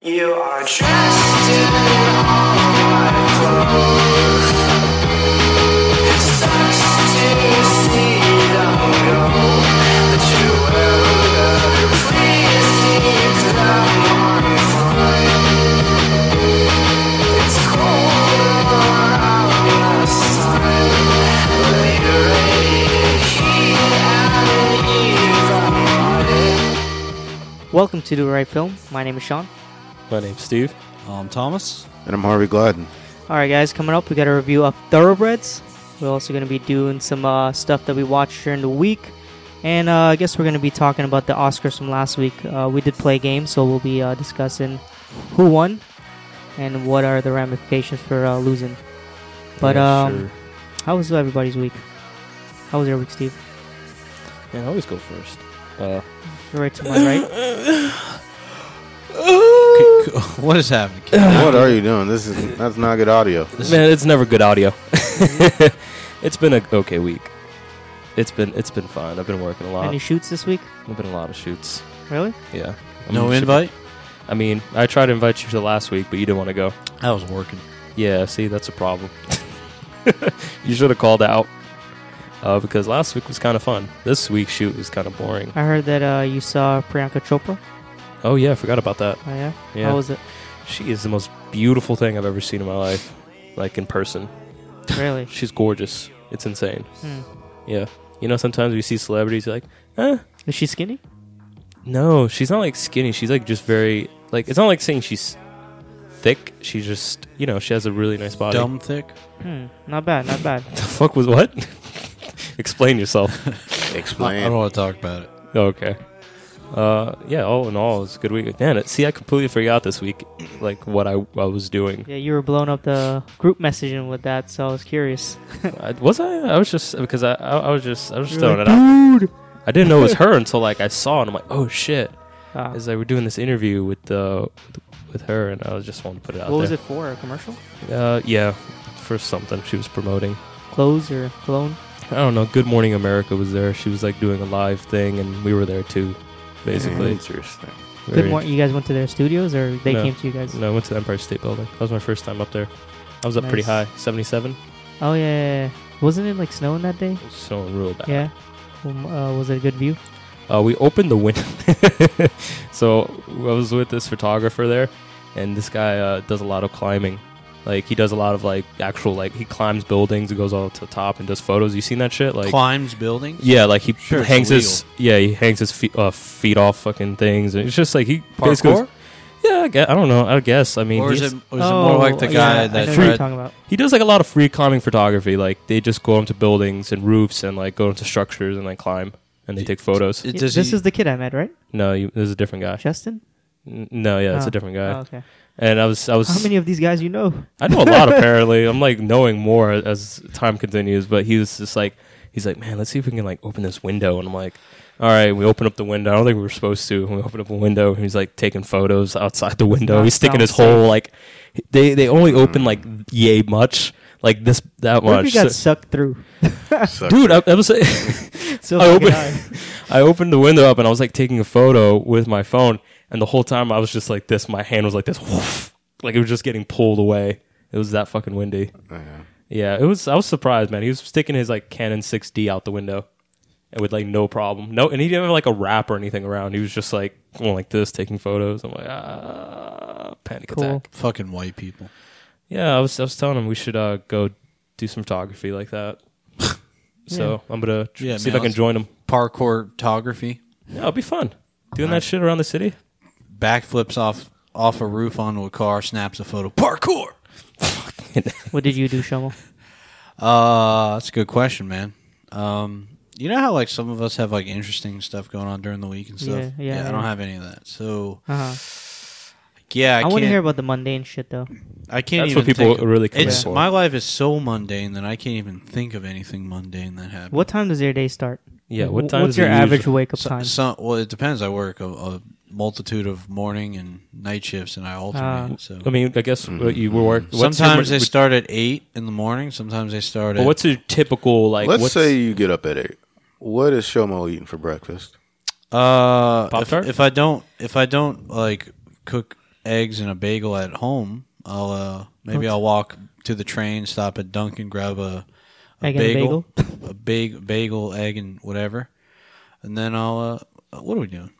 You are dressed in all my clothes. It sucks to see them go, but you will go. Please keep them on fire. It's cold around the sun. Let it radiate heat and even light. Welcome to Do Right Film. My name is Sean. My name's Steve. Um, Thomas. And I'm Harvey Gladden. All right, guys, coming up, we got a review of Thoroughbreds. We're also going to be doing some uh, stuff that we watched during the week. And uh, I guess we're going to be talking about the Oscars from last week. Uh, we did play a game, so we'll be uh, discussing who won and what are the ramifications for uh, losing. But Yeah, um, sure. how was everybody's week? How was your week, Steve? man, I always go first. Uh, You're right to my right. K- k- what is happening? K- what are you doing? This is that's not good audio. man, it's never good audio. it's been a okay week. It's been it's been fine. I've been working a lot. Any shoots this week? I've been a lot of shoots. Really? Yeah. I'm No super- invite? I mean, I tried to invite you to last week, but you didn't want to go. I was working. Yeah. See, that's a problem. you should have called out uh, because last week was kind of fun. This week's shoot was kind of boring. I heard that uh, you saw Priyanka Chopra. Oh yeah, I forgot about that. Oh, yeah? Yeah. How was it? She is the most beautiful thing I've ever seen in my life, like in person. Really? She's gorgeous. It's insane. Hmm. Yeah. You know, sometimes we see celebrities you're like, eh, Is she skinny? no, she's not like skinny. She's like just very, like, it's not like saying she's thick. She's just, you know, she has a really nice body. Dumb thick. Hmm. Not bad. Not bad. The fuck was what? Explain yourself. I, I don't Explain. want to talk about it. okay. Uh, yeah, all in all, it's a good week. Man, it, see, I completely forgot this week, like, what I, I was doing. Yeah, you were blowing up the group messaging with that, so I was curious. I, was I? I was just, because I, I, I was just, I was just You're throwing it out. I didn't know it was her until, like, I saw it and I'm like, oh shit. Ah. is I were doing this interview with uh, with her, and I was just wanted to put it out what was there. it for? A commercial? it? Uh, yeah, for something she was promoting. Clothes or cologne? I don't know. Good Morning America was there. She was like doing a live thing, and we were there too, basically. Interesting. Very- Good morning. You guys went to their studios, or they No. came to you guys? No, I went to the Empire State Building. That was my first time up there. I was up pretty high, Nice. seventy-seven. Oh yeah, yeah, yeah. wasn't it like snowing that day? It was snowing real bad. Yeah. Um, uh, was it a good view? Uh, we opened the window. so I was with this photographer there, and this guy uh, does a lot of climbing. Like he does a lot of like actual like he climbs buildings and goes all to the top and does photos. You seen that shit? Like Climbs buildings. yeah, like he Sure, it's hangs his yeah he hangs his feet, uh, feet off fucking things. And it's just like he basically Parkour? yeah I, guess, I don't know I guess I mean or is he's- it, or is it more like the Oh, yeah, guy I know that what you're tried? talking about. he does like a lot of free climbing photography. Like they just go into buildings and roofs and like go into structures and like climb and they take photos. It- Y- does this he- is the kid I met, right? No, you, there's a different guy. Justin. N- No, yeah, it's Oh. a different guy. Oh, okay. And I was, I was, How many of these guys you know? I know a lot apparently. I'm like knowing more as time continues, but he was just like, he's like, man, let's see if we can like open this window. And I'm like, all right, we open up the window. I don't think we were supposed to. And we open up a window and he's like taking photos outside the window. not He's sticking his sound whole, like, they, they only open like yay much, like this, that What if much. you got So- sucked through? Sucks. Dude, I, I was, So I fucking opened- high. I opened the window up and I was like taking a photo with my phone, and the whole time I was just like this. My hand was like this, woof, like it was just getting pulled away. It was that fucking windy. Yeah. Yeah, it was. I was surprised, man. He was sticking his like Canon 6D out the window, and with like no problem. No, and he didn't have like a wrap or anything around. He was just like going like this, taking photos. I'm like, ah, panic Cool. attack. Fucking white people. Yeah, I was. I was telling him we should uh, go do some photography like that. so I'm gonna tr- Yeah, see man, if I can let's- join him. Parkour photography. Yeah, it'll be fun doing that shit around the city. Backflips off off a roof onto a car. Snaps a photo. Parkour. What did you do, Shovel? Uh, that's a good question, man. Um, you know how like some of us have like interesting stuff going on during the week and stuff. Yeah, yeah, I don't yeah. have any of that. So Uh-huh. yeah, I, I, can't. want to hear about the mundane shit though. I can't. That's even what people think of- really come It's in for. my life is so mundane that I can't even think of anything mundane that happened. What time does your day start? Yeah, Like, what wh- time What's is your it average usually? wake up So- time? so- well, it depends. I work a, a multitude of morning and night shifts, and I alternate. so I mean, I guess Hmm. what you were work. um, what's your- sometimes they would- start at eight in the morning. Sometimes they start but at what's your typical like? Let's what's, say you get up at eight. What is Shomo eating for breakfast? uh, if, Pop-Tart? if I don't if I don't like cook eggs and a bagel at home, I'll uh, maybe I'll walk to the train, stop at Dunkin', grab a, a Egg and a bagel, a, big bagel, egg, and whatever, and then I'll. Uh, what are we doing?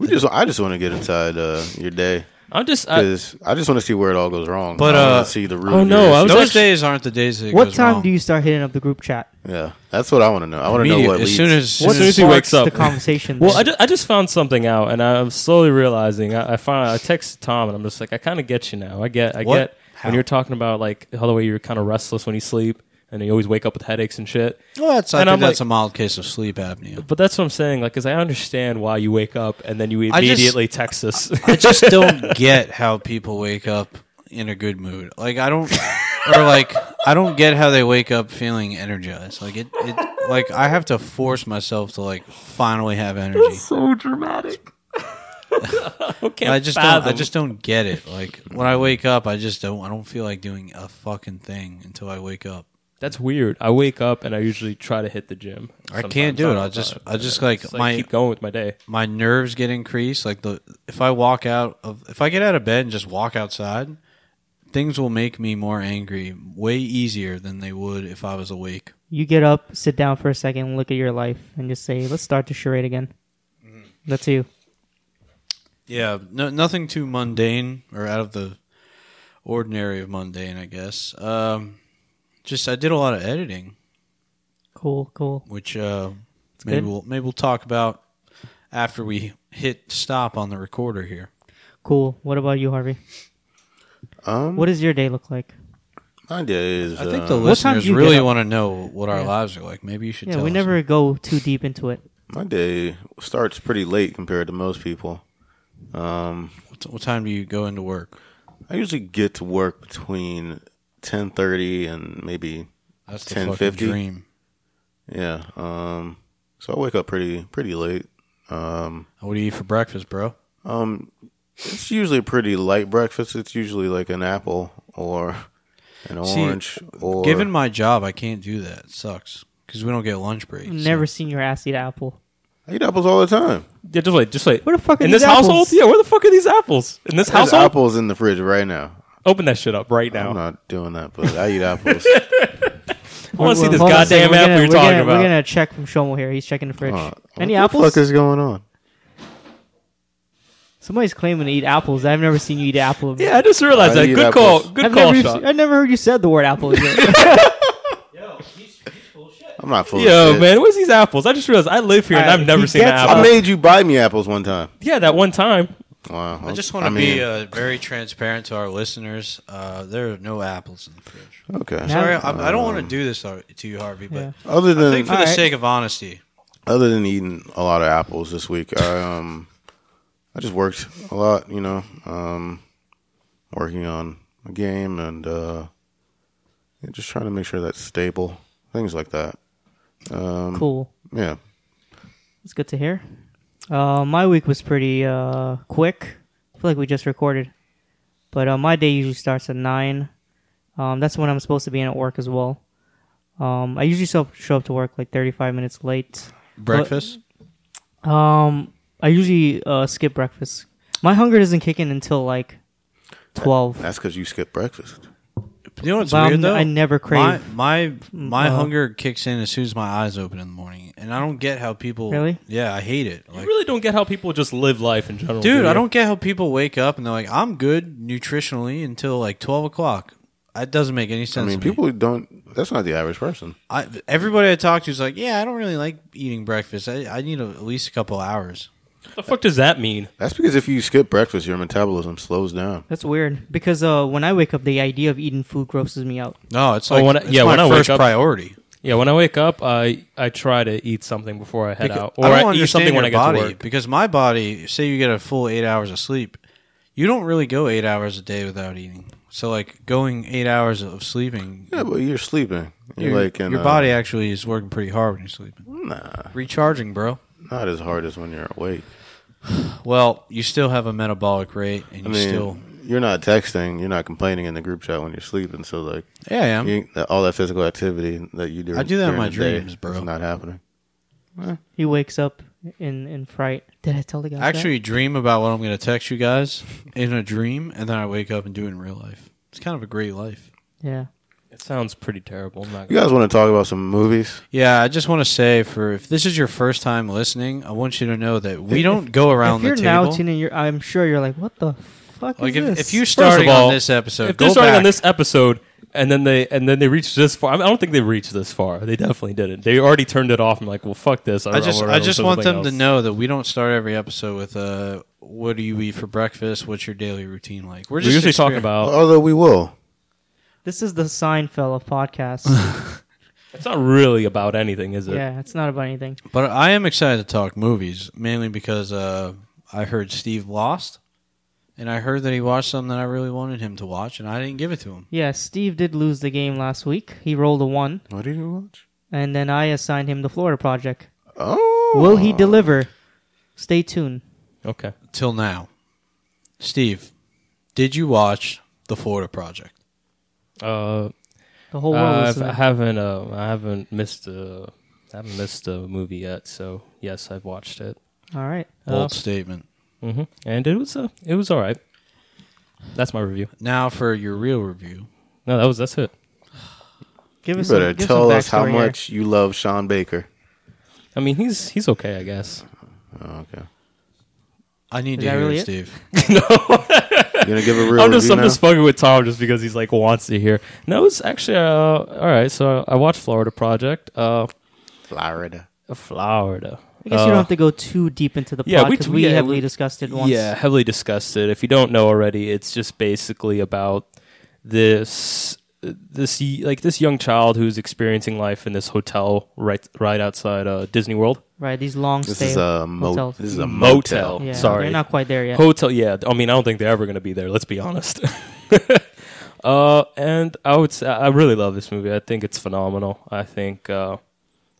We just, I just want to get inside uh, your day I'm just. I, because I, just want to see where it all goes wrong. But, I wanna uh, see the root. oh, of no, your I issue. was Those actually- days aren't the days that it What goes time wrong. do you start hitting up the group chat? yeah, that's what I want to know. I want to know Immediate- what as leads. soon as, What soon as he sparks wakes up. the conversation? well, I then? just, I just found something out, and I'm slowly realizing. I, I found. I texted Tom, and I'm just like, I kind of get you now. I get. I What? get when you're talking about like how the way you're kind of restless when you sleep, and you always wake up with headaches and shit. well, that's I and think I'm that's like- a mild case of sleep apnea. But that's what I'm saying. Like, because I understand why you wake up and then you I just- immediately text us. I just don't get how people wake up in a good mood. Like I don't, or like I don't get how they wake up feeling energized. Like it, it like I have to force myself to like finally have energy. so dramatic. okay, I just don't. I just don't get it. Like when I wake up, I just don't. I don't feel like doing a fucking thing until I wake up. That's weird. I wake up and I usually try to hit the gym. I can't do it. I just, I just like, my keep going with my day. my nerves get increased. Like the if I walk out of if I get out of bed and just walk outside, things will make me more angry way easier than they would if I was awake. you get up, sit down for a second, look at your life, and just say, "Let's start the charade again." Mm-hmm. That's you. Yeah, no, nothing too mundane or out of the ordinary of mundane, I guess. Um, just I did a lot of editing, Cool, cool. which uh, maybe good. we'll maybe we'll talk about after we hit stop on the recorder here. Cool. What about you, Harvey? um, What does your day look like? my day is. I think uh, time the do listeners you get really up? want to know what our Yeah. lives are like. Maybe you should. Yeah, tell we us. never go too deep into it. my day starts pretty late compared to most people. Um, What, what time do you go into work? I usually get to work between ten thirty and maybe That's the Ten fucking fifty. dream. yeah. Um, so I wake up pretty pretty late. Um, What do you eat for breakfast, bro? um, it's usually a pretty light breakfast. It's usually like an apple or an See, orange or Given my job, I can't do that. It sucks because we don't get lunch breaks. Never seen your ass eat apple. I eat apples all the time. Yeah, just wait, just wait. Where the fuck are in these this household? apples? Yeah, where the fuck are these apples in this There's household? apples in the fridge right now. Open that shit up right now. I'm not doing that, but I eat apples. I want to see Hold this on a goddamn second. We're gonna- apple you're we're talking gonna- about. We're gonna check from Shomo here. He's checking the fridge. Uh, Any what apples? the fuck is going on? Somebody's claiming to eat apples. I've never seen you eat apple. yeah, I just realized I that. eat Good apples. call. Good I've call, never, shot. I've never heard you said the word apple. again. I'm not full of Yo, shit. man, where's these apples? I just realized I live here and Alright, I've never he seen an gets apple. I made you buy me apples one time. yeah, that one time. Wow. I just want to be uh, very transparent to our listeners. Uh, there are no apples in the fridge. okay. Sorry, I, I don't want to do this Har- to you, Harvey, but Yeah. Other I than think for the Alright. sake of honesty, other than eating a lot of apples this week, I um I just worked a lot, you know, um working on a game and uh yeah, just trying to make sure that's stable, things like that. Um, cool. Yeah. That's good to hear. Uh, my week was pretty uh, quick. I feel like we just recorded, but uh, my day usually starts at nine. Um, that's when I'm supposed to be in at work as well. Um, I usually show up, show up to work like 35 minutes late. breakfast. Um, I usually uh, skip breakfast. My hunger doesn't kick in until like 12. That's cuz you skipped breakfast. you know what's But I'm- weird though? I never crave. My my, my uh, hunger kicks in as soon as my eyes open in the morning, and I don't get how people. Really? Yeah, I hate it. Like, I really don't get how people just live life in general. Dude, do I you? don't get how people wake up and they're like, "I'm good nutritionally until like twelve o'clock." That doesn't make any I sense. mean, to me. people don't that's not the average person. I, everybody I talk to is like, "Yeah, I don't really like eating breakfast. I, I need a, at least a couple hours." What the fuck does that mean? That's because if you skip breakfast, your metabolism slows down. That's weird because uh, when I wake up, the idea of eating food grosses me out. No, it's Oh, like when I- it's yeah, my when I wake first up- priority. Yeah, when I wake up, I I try to eat something before I head Because- out, or I I, don't eat understand something your when I get body to work. because my body, say you get a full eight hours of sleep, you don't really go eight hours a day without eating. So like going eight hours of sleeping, Yeah, but you're sleeping. You're your, like in your a- body actually is working pretty hard when you're sleeping, nah, recharging, bro. not as hard as when you're awake. Well, you still have a metabolic rate, and you I mean, still you're not texting, you're not complaining in the group chat when you're sleeping, so like yeah, I am. You ain't- that- all that physical activity that you do. I do that in during my the day dreams, bro. is not happening. He wakes up in in fright. Did I tell the guy? that? actually dream about what I'm going to text you guys in a dream, and then I wake up and do it in real life. It's kind of a great life. yeah. It sounds pretty terrible. I'm not You guys want to talk about some movies? Yeah, I just want to say for if this is your first time listening, I want you to know that we don't go around If you're the now table. tuning, you're, I'm sure you're like, what the fuck like is if, this? if you're starting all, on this episode, if go they're starting back. on this episode and then they and then they reach this far, I, mean, I don't think they reached this far. They definitely didn't. They already turned it off. I'm like, well, fuck this. I just I just want them to know. know that we don't start every episode with uh, what do you eat for breakfast? What's your daily routine like? We're We're usually talking exper- about. Although we will. this is the Seinfeld of podcasts. It's not really about anything, is it? yeah, it's not about anything. But I am excited to talk movies, mainly because uh, I heard Steve lost, and I heard that he watched something that I really wanted him to watch, and I didn't give it to him. Yeah, Steve did lose the game last week. He rolled a one, What did you watch? and then I assigned him the Florida Project. Oh, Will he deliver? Stay tuned. Okay. Till now, Steve, did you watch The Florida Project? Uh, The whole world I've- is I haven't. Uh, I haven't missed a. I haven't missed a movie yet. So yes, I've watched it. all right. Bold statement. hmm And it was. Uh, it was all right. That's my review. Now for your real review. No, that was. That's it. Give You us some- better give tell some us how backstory here. much you love Sean Baker. I mean, he's he's okay, I guess. Oh, okay. I need Is to that hear really it, it? Steve. You gonna give a real I'm just review I'm now? just fucking with Tom just because he's like wants to hear. No, it's actually uh, all right. So I watched Florida Project. Uh, Florida. Florida. I guess you don't have to go too deep into the plot yeah, we- because we, yeah, heavily we- discussed it once. Yeah, heavily discussed it. If you don't know already, it's just basically about this this y- like this young child who's experiencing life in this hotel right right outside uh, Disney World Right, these long This stay is a mo- hotels. This is a motel. motel. yeah, Oh, Sorry, You're not quite there yet. hotel. Yeah, I mean, I don't think they're ever going to be there. Let's be honest. uh, and I would say I really love this movie. I think it's phenomenal. I think uh,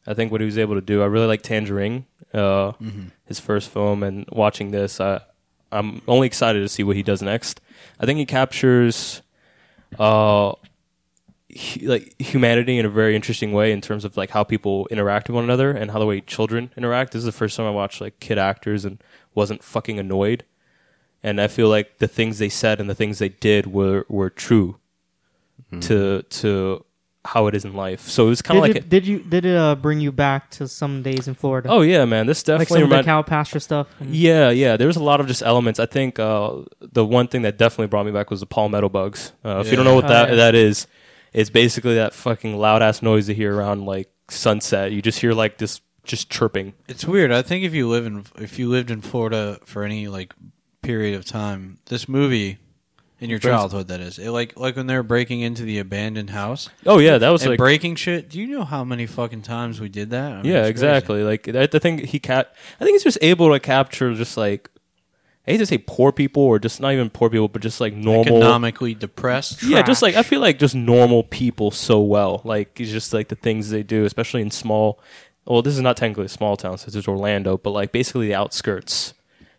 I think what he was able to do. I really like Tangerine, uh, his first film, and watching this, I I'm only excited to see what he does next. I think he captures. Uh, hu- like humanity in a very interesting way in terms of like how people interact with one another and how the way children interact. This is the first time I watched like kid actors and wasn't fucking annoyed. And I feel like the things they said and the things they did were were true Hmm. to to how it is in life. So it was kind Did, of like it, a- did you did it uh, bring you back to some days in Florida? oh yeah, man, this like definitely some of the remind- cow pasture stuff. and- Yeah, yeah. There was a lot of just elements. I think uh, the one thing that definitely brought me back was the palmetto bugs. Uh, if you don't know what Oh, that yeah. that is, it's basically that fucking loud ass noise you hear around like sunset. You just hear like this just chirping. It's weird. I think if you live in if you lived in Florida for any like period of time, this movie in your Brings- childhood that is, it like like when they were breaking into the abandoned house Oh yeah, that was and like breaking shit. Do you know how many fucking times we did that? I mean, yeah, it's crazy. exactly. Like I, I think he cat. I think he's just able to capture just like I hate to say poor people or just not even poor people, but just like normal Economically depressed. Yeah, just trash. like I feel like just normal people so well. Like it's just like the things they do, especially in small. Well, this is not technically a small town since it's Orlando, but like basically the outskirts,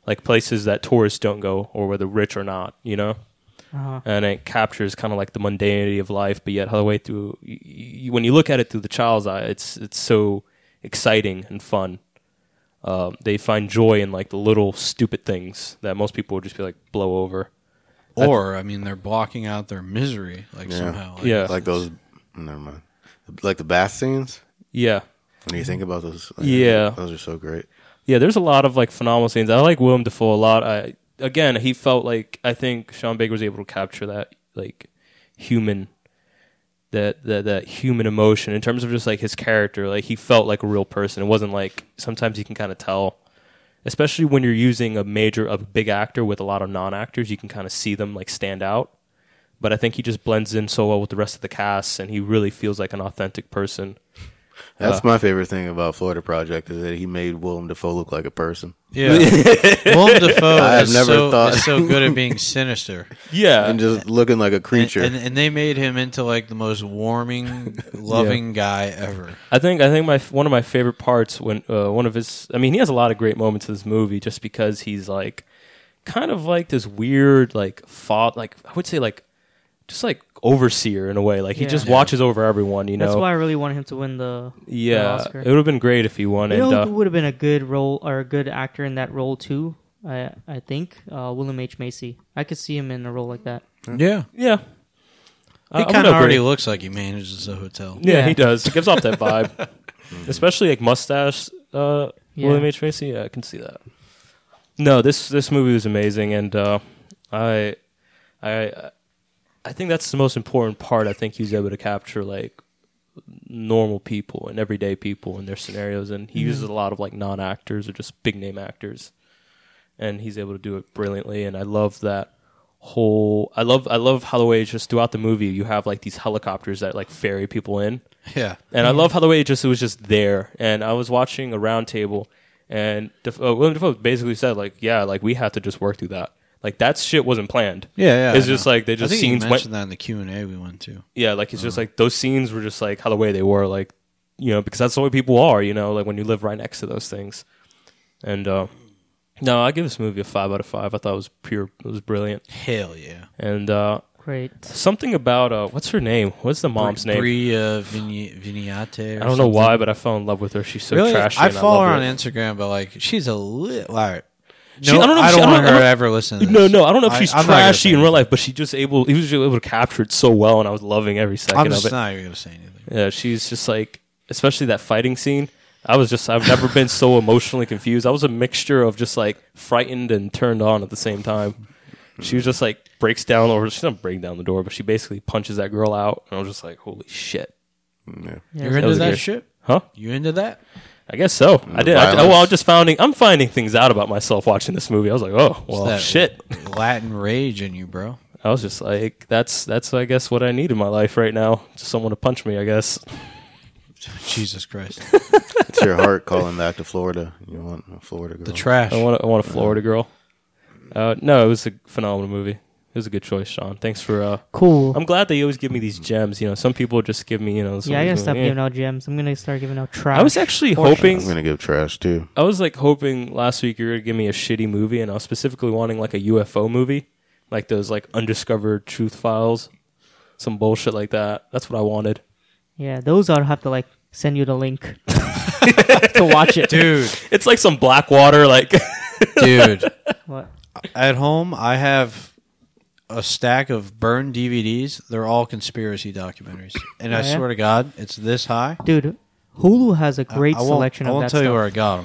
like places that tourists don't go or whether rich or not, you know. Uh-huh. And it captures kind of like the mundanity of life, but yet all the way through. y y when you look at it through the child's eye, it's it's so exciting and fun. Um, they find joy in like the little stupid things that most people would just be like blow over. Or I mean, they're blocking out their misery like somehow. Like, Yeah, Like those. Never mind. Like the bath scenes. yeah. When you think about those, like, Yeah. those are so great. Yeah, there's a lot of like phenomenal scenes. I like Willem Dafoe a lot. I again, he felt like I think Sean Baker was able to capture that like human that that that human emotion in terms of just like his character. Like he felt like a real person. It wasn't like sometimes you can kind of tell especially when you're using a major a big actor with a lot of non-actors, you can kind of see them like stand out. But I think he just blends in so well with the rest of the cast and he really feels like an authentic person. That's Uh. my favorite thing about Florida Project is that he made Willem Dafoe look like a person. yeah. Willem Dafoe I have is, never so, thought- is so good at being sinister, Yeah. and just looking like a creature. and, and they made him into like the most warming, loving guy ever. I think I think my one of my favorite parts when uh, one of his I mean he has a lot of great moments in this movie just because he's like kind of like this weird like fa- like I would say like just like overseer in a way. Like he Yeah. just watches over everyone. You know. That's why I really wanted him to win the the yeah, Oscar. it would have been great if he won. You and know uh, who would have been a good role or a good actor in that role too? I I think uh, William H Macy. I could see him in a role like that. Yeah. yeah, I- He I would kind of agree. already looks like he manages a hotel. Yeah, Yeah. he does. He gives off that vibe, Mm. especially like mustache. Uh, Yeah. William H Macy. Yeah, I can see that. No, this this movie was amazing, and uh, I, I, I think that's the most important part. I think he's able to capture like normal people and everyday people and their scenarios, and he uses a lot of like non actors or just big name actors, and he's able to do it brilliantly. And I love that whole. I love I love how the way just throughout the movie you have like these helicopters that like ferry people in. Yeah. And I love how the way it just it was just there. And I was watching a round table, and Def- uh, William Defoe basically said like, "Yeah, like we had to just work through that. Like that shit wasn't planned. Yeah, yeah. It's I just know. like they I just think you scenes went. mentioned that Uh-huh. in the Q and A we went to. Yeah, like it's just like those scenes were just like how the way they were. Like you know because that's the way people are. You know, like when you live right next to those things. And uh, no, I give this movie a five out of five. I thought it was pure. It was brilliant. Hell yeah. And uh, Great. something about uh, what's her name? What's the mom's Bri- name? Bri, uh, Vign- Vignate. or I don't know something. why, but I fell in love with her. She's so Really? trashy. I and follow love her on Instagram, but like she's a lit. All right. She- no, I I don't don't, know if she- I want don't- I her to don't- ever listen. To No, this. no, I don't know if I- she's I'm not gonna say trashy in real anything. life, but she just able. He was just able to capture it so well, and I was loving every 2nd I'm of just it. not even gonna say anything. Yeah, she's just like, especially that fighting scene. I was just, I've never been so emotionally confused. I was a mixture of just like frightened and turned on at the same time. She was just like breaks down, or she doesn't break down the door, but she basically punches that girl out, and I was just like, holy shit, Yeah. Yeah, You're that into was that good. shit? huh? You into that? I guess so. I did. I, violence. well, I'm just finding, I'm finding things out about myself watching this movie. I was like, oh, well, that shit. Latin rage in you, bro. I was just like, that's that's I guess what I need in my life right now. Just someone to punch me, I guess. Jesus Christ. It's your heart calling back to Florida. You want a Florida girl. The trash. I want a, I want a Florida girl. Uh, no, it was a phenomenal movie. It was a good choice, Sean. Thanks for. Uh, Cool. I'm glad that you always give me these gems. You know, some people just give me you know. some yeah, I gotta reason- stop yeah. giving out gems. I'm gonna start giving out trash. I was actually Portions. hoping. I'm gonna give trash too. I was like hoping last week you were gonna give me a shitty movie, and I was specifically wanting like a UFO movie, like those like undiscovered truth files, some bullshit like that. That's what I wanted. yeah, those I'll have to like send you the link to watch it. Dude, It's like some Blackwater, like dude. What? At home, I have a stack of burned DVDs. They're all conspiracy documentaries, and I Oh, yeah? swear to God, it's this high. Dude, Hulu has a great I won't, selection I of won't that tell stuff. you where I got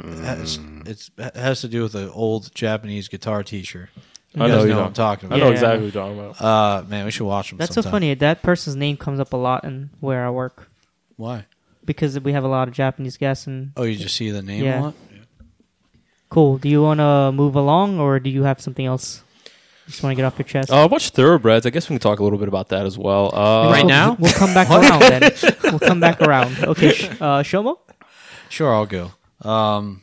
them. It's, it's, it has to do with an old Japanese guitar teacher. You I know guys know, you what don't. I'm talking I about. know Yeah. exactly what you're talking about. Uh, man, we should watch them. That's so sometime. funny. That person's name comes up a lot in where I work Why? because we have a lot of Japanese guests. And Oh, you just see the name Yeah. a lot. cool. Do you want to move along, or do you have something else? Just want to get off your chest. Uh, watch Thoroughbreds. I guess we can talk a little bit about that as well. Uh, We'll- Right now? we'll come back around. Then we'll come back around. Okay, sh- uh, Shomo. Sure, I'll go. Um,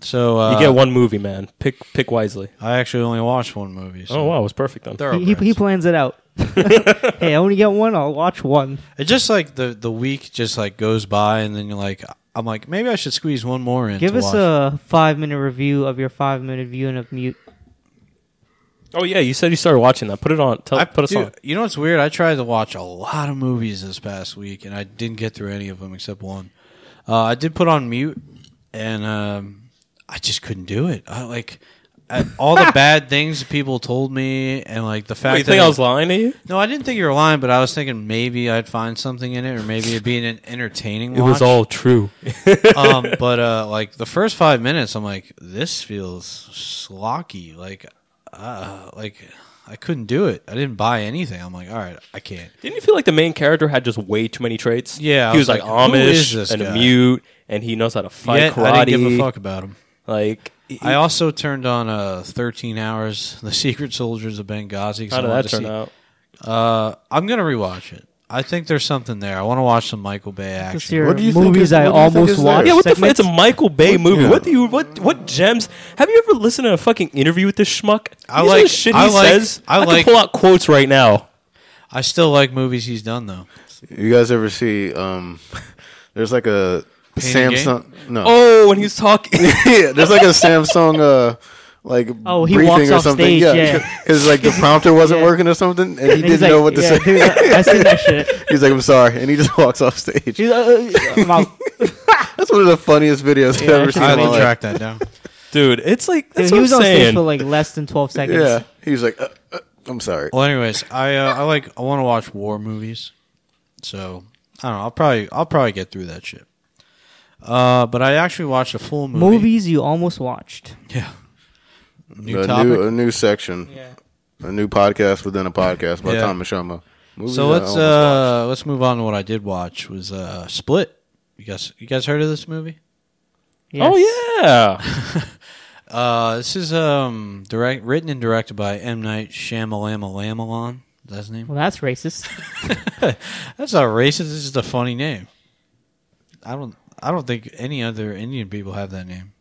so uh, you get one movie, man. Pick pick wisely. I actually only watched one movie. So. Oh wow, it was perfect then. He, he, he plans it out. hey, I only get one. I'll watch one. It's just like the the week just like goes by, and then you're like, I'm like, maybe I should squeeze one more in. Give to us watch. a five minute review of your five minute viewing of Mute. Oh yeah, you said you started watching that. Put it on. Tell, I put us dude, on. You know what's weird? I tried to watch a lot of movies this past week, and I didn't get through any of them except one. Uh, I did put on mute, and um, I just couldn't do it. I like I, all the bad things people told me, and like the fact Wait, you that think I was lying to you? no, I didn't think you were lying, but I was thinking maybe I'd find something in it, or maybe it'd be an entertaining. It was watch. all true. um, but uh, like the first five minutes, I'm like, this feels slocky. Like, uh, like I couldn't do it. I didn't buy anything. I'm like, all right, I can't. Didn't you feel like the main character had just way too many traits? Yeah, I he was, was like, like, who is Amish this and a guy? mute, and he knows how to fight Yet, karate. I didn't give a fuck about him. Like, I also turned on uh, 13 hours, The Secret Soldiers of Benghazi. 'cause how I did wanted that to turn see- out? Uh, I'm gonna rewatch it. I think there's something there. I want to watch some Michael Bay action. Just your What do you think movies is- I what do you think almost is there? watched. Yeah, what the? F- segments. it's a Michael Bay movie. yeah. What do you? What? What gems? Have you ever listened to a fucking interview with this schmuck? I These are like- the shit he I like- says. I can like- pull out quotes right now. I still like movies he's done though. You guys ever see um there's like a Painting Samsung no Oh, when he's talking. yeah, there's like a Samsung uh like Oh, he briefing walks or off something. stage, yeah, yeah. because like the prompter wasn't Yeah. working or something, and he And didn't he's like, know what to yeah, say. Dude, I, I seen that shit. He's like, "I'm sorry," and he just walks off stage. He's like, uh, uh, I'm out. That's one of the funniest videos I've Yeah, ever that's seen. I in my had to life. track that down. dude. It's like Dude, that's he what was I'm on saying. stage for like less than 12 seconds. Yeah, he was like, uh, uh, "I'm sorry." Well, anyways, I uh, I like I want to watch war movies, so I don't know. I'll probably I'll probably get through that shit. Uh, but I actually watched a full movie. Movies you almost watched. Yeah. New a topic. new a new section, a new podcast within a podcast by Yeah. Tom Mashama. Movies I so let's almost uh let's move on to what I did watch was uh Split. You guys you guys heard of this movie? Yes. Oh yeah, Uh, this is um direct written and directed by M Night Shyamalan. Is that his name? Well, that's racist. That's not racist. This is a funny name. I don't. I don't think any other Indian people have that name.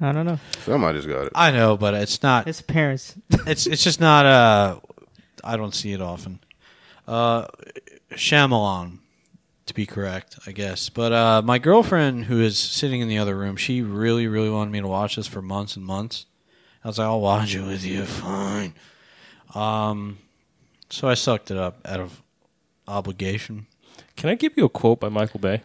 I don't know. watched. somebody just got it. I know, but it's not. His parents. It's it's just not. Uh, I don't see it often. Uh, Shyamalan, to be correct, I guess. But uh, my girlfriend, who is sitting in the other room, she really, really wanted me to watch this for months and months. I was like, I'll watch it with you. Fine. Um, so I sucked it up out of obligation. can I give you a quote by Michael Bay?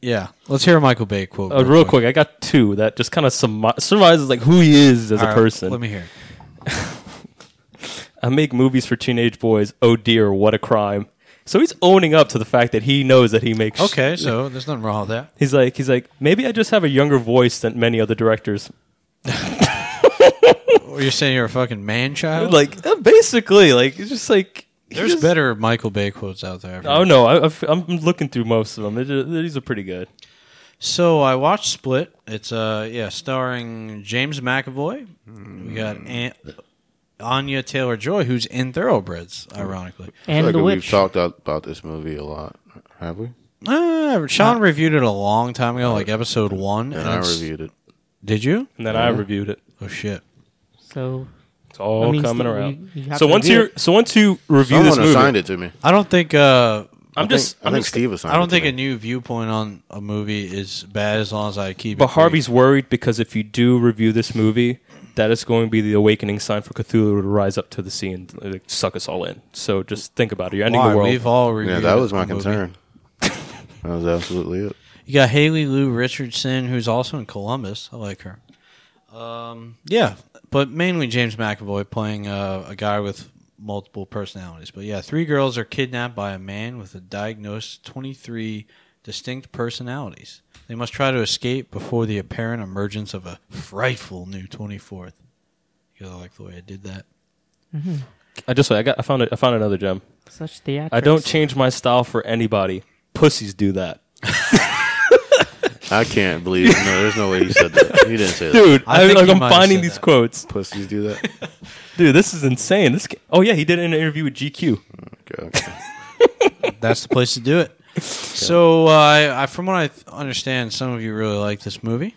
Yeah, let's hear a Michael Bay quote. Uh, real quick, I got two that just kind of summa summarizes like who he is as All a right, person. Let me hear. I make movies for teenage boys. Oh dear, what a crime! So he's owning up to the fact that he knows that he makes. Okay, so there's nothing wrong with that. he's like he's like maybe I just have a younger voice than many other directors. Or you're saying you're a fucking man child? Like uh, basically, like it's just like he there's just- better Michael Bay quotes out there. Oh no, I, I've- I'm looking through most of them. They're ju- These are pretty good. So I watched Split. It's uh yeah, starring James McAvoy. We got Hmm. An- Anya Taylor Joy, who's in Thoroughbreds, Hmm. ironically. I feel and like the we've witch. talked out about this movie a lot, have we? Uh, Sean reviewed it a long time ago, like episode one. And and I it's- reviewed it. Hmm. Did you? And then I reviewed it. Oh shit! So It's all I mean, coming still, around. you- you have so to once review you so once you review Someone this movie, assigned it to me. I don't think uh I'm I just think, I I'm think just- Steve assigned. I don't it think to a me. new viewpoint on a movie is bad as long as I keep. it But brief. Harvey's worried because if you do review this movie, that is going to be the awakening sign for Cthulhu to rise up to the sea and like, suck us all in. So just think about it. You're ending Why? the world. We've all reviewed. Yeah, that was my the movie. concern. that was absolutely it. You got Haley Lou Richardson, who's also in Columbus. I like her. Um, yeah, but mainly James McAvoy playing uh, a guy with multiple personalities. But yeah, three girls are kidnapped by a man with a diagnosed 23 distinct personalities. They must try to escape before the apparent emergence of a frightful new 24th. You gotta like the way I did that. I just I got I found it, I found another gem. such theatrics. I don't change my style for anybody. Pussies do that, I can't believe. No, there's no way he said that. He didn't say that. dude. I I think like, he I'm might have finding said these that. quotes, Pussies do that. dude. This is insane. This ca- oh yeah, he did an interview with GQ. Okay, okay. that's the place to do it. So, uh, I, I, from what I th- understand, some of you really like this movie.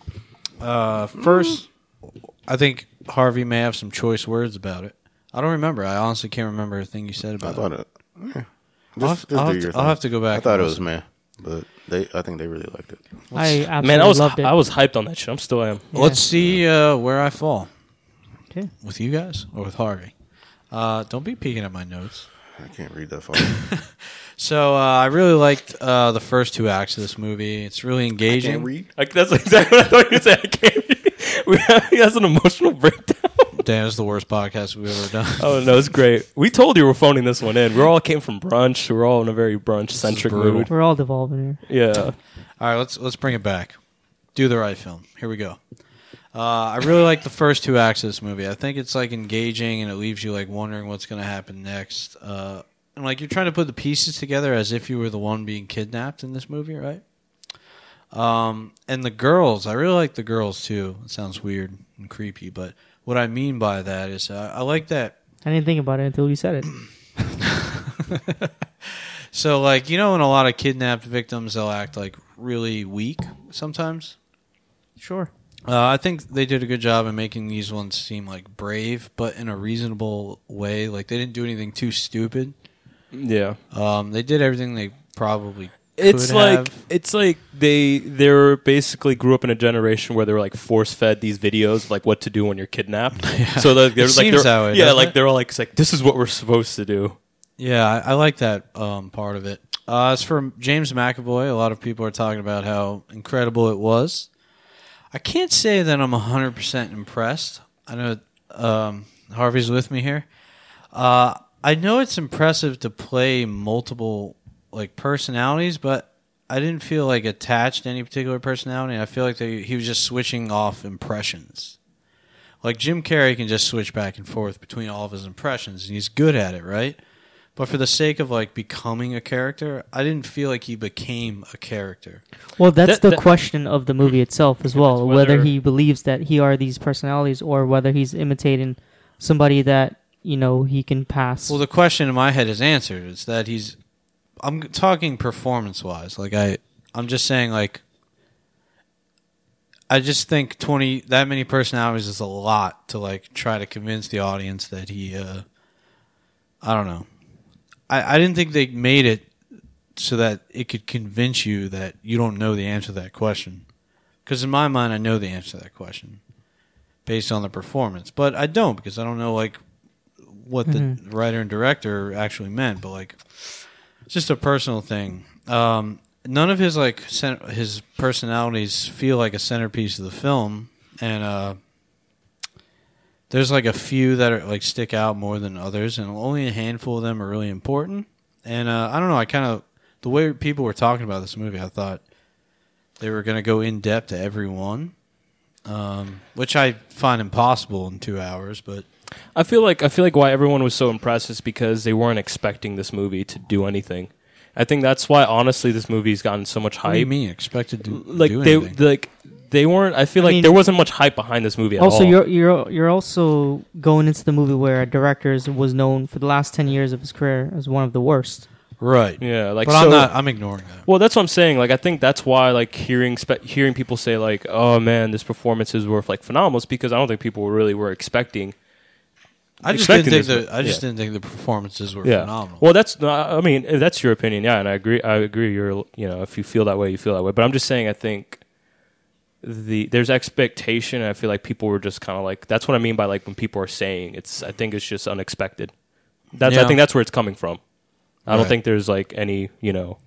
Uh, first, I think Harvey may have some choice words about it. I don't remember. I honestly can't remember a thing you said I about it. thought it. yeah. Just- I'll, I'll just do have your to, I'll thing. have to go back. I thought and it was listen. man, but they. I think they really liked it. I absolutely Man, I was loved it. I was hyped on that shit. I'm still am. Yeah. Let's see uh, where I fall Okay. with you guys or with Harvey. Uh, don't be peeking at my notes. I can't read that far. So uh, I really liked uh, the first two acts of this movie. It's really engaging. Like that's exactly what I thought you said. I can't. We have, he has an emotional breakdown. Damn, it's the worst podcast we've ever done. Oh no, it's great. We told you we're phoning this one in. We all came from brunch. We're all in a very brunch centric brutal. mood. We're all devolving here. Yeah, All right, let's let's bring it back. Do the right film. Here we go. Uh, I really like the first two acts of this movie. I think it's like engaging and it leaves you like wondering what's going to happen next. Uh, and like you're trying to put the pieces together as if you were the one being kidnapped in this movie, right? Um, and the girls, I really like the girls too. It sounds weird and creepy, but what I mean by that is uh, I like that I didn't think about it until you said it. So, like, you know, in a lot of kidnapped victims, they'll act like really weak sometimes. Sure. Uh, I think they did a good job in making these ones seem like brave, but in a reasonable way. Like, they didn't do anything too stupid. yeah. Um, they did everything they probably It's could like have. it's like they they're basically grew up in a generation where they were like force fed these videos of like what to do when you're kidnapped. So they're, they're It like they're, seems that way, yeah, doesn't like it? they're all like, it's like this is what we're supposed to do. Yeah, I, I like that um, part of it. Uh, as for James McAvoy, a lot of people are talking about how incredible it was. I can't say that I'm 100% impressed. I know um, Harvey's with me here. Uh, I know it's impressive to play multiple like personalities, but I didn't feel like attached to any particular personality. I feel like they, he was just switching off impressions. Like Jim Carrey can just switch back and forth between all of his impressions, and he's good at it, right? But for the sake of like becoming a character, I didn't feel like he became a character. Well, that's That- the that- question of the movie itself as well, it's whether, whether- he believes that he are these personalities or whether he's imitating somebody that you know he can pass. Well, the question in my head is answered. It's that he's. I'm talking performance wise. Like I, I'm just saying like. I just think twenty that many personalities is a lot to like try to convince the audience that he. uh I don't know. I I didn't think they made it so that it could convince you that you don't know the answer to that question. Because in my mind, I know the answer to that question based on the performance, but I don't because I don't know like what the writer and director actually meant. But like, it's just a personal thing. Um, none of his like cen- his personalities feel like a centerpiece of the film, and uh, there's like a few that are like stick out more than others, and only a handful of them are really important. And uh, I don't know. I kind of the way people were talking about this movie, I thought they were going to go in depth to every one, um, which I find impossible in two hours. But I feel like I feel like why everyone was so impressed is because they weren't expecting this movie to do anything. I think that's why honestly this movie's gotten so much what do you hype. mean expected to Like do they anything? like they weren't. I feel I like mean- there wasn't much hype behind this movie at also, all. you're you're you're also going into the movie where a director is- was known for the last ten years of his career as one of the worst. right? yeah, like but so- I'm not. I'm ignoring that. Well, that's what I'm saying. Like, I think that's why, like, hearing spe- hearing people say, like, "Oh man, this performance is worth like phenomenal," is because I don't think people really were expecting. I just didn't expecting think this, the I just yeah. didn't think the performances were phenomenal. Well, that's no, I I mean, eh, that's your opinion, yeah, and I agree. I agree. You're, you know, if you feel that way, you feel that way. But I'm just saying, I think the there's expectation. And I feel like people were just kind of like that's what I mean by like when people are saying it's. I think it's just unexpected. That's I Yeah. think that's where it's coming from. I don't Right. think there's like any you know.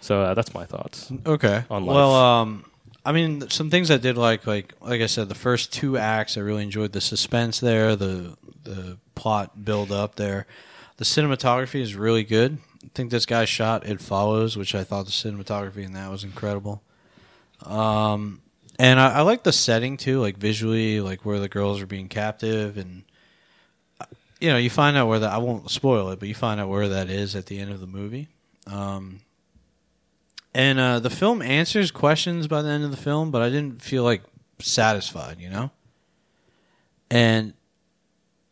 So uh, that's my thoughts. okay. on life. Well, um, I mean, th- some things I did like, like like I said, the first two acts, I really enjoyed the suspense there, the the plot build up there. The cinematography is really good. I think this guy shot It Follows, which I thought the cinematography in that was incredible. Um, and I, I like the setting too, like visually, like where the girls are being captive, and you know, you find out where that. I won't spoil it, but you find out where that is at the end of the movie. Um, and uh, the film answers questions by the end of the film, but I didn't feel like satisfied, you know. And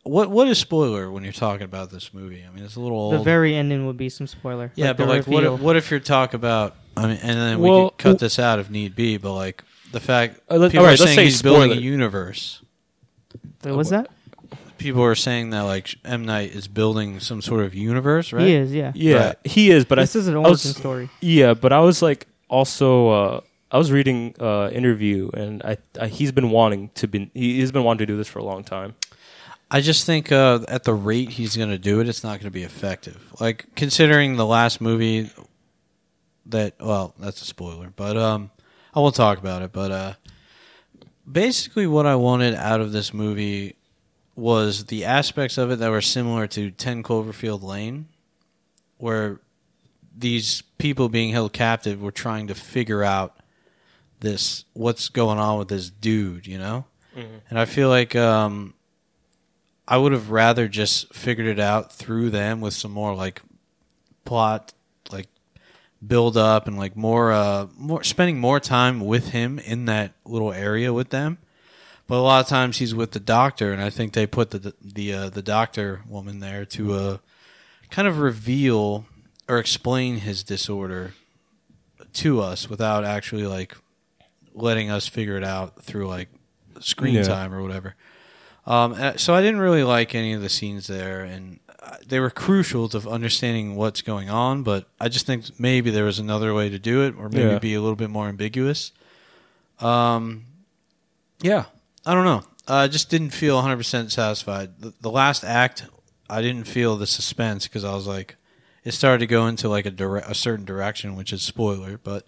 what what is spoiler when you're talking about this movie? I mean, it's a little old. The very ending would be some spoiler. yeah, the but like, what reveal. if, what if you're talk about? I mean, and then we Well, could cut w- this out if need be, but like the fact Uh, let- people alright, let's are saying say he's building a spoiler. universe. Wait, what's that? People are saying that like M Night is building some sort of universe, right? He is, yeah. Yeah, Right. he is. But this I, is an I origin was- story. Yeah, but I was like also uh, I was reading uh, interview and I, I he's been wanting to be he, has been wanting to do this for a long time. I just think uh, at the rate he's going to do it, it's not going to be effective. Like considering the last movie that well, that's a spoiler, but um, I won't talk about it. But uh, basically, what I wanted out of this movie was the aspects of it that were similar to Ten Cloverfield Lane, where these people being held captive were trying to figure out this what's going on with this dude, you know. And I feel like um, I would have rather just figured it out through them with some more like plot, like build up and like more, uh, more spending more time with him in that little area with them. But a lot of times he's with the doctor, and I think they put the the uh, the doctor woman there to uh, kind of reveal or explain his disorder to us without actually like letting us figure it out through like screen Yeah. time or whatever. Um, uh, so I didn't really like any of the scenes there, and uh, they were crucial to understanding what's going on, but I just think maybe there was another way to do it, or maybe Yeah. be a little bit more ambiguous. Um, yeah, I don't know. I just didn't feel 100 percent satisfied. The, the last act, I didn't feel the suspense because I was like, it started to go into like a dire- a certain direction, which is spoiler, but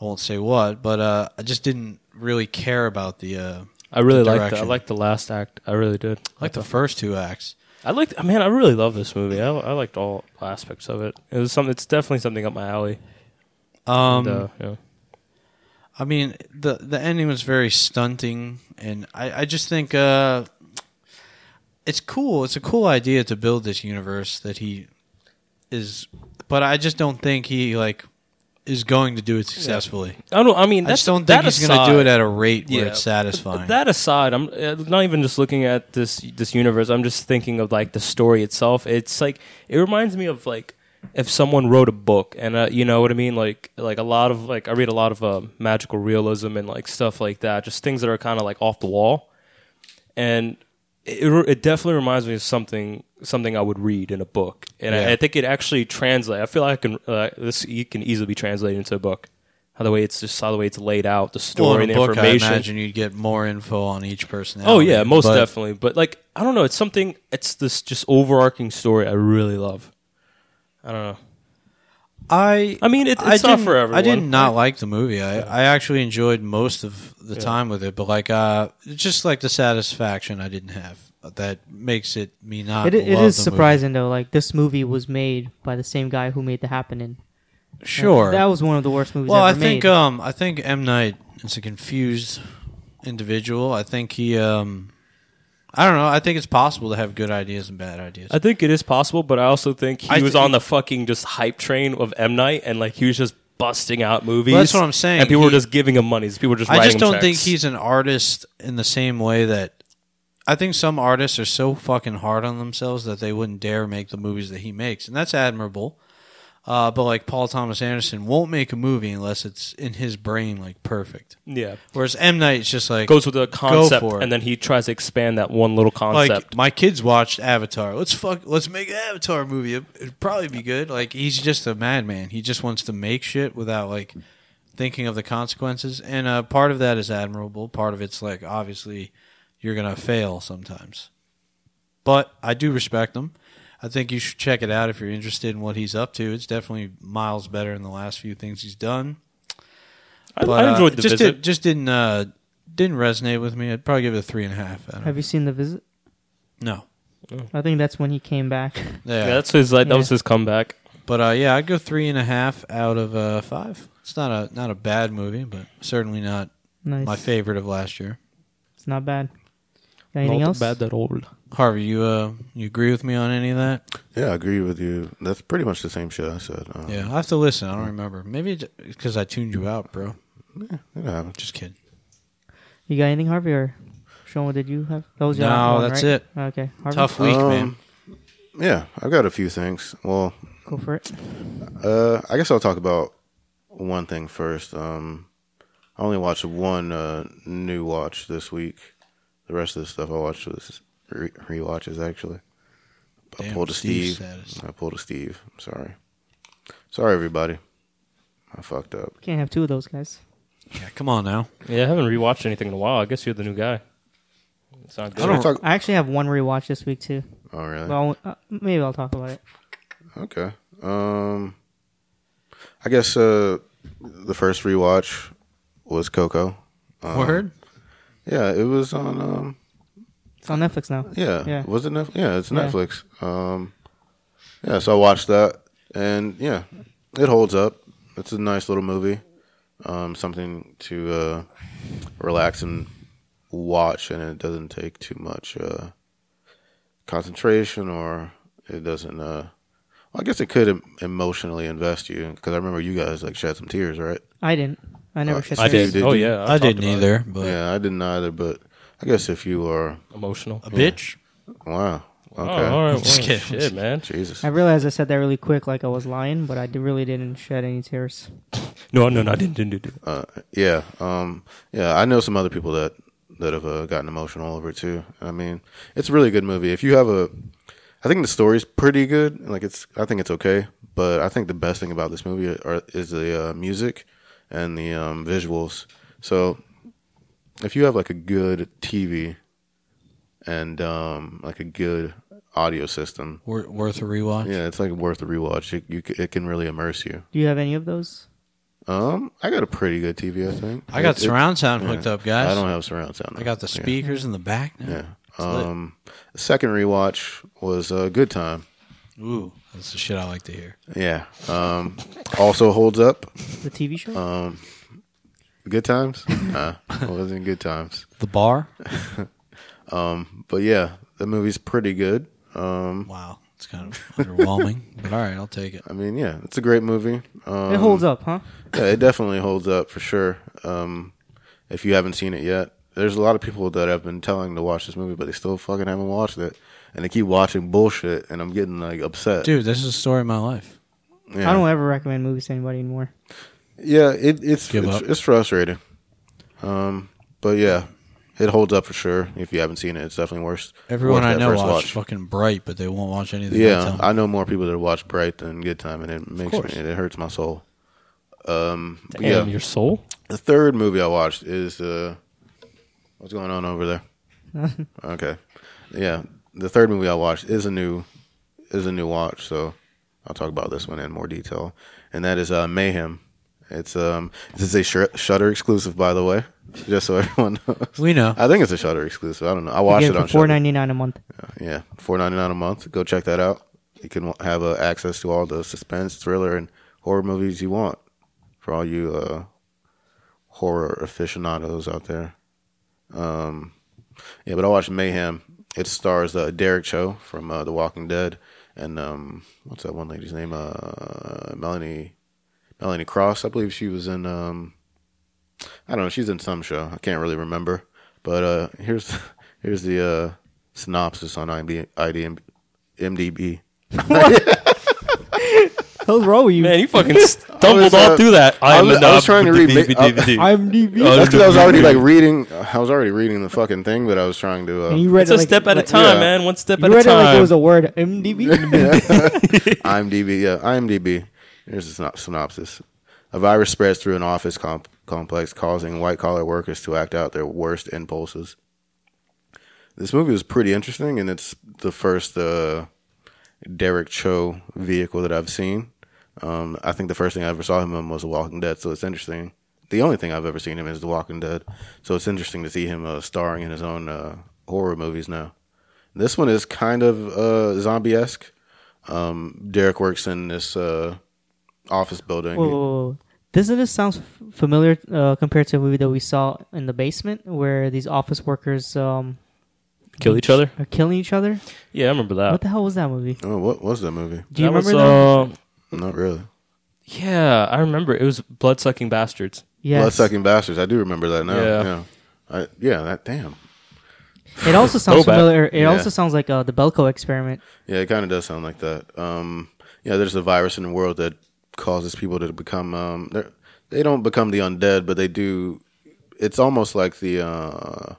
I won't say what. But uh, I just didn't really care about the uh, I really the liked. The, I direction. liked the last act. I really did. like the first two acts. I liked. I mean, I really love this movie. I, I liked all aspects of it. It was something. It's definitely something up my alley. Um, And, uh, yeah. I mean, the the ending was very stunting, and I, I just think uh, it's cool. It's a cool idea to build this universe that he is, but I just don't think he like is going to do it successfully. I don't. I mean, I that's, just don't think he's going to do it at a rate where Yeah. it's satisfying. That aside, I'm uh, not even just looking at this this universe. I'm just thinking of like the story itself. It's like it reminds me of like if someone wrote a book, and uh, you know what I mean. Like like a lot of like I read a lot of uh, magical realism and like stuff like that. Just things that are kind of like off the wall, and it re- it definitely reminds me of something something I would read in a book, and I, Yeah. I think it actually translates. I feel like I can uh, this you can easily be translated into a book. How the way it's just how the way it's laid out, the story, Well, in and a the book, I information. imagine you'd get more info on each person. Oh yeah, most but definitely. But like, I don't know. It's something. It's this just overarching story. I really love. I don't know. I I mean, it, it's I not didn't, for everyone. I did not like the movie. I, I actually enjoyed most of the time with it, but like uh, it's just like the satisfaction I didn't have that makes it me not. It, it love is the surprising though. Like this movie was made by the same guy who made The Happening. Movie. Sure. that was one of the worst movies. well, I ever think made. um, I think M Night is a confused individual. I think he um, I don't know. I think it's possible to have good ideas and bad ideas. I think it is possible, but I also think he I was thi- on the fucking just hype train of M Night, and like he was just busting out movies. Well, that's what I'm saying. And people were He- just giving him money. People were just. I just writing don't checks. think he's an artist in the same way that I think some artists are so fucking hard on themselves that they wouldn't dare make the movies that he makes, and that's admirable. Uh, but like Paul Thomas Anderson won't make a movie unless it's in his brain like perfect. Yeah, Whereas M Night's just like goes with the concept, for it. and then he tries to expand that one little like concept. my kids watched Avatar. Let's fuck. Let's make an Avatar movie. It- It'd probably be good. Like he's just a madman. He just wants to make shit without like thinking of the consequences. And uh, part of that is admirable. Part of it's like obviously you're gonna fail sometimes. But I do respect him. I think you should check it out if you're interested in what he's up to. It's definitely miles better than the last few things he's done. I, But, I uh, enjoyed the just visit. Did, just didn't uh, didn't resonate with me. I'd probably give it a three and a half. out of- Have you seen The Visit? no. I think that's when he came back. yeah, that's his. Like, Yeah. That was his comeback. But uh, yeah, I'd go three and a half out of uh, five. It's not a not a bad movie, but certainly not Nice. my favorite of last year. It's not bad. Got anything Not else? Bad that old. Harvey, you uh, you agree with me on any of that? Yeah, I agree with you. That's pretty much the same shit I said. Um, Yeah, I have to listen. I don't remember. Maybe because I tuned you out, bro. it happened. Just kidding. You got anything, Harvey? Or Sean? What did you have? That was your No, last one, that's right? it. Okay, Harvey, Tough week, Um, man. Yeah, I've got a few things. Well, go for it. uh, I guess I'll talk about one thing first. Um, I only watched one uh, new watch this week. The rest of the stuff I watched was re- rewatches actually. I Damn, pulled a Steve's Steve. status. I pulled a Steve. I'm sorry. Sorry, everybody. I fucked up. Can't have two of those guys. Yeah, come on now. Yeah, I haven't rewatched anything in a while. I guess you're the new guy. It's not good. Should I talk- I actually have one rewatch this week too. oh, really? Well, uh, maybe I'll talk about it. Okay. Um, I guess uh, the first rewatch was Coco. uh, Word. Yeah, it was on. Um, It's on Netflix now. yeah, Yeah. was it? Netflix? Yeah, it's Yeah. Netflix. Um, yeah, so I watched that, and yeah, it holds up. It's a nice little movie. Um, something to uh, relax and watch, and it doesn't take too much uh, concentration, or it doesn't. Uh, well, I guess it could em- emotionally invest you because I remember you guys like shed some tears, right? I didn't. I never Uh, shit. I Steve, did. did Oh you? yeah, I talked didn't about it. either, but Yeah, I didn't either, but I guess if you are, Emotional. a bitch. wow, okay, Oh, all right. Well, Just kidding. Shit, man. Jesus, I realized I said that really quick, like I was lying, but I did- really didn't shed any tears. No, no, no. I didn't, didn't do that. uh, yeah, um, yeah. I know some other people that that have uh, gotten emotional over it too. I mean, it's a really good movie. If you have a, I think the story's pretty good. Like it's, I think it's okay. But I think the best thing about this movie are, is the uh, music and the um, visuals. So if you have like a good TV and um, like a good audio system, Wor- worth a rewatch. yeah, it's like worth a rewatch. It, you, c- it can really immerse you. Do you have any of those? Um, I got a pretty good TV. I think I got It- it- surround sound yeah. hooked up, guys. I don't have surround sound. I got the Yeah. speakers in the back now. Yeah. lit. Um, the second rewatch was a good time. Ooh, that's the shit I like to hear. Yeah. Um, also holds up. The TV show? Good times? Nah, it wasn't good times. The bar? But yeah, the movie's pretty good. Um, Wow, it's kind of underwhelming, but all right, I'll take it. I mean, yeah, it's a great movie. Um, it holds up, huh? Yeah, it definitely holds up for sure. Um, if you haven't seen it yet, there's a lot of people that have been telling to watch this movie, but they still fucking haven't watched it, and they keep watching bullshit, and I'm getting like upset. Dude, this is the story of my life. yeah. I don't ever recommend movies to anybody anymore. Yeah, it, it's Give it's, up. it's frustrating. Um, but yeah, it holds up for sure. If you haven't seen it, it's definitely worth Everyone worth I that know first watched fucking Bright, but they won't watch anything. I Yeah, tell 'em. I know more people that watch Bright than Good Time, and it makes course. me it hurts my soul. Um, but Damn, yeah, your soul. the third movie I watched is uh, what's going on over there? okay, yeah, the third movie I watched is a new is a new watch, so I'll talk about this one in more detail, and that is uh, Mayhem. It's um, this is a sh- Shutter exclusive, by the way, just so everyone knows. we know. I think it's a Shutter exclusive. I don't know. I watched Again, it on for four Shudder. ninety nine a month. Yeah, four ninety nine a month. Go check that out. You can have uh, access to all the suspense, thriller, and horror movies you want for all you uh, horror aficionados out there. Um, yeah, but I watched Mayhem. It stars uh, Derek Cho from uh, The Walking Dead, and um, what's that one lady's name? Uh, Melanie Melanie Cross. I believe she was in. Um, I don't know. She's in some show. I can't really remember. But uh, here's here's the uh, synopsis on IMD, IDM, MDB. Hell's wrong with you? Man, you fucking stumbled was, all uh, through that. I was- am I was trying to read- I'm DB. Oh, That's because I was already like reading. I was already reading the fucking thing, but I was trying to. Uh, and you read It's it a like, step at a like- time, yeah. man. One step You at read a it like time. it was a word. MDB. IMDb. Yeah, IMDb. Here's a synop- synopsis. A virus spreads through an office comp- complex, causing white collar workers to act out their worst impulses. This movie was pretty interesting, and it's the first uh, Derek Cho vehicle that I've seen. Um, I think the first thing I ever saw him in was The Walking Dead, so it's interesting. The only thing I've ever seen him in is The Walking Dead, so it's interesting to see him uh, starring in his own uh, horror movies now. This one is kind of uh, zombie esque. Um, Derek works in this uh, office building. Whoa, whoa, whoa. Doesn't this sound f- familiar uh, compared to a movie that we saw in the basement where these office workers um, Kill each other. are killing each other? Yeah, I remember Uh, that. What the hell was that movie? Oh, what was that movie? Do you that remember that? was, uh, Not really. yeah, I remember. It was blood sucking bastards. Yes. Blood sucking bastards. I do remember that now. Yeah. Yeah. I, yeah. That damn. It also sounds Throwback. familiar. It Yeah. also sounds like uh, the Belko experiment. Yeah, it kind of does sound like that. Um, yeah, there's a virus in the world that causes people to become. Um, they're- they don't become the undead, but they do. It's almost like the uh,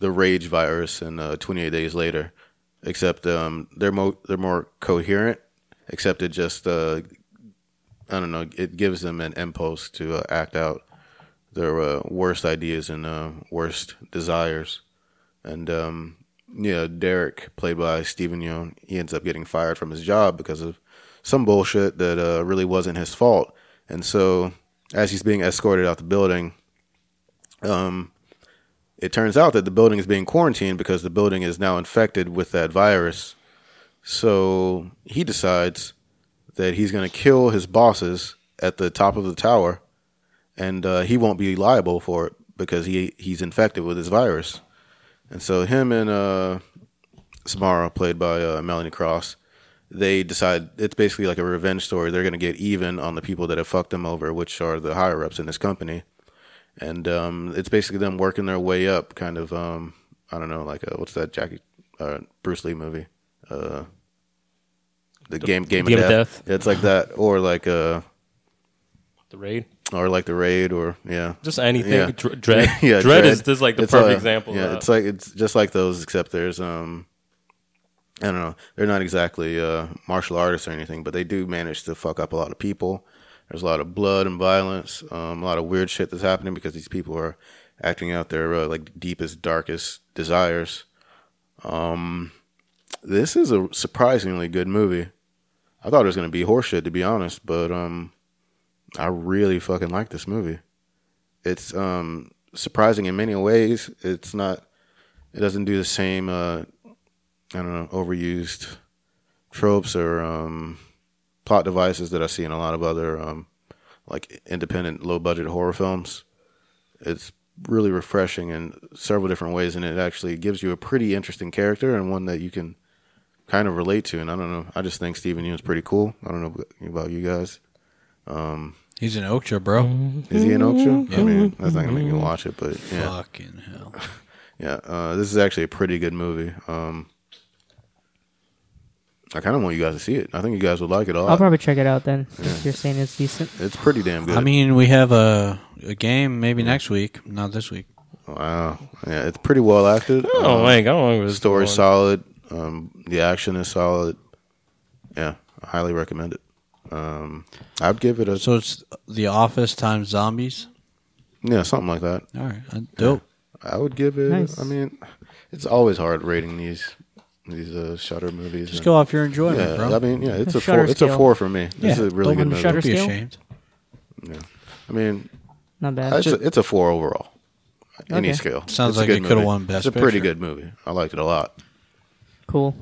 the rage virus in uh, 28 Days Later, except um, they're mo- they're more coherent. Except it just uh, I don't know. It gives them an impulse to uh, act out their uh, worst ideas and uh, worst desires. And um, yeah, Derek, played by Steven Yeun, he ends up getting fired from his job because of some bullshit that uh, really wasn't his fault. And so, as he's being escorted out the building, um, it turns out that the building is being quarantined because the building is now infected with that virus. So he decides that he's going to kill his bosses at the top of the tower, and uh, he won't be liable for it because he he's infected with this virus. And so him and uh, Samara, played by uh, Melanie Cross, they decide it's basically like a revenge story. They're going to get even on the people that have fucked them over, which are the higher ups in this company. And um, it's basically them working their way up, kind of. Um, I don't know, like uh what's that Jackie uh, Bruce Lee movie? Uh, the game, game, Game of, of death. Death. It's like that, or like uh, The raid. or like the raid, or yeah, Just anything. Yeah. Dr- dread. yeah, dread. is, is like the It's, perfect uh, example. Yeah, of it's that. like it's just like those, except there's um, I don't know. They're not exactly uh, martial artists or anything, but they do manage to fuck up a lot of people. There's a lot of blood and violence, um, a lot of weird shit that's happening because these people are acting out their uh, like deepest, darkest desires. Um, this is a surprisingly good movie. I thought it was going to be horseshit, to be honest, but um, I really fucking like this movie. It's um, surprising in many ways. It's not. It doesn't do the same. Uh, I don't know, overused tropes or um, plot devices that I see in a lot of other um, like independent, low budget horror films. It's really refreshing in several different ways, and it actually gives you a pretty interesting character and one that you can kind of relate to. And I don't know, I just think Steven Yeun's pretty cool. I don't know about you guys. He's an Okja, bro. Is he an Oksha? I mean, that's not gonna make me watch it, but yeah. Fucking hell. Yeah, uh, this is actually a pretty good movie. Um, I kind of want you guys to see it. I think you guys would like it a I'll lot. probably check it out then. If you're saying it's decent. it's pretty damn good. I mean, we have a, a game maybe next week, not this week. wow, yeah, it's pretty well acted. Oh, Um, like, I don't know. the story's solid. Um, the action is solid. Yeah, I highly recommend it. Um, I'd give it a So it's The Office times zombies. yeah, something like that. All right, uh, dope. I would give it. Nice. I mean, it's always hard rating these these uh, Shutter movies. Just and- go off your enjoyment, Yeah, bro. I mean, yeah, it's a Shudder four, it's a scale. four for me. This is a really good don't, don't movie. Shudder be scale? ashamed. I mean, Not bad. it's a, it's a four overall. Any Okay. scale. Sounds It's a like good it coulda movie. won Best It's a pretty Picture. good movie. I liked it a lot. cool.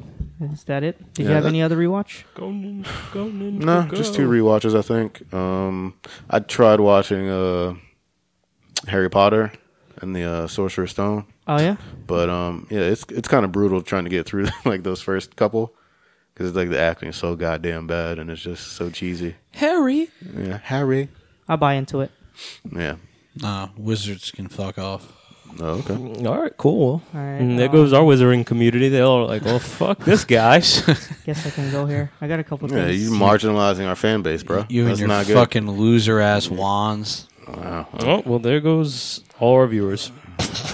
Is that it? Did you Yeah, have that- any other rewatch? No, just two rewatches, I think. Um, I tried watching uh, Harry Potter and the uh, Sorcerer's Stone, Oh yeah. but um, yeah, it's it's kind of brutal trying to get through like those first couple because it's like the acting is so goddamn bad and it's just so cheesy. Harry. Yeah, Harry. I'll buy into it. Yeah. Nah, wizards can fuck off. Oh, okay. All right, cool. All right, and there uh, goes our wizarding community. They're all like, "Well, fuck this guy." Guess I can go here. I got a couple Yeah, things. you're marginalizing our fan base, bro. You That's and your not good. fucking loser ass wands. wow. oh, well, there goes all our viewers.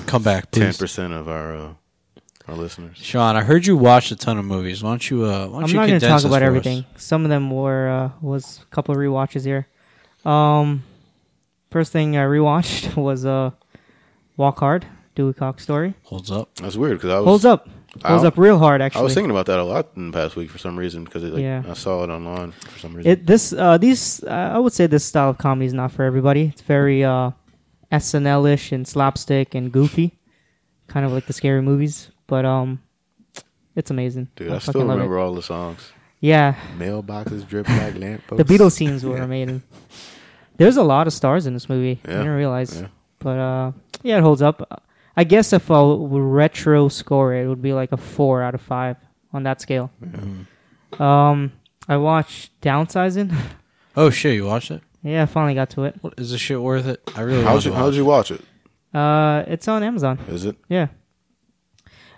Come back, Ten please. percent of our uh, our listeners. Sean, I heard you watched a ton of movies. Why don't you? Uh, why don't I'm you not going condense to talk this about for everything. Us? Some of them were uh, was a couple of rewatches here. Um, first thing I rewatched was uh, Walk Hard, Dewey Cox story. Holds up. That's weird because I was Holds up, holds I'll- up real hard. Actually, I was thinking about that a lot in the past week for some reason because it, like, Yeah. I saw it online for some reason. it this uh, these uh, I would say this style of comedy is not for everybody. It's very uh, SNL-ish and slapstick and goofy, kind of like the scary movies. But um, it's amazing. Dude, I, I, fucking still love remember It. all the songs. Yeah, Mailboxes drip like lampposts. the Beatles scenes were amazing. There's a lot of stars in this movie. I Yeah, didn't realize, yeah. but uh, yeah, it holds up. I guess if I would retro score it, it would be like a four out of five on that scale. Um, I watched Downsizing. Oh shit, you watched it? yeah, I finally got to it. What is this shit worth it? I really. How'd want you to How'd watch you watch it? Uh, it's on Amazon. Is it? Yeah.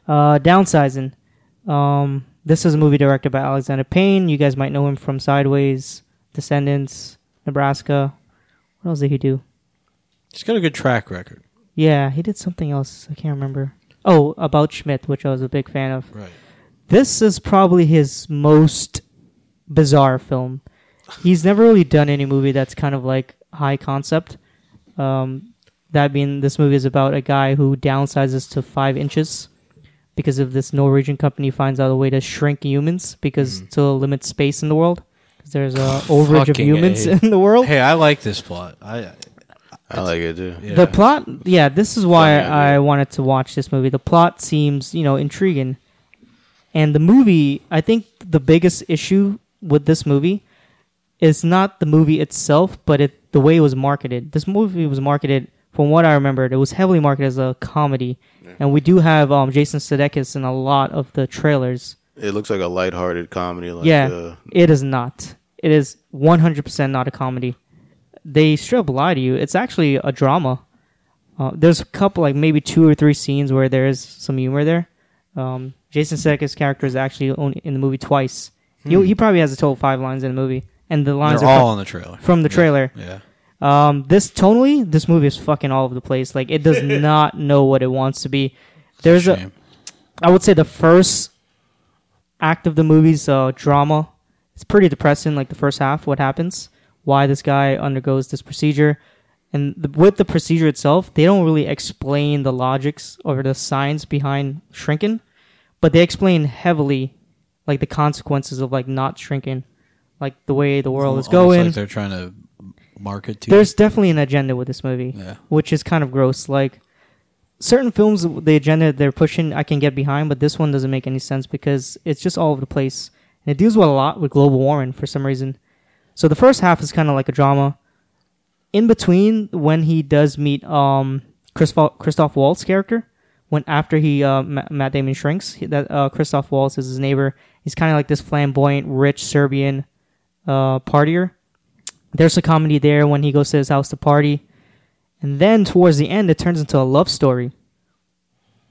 Uh, downsizing. Um, this is a movie directed by Alexander Payne. You guys might know him from Sideways, Descendants, Nebraska. What else did he do? it. He's got a good track record. Yeah, he did something else. I can't remember. Oh, about Schmidt, which I was a big fan of. Right. This is probably his most bizarre film. He's never really done any movie that's kind of like high concept. Um, that being, this movie is about a guy who downsizes to five inches because of this Norwegian company finds out a way to shrink humans because to limit space in the world. 'Cause There's a overage of Hmm. Fucking humans A. in the world. Hey, I like this plot. I. I like it too. Yeah. The plot, yeah, this is why Funny idea. I wanted to watch this movie. The plot seems, you know, intriguing. And the movie, I think the biggest issue with this movie is not the movie itself, but it the way it was marketed. This movie was marketed, from what I remembered, it was heavily marketed as a comedy. And we do have um, Jason Sudeikis in a lot of the trailers. It looks like a lighthearted comedy. Like, yeah, Uh, it is not. It is 100% not a comedy. They straight up lie to you. It's actually a drama. Uh, there's a couple, like maybe two or three scenes where there is some humor there. Um, Jason Sudeikis' character is actually only in the movie twice. He, he probably has a total of five lines in the movie, and the lines They're are fr- all on the trailer. from the trailer. Yeah. Um, this tonally, this movie is fucking all over the place. Like it does not know what it wants to be. There's a, Shame. I would say the first act of the movie's uh, drama. It's pretty depressing, like the first half, what happens, why this guy undergoes this procedure. And the, with the procedure itself, they don't really explain the logics or the science behind shrinking, but they explain heavily, like the consequences of like not shrinking, like the way the world is Almost going. Like they're trying to market to. There's definitely an agenda with this movie, Yeah. which is kind of gross. Like certain films, the agenda they're pushing, I can get behind, but this one doesn't make any sense because it's just all over the place, and it deals with a lot with global warming for some reason. So the first half is kind of like a drama. In between, when he does meet um Christoph, Christoph Waltz character, when after he uh, Ma- Matt Damon shrinks, he, that uh, Christoph Waltz is his neighbor. He's kind of like this flamboyant, rich Serbian uh, partier there's a comedy there when he goes to his house to party and then towards the end it turns into a love story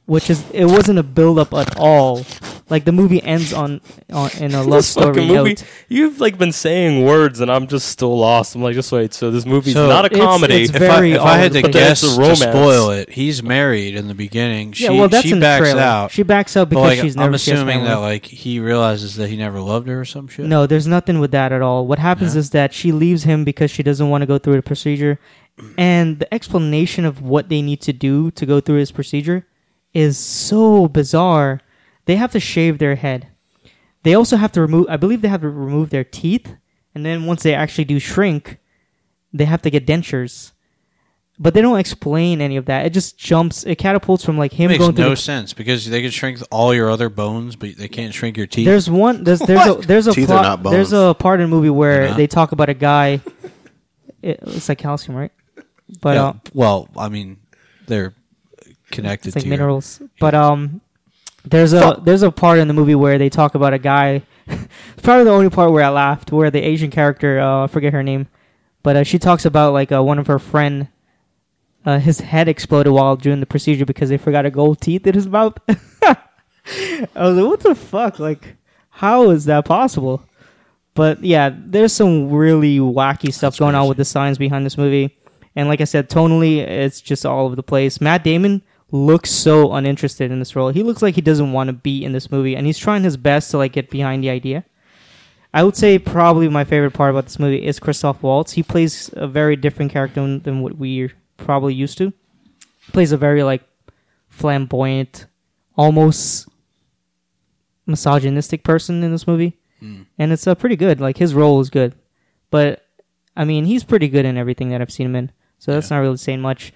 which is it wasn't a build up at all like the movie ends on, on in a love This story fucking movie. note You've like been saying words, and I'm just still lost. I'm like, just wait. So this movie's So- not a It's- comedy. it's if I, very if all I over had the to place. guess But it's a to romance. spoil it, he's married in the beginning. She, yeah well that's she in the backs trailer out. she backs out but because like, she's never I'm she has assuming family. that like he realizes that he never loved her or some shit. no there's nothing with that at all what happens is that she leaves him because she doesn't want to go through the procedure and the explanation of what they need to do to go through this procedure is so bizarre they have to shave their head they also have to remove i believe they have to remove their teeth and then once they actually do shrink they have to get dentures but they don't explain any of that it just jumps it catapults from like him It going makes through no the- sense because they can shrink all your other bones, but they can't shrink your teeth. There's one. There's there's a there's a Teeth are plot, not bones. there's a part in the movie where They're not. they talk about a guy. it- it's like calcium, right? But Yeah, uh, well, I mean, they're connected it's like to your- minerals. But um, there's a there's a part in the movie where they talk about a guy. probably the only part where I laughed, where the Asian character, uh, I forget her name, but uh, she talks about like uh, one of her friend. Uh, his head exploded while doing the procedure because they forgot a gold teeth in his mouth. I was like, what the fuck? Like, how is that possible? But yeah, there's some really wacky stuff going on with the science behind this movie. And like I said, tonally, it's just all over the place. Matt Damon looks so uninterested in this role. He looks like he doesn't want to be in this movie, and he's trying his best to like get behind the idea. I would say probably my favorite part about this movie is Christoph Waltz. He plays a very different character than- than what we're probably used to. He plays a very like flamboyant, almost misogynistic person in this movie, and it's uh, pretty good. Like his role is good, but I mean he's pretty good in everything that I've seen him in. So that's not really saying much.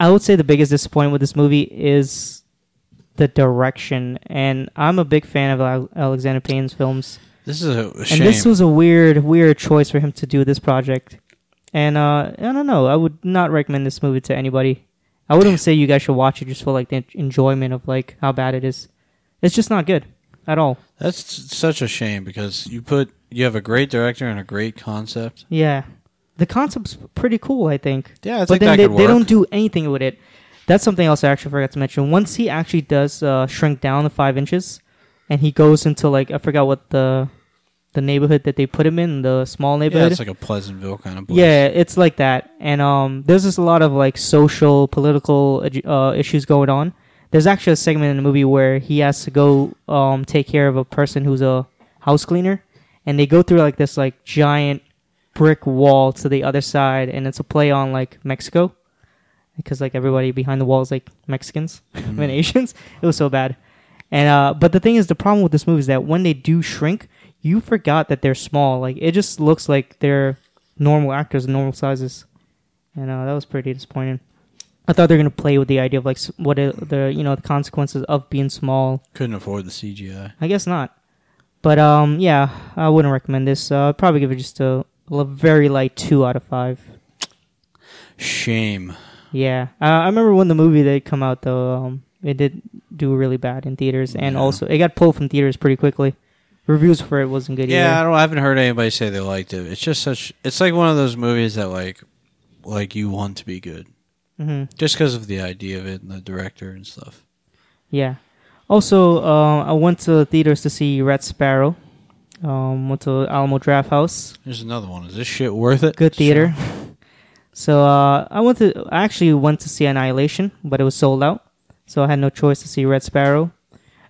I would say the biggest disappointment with this movie is the direction, and I'm a big fan of Ale- Alexander Payne's films. This is a shame. And this was a weird, weird choice for him to do this project. And uh, I don't know. I would not recommend this movie to anybody. I wouldn't say you guys should watch it just for like the en- enjoyment of like how bad it is. It's just not good at all. That's s- such a shame because you put you have a great director and a great concept. Yeah, the concept's pretty cool. I think. Yeah, I but think then that they, could they work. don't do anything with it. That's something else I actually forgot to mention. Once he actually does uh, shrink down to five inches, and he goes into like I forgot what the the neighborhood that they put him in, the small Yeah, neighborhood. it's like a Pleasantville kind of place. Yeah, it's like that. And um, there's just a lot of like social, political edu- uh, issues going on. There's actually a segment in the movie where he has to go um, take care of a person who's a house cleaner, and they go through like this like giant brick wall to the other side, and it's a play on like Mexico, because like everybody behind the wall is like Mexicans and Asians. It was so bad. And uh, but the thing is, the problem with this movie is that when they do shrink, you forgot that they're small. Like it just looks like they're normal actors, normal sizes. And uh, that was pretty disappointing. I thought they were gonna play with the idea of like s- what i- the you know the consequences of being small. couldn't afford the CGI. I guess not. But um, yeah, I wouldn't recommend this. Uh, I'd probably give it just a, a very light two out of five. Shame. Yeah, uh, I remember when the movie did come out though. Um, it did do really bad in theaters, and Yeah. also it got pulled from theaters pretty quickly. Reviews for it wasn't good Yeah, I either. don't. I haven't heard anybody say they liked it. It's just such. It's like one of those movies that like, like you want to be good Mm-hmm. just because of the idea of it and the director and stuff. Yeah. Also, uh, I went to theaters to see Red Sparrow. Um, went to Alamo Draft House. There's another one. Is this shit worth it? Good theater. So uh, I went to I actually went to see Annihilation, but it was sold out. So I had no choice to see Red Sparrow.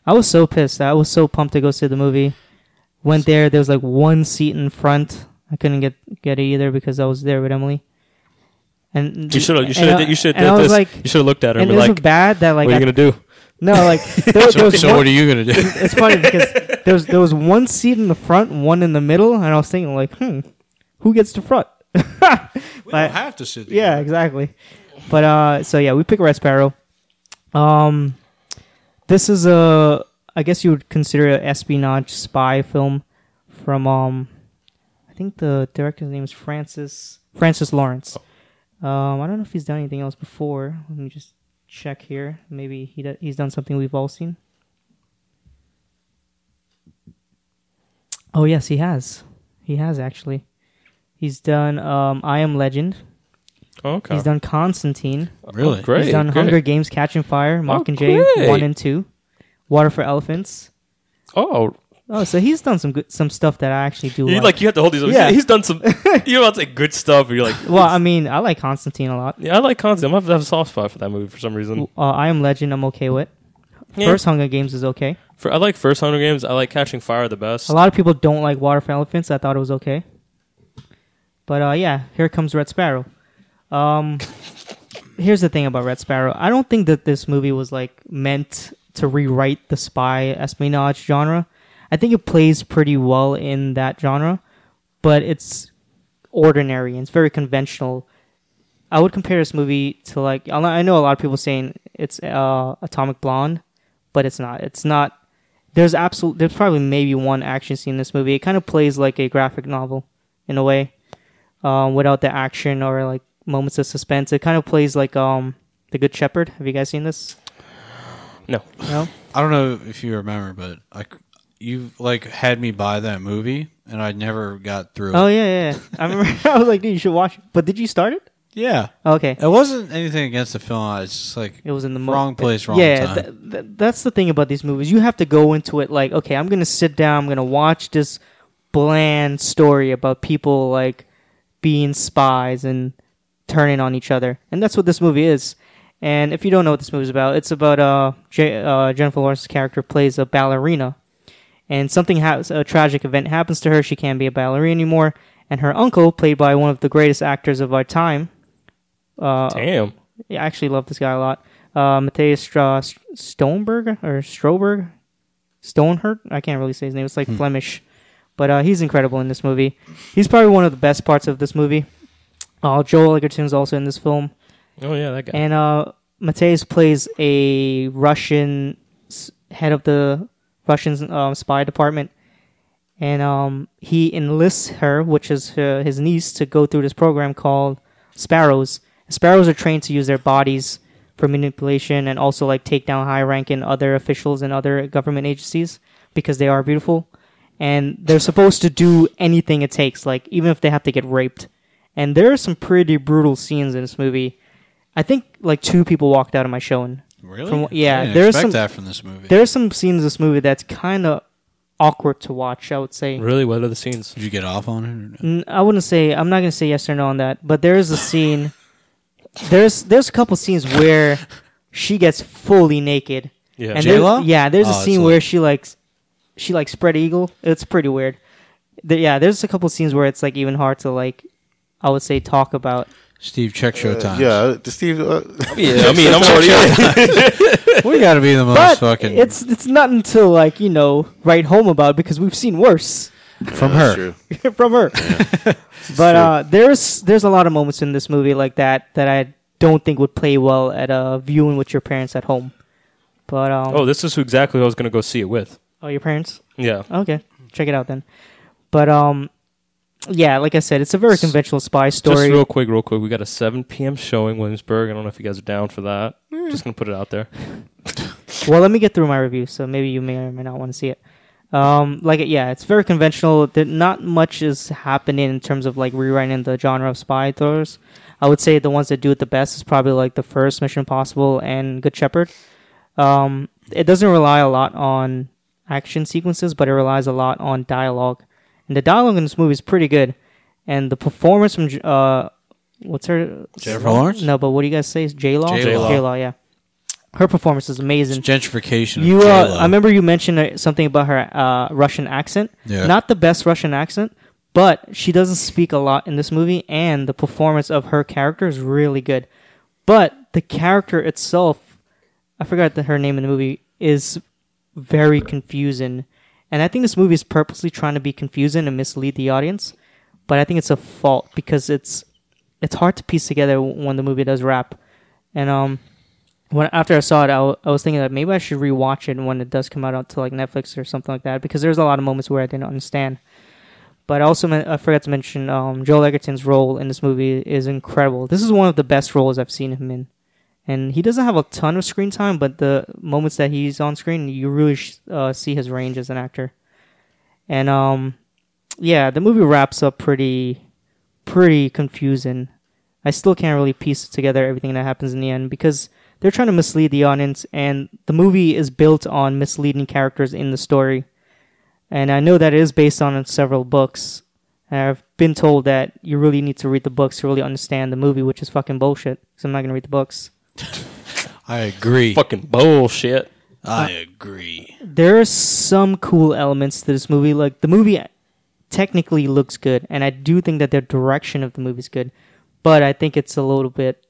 I was so pissed. I was so pumped to go see the movie. Went there. There was like one seat in front. I couldn't get get it either because I was there with Emily. And You should have. You should and I- have. You should and I have was this. like, you should have looked at her and and be it was like, bad that like "What are I- you gonna do?" no like there, there So, was so one- what are you gonna do? it's funny because there was there was one seat in the front, one in the middle, and I was thinking like, hmm, who gets to front? We Like- have to sit. yeah, exactly. But uh, so yeah, we pick Red Sparrow. Um, this is a I guess you would consider it an espionage spy film from um, I think the director's name is Francis Francis Lawrence. Um, I don't know if he's done anything else before. Let me just check here. Maybe he do- he's done something we've all seen. Oh yes, he has. He has actually. He's done um, I Am Legend. Oh, okay. He's done Constantine. Really? Great. He's done great. Oh, Hunger Games, Catching Fire, Mockingjay great. one and two, Water for Elephants. Oh, Oh, so he's done some good some stuff that I actually do you, like. like you have to hold these. Yeah. Yeah. He's done some. You're about to say good stuff. You're like, well, I mean, I like Constantine a lot. yeah, I like Constantine. I'm gonna have to have a soft spot for that movie for some reason. Uh, I Am Legend. I'm okay with. Yeah. First Hunger Games is okay. For, I like first Hunger Games. I like Catching Fire the best. A lot of people don't like Water for Elephants. I thought it was okay. But uh, yeah, here comes Red Sparrow. Um, here's the thing about Red Sparrow. I don't think that this movie was like meant to rewrite the spy espionage genre. I think it plays pretty well in that genre, but it's ordinary and it's very conventional. I would compare this movie to like I know- I know a lot of people saying it's uh, Atomic Blonde, but it's not. It's not. There's absolute. There's probably maybe one action scene in this movie. It kind of plays like a graphic novel in a way, um, without the action or like moments of suspense. It kind of plays like um, The Good Shepherd. Have you guys seen this? no, No. I don't know if you remember, but I c you like had me buy that movie, and I never got through. Oh it. yeah, yeah. yeah. I remember. I was like, dude, you should watch. it. But did you start it? yeah. Okay. It wasn't anything against the film. It's just like It was in the mo- wrong place, wrong yeah, time. th- th- that's the thing about these movies. You have to go into it like, okay, I'm gonna sit down. I'm gonna watch this bland story about people like being spies and turning on each other, and that's what this movie is. And if you don't know what this movie's about, it's about uh, J- uh Jennifer Lawrence's character plays a ballerina, and something happens. A tragic event happens to her. She can't be a ballerina anymore. And her uncle, played by one of the greatest actors of our time, damn. yeah, I actually love this guy a lot. Uh, Matthias Stra- Stoneberg or Stroberg, Stonehurt. I can't really say his name. It's like Flemish, but uh, he's incredible in this movie. He's probably one of the best parts of this movie. Uh, Joel Egerton's also in this film, Oh yeah, that guy. and uh, Matthias plays a Russian s- head of the Russian um, spy department, and um, he enlists her, which is uh, his niece, to go through this program called Sparrows. Sparrows are trained to use their bodies for manipulation and also like take down high ranking other officials and other government agencies because they are beautiful, and they're supposed to do anything it takes, like even if they have to get raped. And there are some pretty brutal scenes in this movie. I think like two people walked out of my showing. really? from- yeah, I didn't there's expect some- that from this movie. There are some scenes in this movie that's kind of awkward to watch. I would say. really, what are the scenes? Did you get off on it? Or no? N- I wouldn't say I'm not gonna say yes or no on that, but there is a scene. there's there's a couple scenes where she gets fully naked. Yeah. and there- J-Lo? yeah. There's Oh, a it's scene like- where she like s- she like spread eagle. It's pretty weird. The- yeah, there's a couple scenes where it's like even hard to like, I would say talk about. Steve, check Uh, showtime. Yeah, to Steve. Uh, I mean, I'm already. we got to be the most But fucking it's it's not until like you know write home about because we've seen worse. from that's her. true. from her. but uh, there's there's a lot of moments in this movie like that that I don't think would play well at a viewing with your parents at home. But um, oh, this is who exactly I was gonna go see it with. oh, your parents? Yeah. Okay, check it out then. But um, yeah, like I said, it's a very conventional spy story. Just real quick, real quick. We got a 7 p.m. showing Williamsburg. I don't know if you guys are down for that. Just gonna put it out there. well, let me get through my review, so maybe you may or may not want to see it. Um, like yeah, it's very conventional. There, not much is happening in terms of like rewriting the genre of spy thrillers. I would say the ones that do it the best is probably like the first Mission Impossible and Good Shepherd. Um, it doesn't rely a lot on action sequences, but it relies a lot on dialogue, and the dialogue in this movie is pretty good. And the performance from J- uh, what's her Jennifer Lawrence? No, but what do you guys say? J Law. J-Lo. J Law. Yeah. her performance is amazing. It's gentrification. You, of uh, J-Lo. I remember you mentioned uh, something about her uh, Russian accent. Yeah. Not the best Russian accent, but she doesn't speak a lot in this movie, and the performance of her character is really good. But the character itself, I forgot the, her name in the movie, is very confusing. And I think this movie is purposely trying to be confusing and mislead the audience, but I think it's a fault because it's it's hard to piece together when the movie does wrap. And um, when after I saw it, I, w- I was thinking that maybe I should rewatch it when it does come out on- to like Netflix or something like that because there's a lot of moments where I didn't understand. But I also men- I forgot to mention um, Joel Egerton's role in this movie is incredible. This is one of the best roles I've seen him in, and he doesn't have a ton of screen time, but the moments that he's on screen, you really sh- uh, see his range as an actor. And um, yeah, the movie wraps up pretty, pretty confusing. I still can't really piece together everything that happens in the end because they're trying to mislead the audience, and the movie is built on misleading characters in the story. And I know that it is based on several books. And I've been told that you really need to read the books to really understand the movie, which is fucking bullshit. Because I'm not gonna read the books. I agree. Fucking bullshit. I agree. there are some cool elements to this movie. Like the movie technically looks good, and I do think that the direction of the movie is good, but I think it's a little bit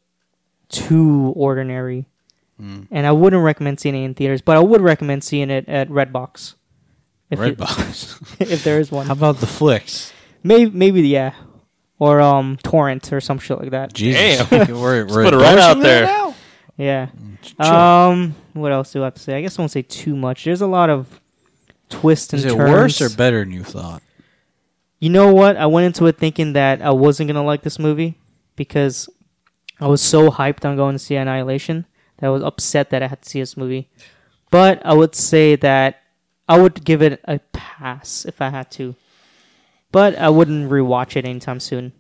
too ordinary. Hmm. And I wouldn't recommend seeing it in theaters, but I would recommend seeing it at Redbox. If you- Redbox. if there is one, How about the flicks? maybe maybe yeah, or um torrent or some shit like that. Jesus. we're, we're Put it right adults out now? there. Yeah. Um, what else do I have to say? I guess I won't say too much. There's a lot of twists and Is it turns. worse or better than you thought? You know what? I went into it thinking that I wasn't gonna like this movie because I was so hyped on going to see Annihilation that I was upset that I had to see this movie. But I would say that I would give it a pass if I had to. But I wouldn't rewatch it anytime soon.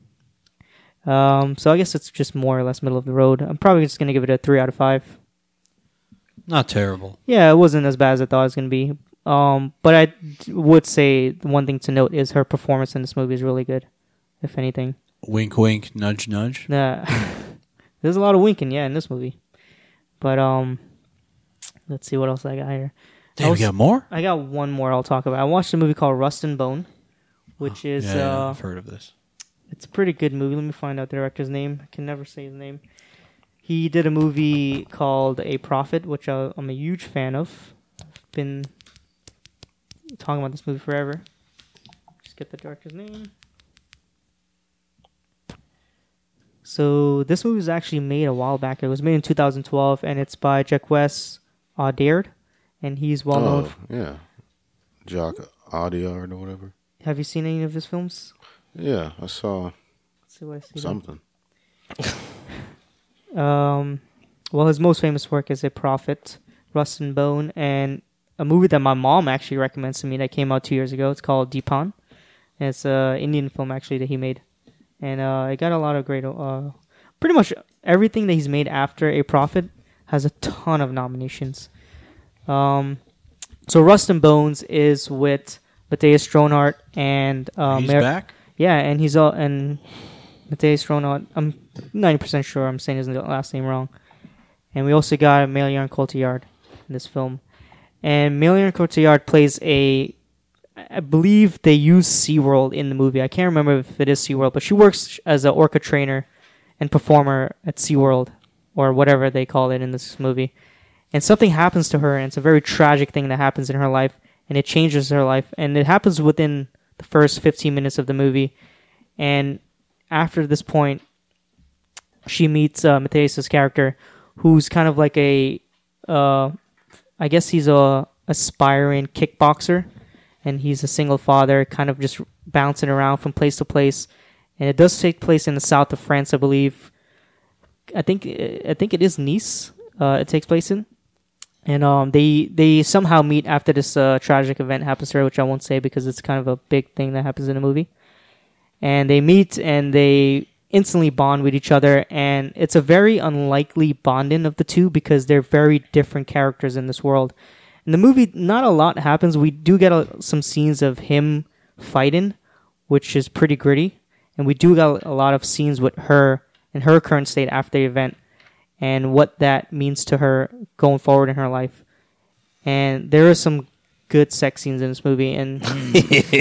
Um, so I guess it's just more or less middle of the road. I'm probably just gonna give it a three out of five. Not terrible. Yeah, it wasn't as bad as I thought it was going to be. Um, but I d- would say the one thing to note is her performance in this movie is really good, if anything. Wink, wink, nudge, nudge. Nah, there's a lot of winking, yeah, in this movie. But um, let's see what else I got here. I, Damn, was- we got more? I got one more I'll talk about. I watched a movie called Rust and Bone, which is yeah, yeah, uh, I've heard of this. it's a pretty good movie. Let me find out the director's name. I can never say his name. He did a movie called A Prophet, which I, I'm a huge fan of. I've been talking about this movie forever. Just get the director's name. So this movie was actually made a while back. It was made in 2012, and it's by Jack West Audiard, and he's well known. Oh, yeah. Jock Audiard or whatever. f- Have you seen any of his films? Yeah, I saw Let's see what I see. there. something. Um, well, his most famous work is A Prophet, Rust and Bone, and a movie that my mom actually recommends to me that came out two years ago. It's called Deepan. And it's an Indian film actually that he made, and uh, it got a lot of great. Uh, pretty much everything that he's made after A Prophet has a ton of nominations. Um, so Rust and Bones is with Matthias Stronhart and uh, He's Mar- back? yeah, and he's all and Mateus Ronald. I'm ninety percent sure I'm saying his last name wrong. And we also got Melian Cotillard in this film, and Melian Cotillard plays a. I believe they use SeaWorld in the movie. I can't remember if it is SeaWorld, but she works as an orca trainer and performer at SeaWorld or whatever they call it in this movie. And something happens to her, and it's a very tragic thing that happens in her life, and it changes her life. And it happens within the first 15 minutes of the movie. And after this point, she meets uh, Matthias's character, who's kind of like a, uh, I guess he's a aspiring kickboxer, and he's a single father, kind of just bouncing around from place to place. And it does take place in the south of France, I believe. I think I think it is Nice. Uh, it takes place in, and um, they they somehow meet after this uh, tragic event happens to her, which I won't say because it's kind of a big thing that happens in the movie. And they meet and they instantly bond with each other, and it's a very unlikely bonding of the two because they're very different characters in this world. In the movie, not a lot happens. We do get a, some scenes of him fighting, which is pretty gritty, and we do get a lot of scenes with her in her current state after the event and what that means to her going forward in her life. And there are some good sex scenes in this movie, and This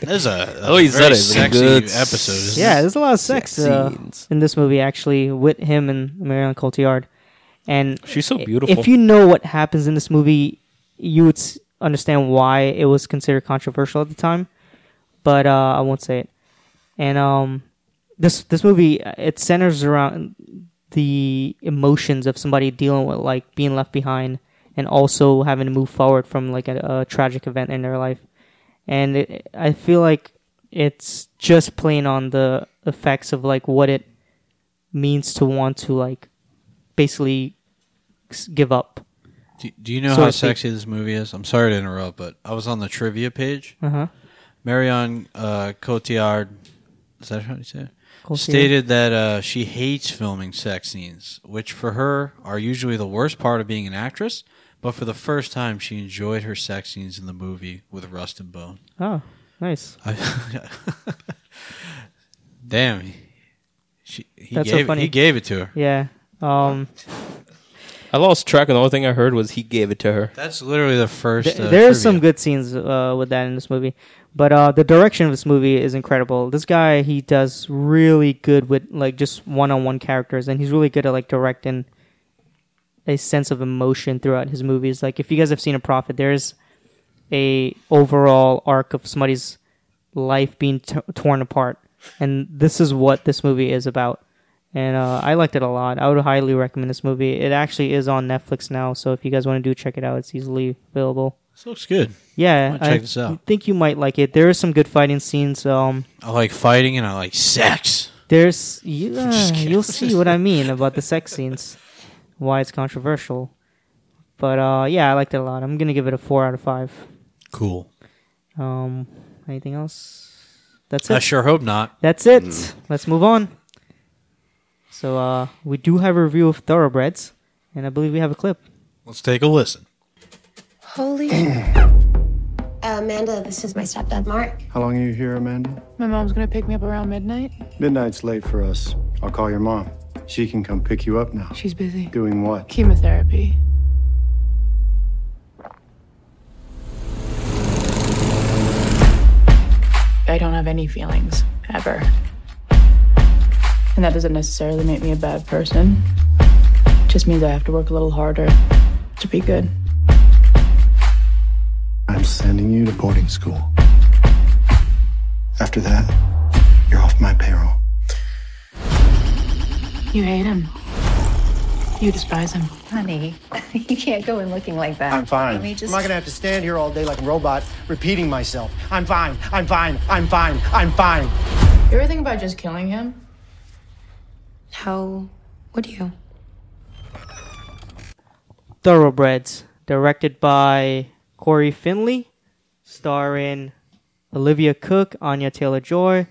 is a, a Oh, he said very it. It's a sexy good episode. isn't yeah, it? there's a lot of sex, Sex uh, scenes. in this movie actually with him and Marion Cotillard. And She's so i- beautiful. If you know what happens in this movie, you would s- understand why it was considered controversial at the time. But uh, I won't say it. And um, this this movie uh, it centers around the emotions of somebody dealing with like being left behind and also having to move forward from like a, a tragic event in their life and it, i feel like it's just playing on the effects of like what it means to want to like basically s- give up Do, do you know So how to speak. sexy this movie is? I'm sorry to interrupt, but I was on the trivia page. uh-huh Marion uh, Cotillard, is that how you say it? Cotillard. Stated that uh, she hates filming sex scenes, which for her are usually the worst part of being an actress. But for the first time, she enjoyed her sex scenes in the movie with Rust and Bone. oh nice I- Damn, he- she, he That's so gave it- funny. he gave it to her. yeah um I lost track, and the only thing I heard was he gave it to her. That's literally the first. Th- uh, there are trivia. some good scenes uh, with that in this movie, but uh, the direction of this movie is incredible. This guy he does really good with like just one-on-one characters, and he's really good at like directing a sense of emotion throughout his movies. Like if you guys have seen a prophet, there's a overall arc of somebody's life being t- torn apart, and this is what this movie is about. And uh, I liked it a lot. I would highly recommend this movie. It actually is on Netflix now, so if you guys want to do check it out, it's easily available. This looks good. Yeah, gonna check I this out. think you might like it. There are some good fighting scenes. Um, I like fighting and I like sex. there's you, uh, kidding. you'll see what I mean about the sex scenes, why it's controversial. But uh, yeah, I liked it a lot. I'm gonna give it a four out of five. Cool. Um, anything else? That's I it. sure hope not. That's it. Mm. Let's move on. So uh, we do have a review of Thoroughbreds, and I believe we have a clip. Let's take a listen. Holy sh- Amanda, this is my stepdad, Mark. How long are you here, Amanda? My mom's gonna pick me up around midnight. Midnight's late for us. I'll call your mom. She can come pick you up now. She's busy. Doing what? Chemotherapy. I don't have any feelings, ever. And that doesn't necessarily make me a bad person. It just means I have to work a little harder to be good. I'm sending you to boarding school. After that, you're off my payroll. You hate him. You despise him. Honey, you can't go in looking like that. I'm fine. Let me just- I'm not gonna have to stand here all day like a robot repeating myself. I'm fine. I'm fine. I'm fine. I'm fine. You ever think about just killing him? How would you? Thoroughbreds, directed by Corey Finley, starring Olivia Cook, Anya Taylor Joy,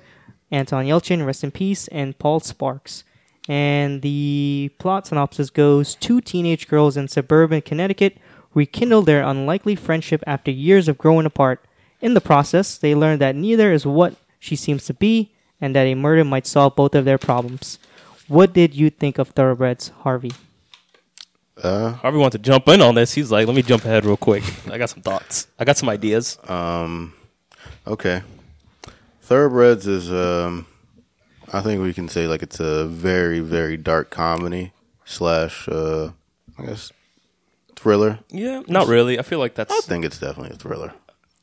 Anton Yelchin, rest in peace, and Paul Sparks. And the plot synopsis goes two teenage girls in suburban Connecticut rekindle their unlikely friendship after years of growing apart. In the process, they learn that neither is what she seems to be and that a murder might solve both of their problems. What did you think of Thoroughbreds, Harvey? Harvey wants to jump in on this. He's like, let me jump ahead real quick. Uh, I got some thoughts. I got some ideas. Okay. Thoroughbreds is um I think we can say like it's a very, very dark comedy slash uh I guess thriller. yeah, not really. I feel like I that's. think it's definitely a thriller.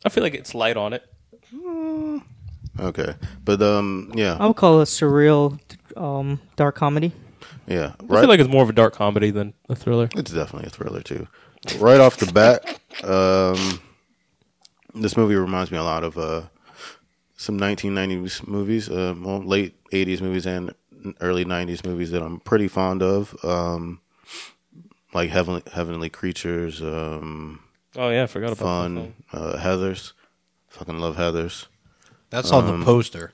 I feel like it's light on it. Okay. But um yeah. I would call it a surreal, um, dark comedy. Yeah. I Right feel like it's more of a dark comedy than a thriller. It's definitely a thriller too. Right off the bat, um, this movie reminds me a lot of uh, some 1990s movies, uh, well, late 80s movies and early 90s movies that I'm pretty fond of, um, like Heavenly, Heavenly Creatures, um, Oh yeah, I forgot about that. Fun, uh, Heather's. Fucking love Heather's. That's on the poster.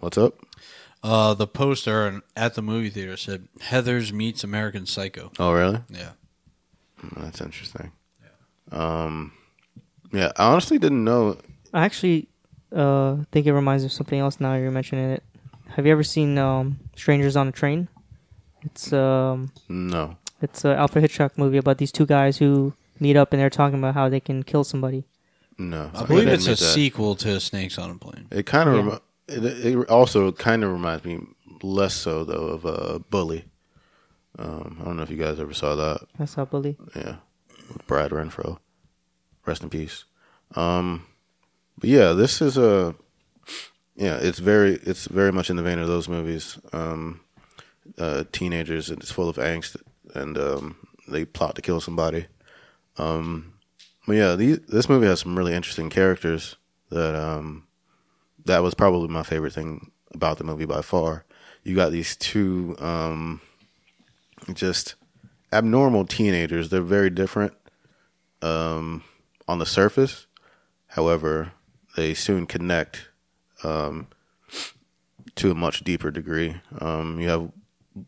What's up? Uh, the poster and at the movie theater said Heather's meets American Psycho. Oh, really? Yeah. That's interesting. Um, yeah, I honestly didn't know. I actually uh, think it reminds me of something else now you're mentioning it. Have you ever seen um, Strangers on a Train? It's um, No. it's an Alfred Hitchcock movie about these two guys who meet up and they're talking about how they can kill somebody. No. I believe didn't it's a read that. sequel to Snakes on a Plane. It kind of remi- it, it also kind of reminds me less so though of uh, Bully. Um, I don't know if you guys ever saw that. That's how Bully. Yeah, with Brad Renfro, rest in peace. Um, but yeah, this is a yeah. It's very it's very much in the vein of those movies. Um, uh, teenagers. and It's full of angst, and um, they plot to kill somebody. Um, but yeah, these, this movie has some really interesting characters. That um, that was probably my favorite thing about the movie by far. You got these two um, just abnormal teenagers. They're very different um, on the surface. However, they soon connect um, to a much deeper degree. Um, you have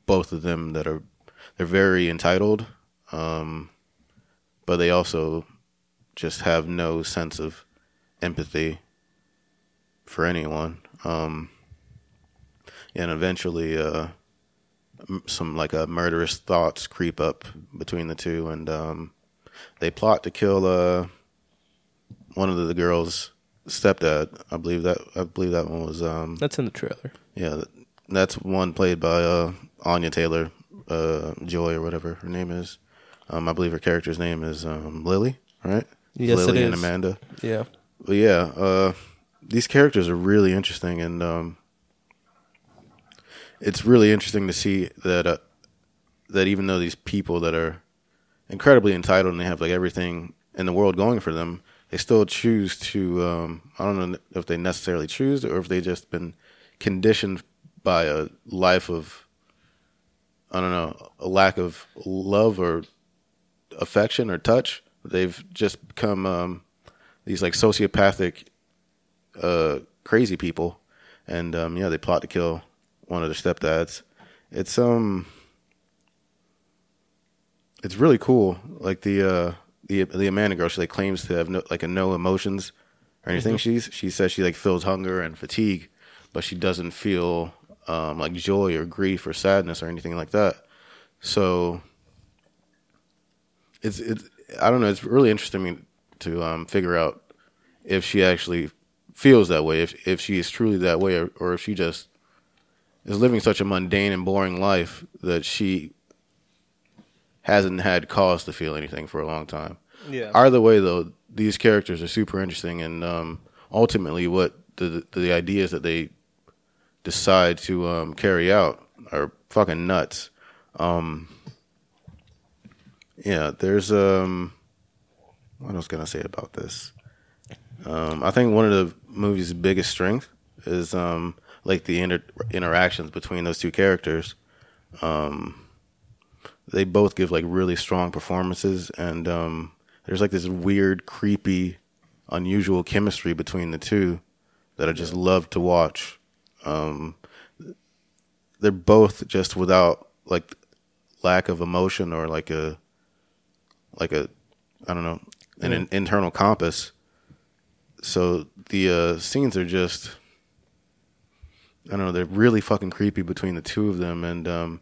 both of them that are they're very entitled, um, but they also just have no sense of empathy for anyone. Um, and eventually, uh, some like uh, murderous thoughts creep up between the two, and um, they plot to kill uh, one of the girls' stepdad. I believe that I believe that one was um, That's in the trailer. yeah, that's one played by uh, Anya Taylor uh, Joy or whatever her name is. Um, I believe her character's name is um, Lily, right? Yes, it Lily and is. Amanda Yeah. but yeah, uh, these characters are really interesting, and um, it's really interesting to see that uh, that even though these people that are incredibly entitled and they have like everything in the world going for them, they still choose to. Um, I don't know if they necessarily choose or if they just been conditioned by a life of I don't know a lack of love or affection or touch. They've just become um, these like sociopathic uh crazy people and um yeah they plot to kill one of their stepdads it's um it's really cool like the uh the the amanda girl she like claims to have no like a no emotions or anything she's she says she like feels hunger and fatigue but she doesn't feel um like joy or grief or sadness or anything like that so it's it's I don't know. It's really interesting to me to um, figure out if she actually feels that way, if if she is truly that way, or, or if she just is living such a mundane and boring life that she hasn't had cause to feel anything for a long time. Yeah. Either way, though, these characters are super interesting, and um, ultimately, what the, the the ideas that they decide to um, carry out are fucking nuts. Um, yeah, there's um, what else can I say about this? Um, I think one of the movie's biggest strength is um, like the inter- interactions between those two characters. Um, they both give like really strong performances and um there's like this weird creepy unusual chemistry between the two that I just love to watch um they're both just without like lack of emotion or like a like a I don't know an, in- internal compass so the uh scenes are just I don't know they're really fucking creepy between the two of them and um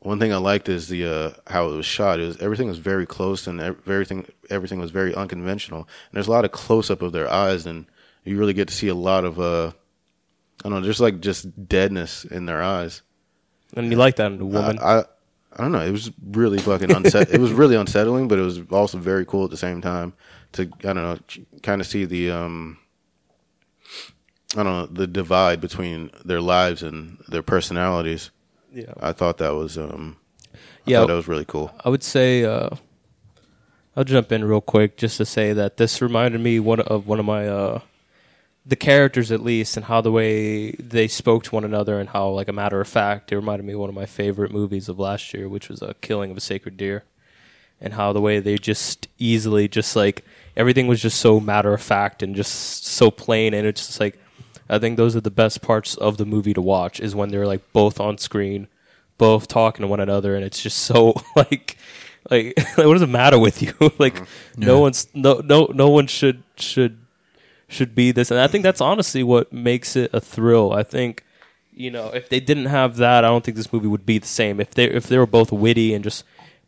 one thing I liked is the uh, how it was shot. Is everything was very close and ev- everything everything was very unconventional. And there's a lot of close up of their eyes, and you really get to see a lot of uh, I don't know, just like just deadness in their eyes. And you like that in a woman. Uh, I, I I don't know. It was really fucking unset. it was really unsettling, but it was also very cool at the same time to I don't know, kind of see the um I don't know the divide between their lives and their personalities. yeah. I thought that was um I Yeah. thought that was really cool. I would say uh, I'll jump in real quick just to say that this reminded me one of one of my uh, the characters at least and how the way they spoke to one another and how like a matter of fact it reminded me of one of my favorite movies of last year which was a killing of a sacred deer and how the way they just easily just like everything was just so matter of fact and just so plain and it's just like I think those are the best parts of the movie to watch is when they're like both on screen, both talking to one another and it's just so like like, what does it matter with you? like no one's no no no one should should should be this and I think that's honestly what makes it a thrill. I think you know, if they didn't have that, I don't think this movie would be the same. If they if they were both witty and just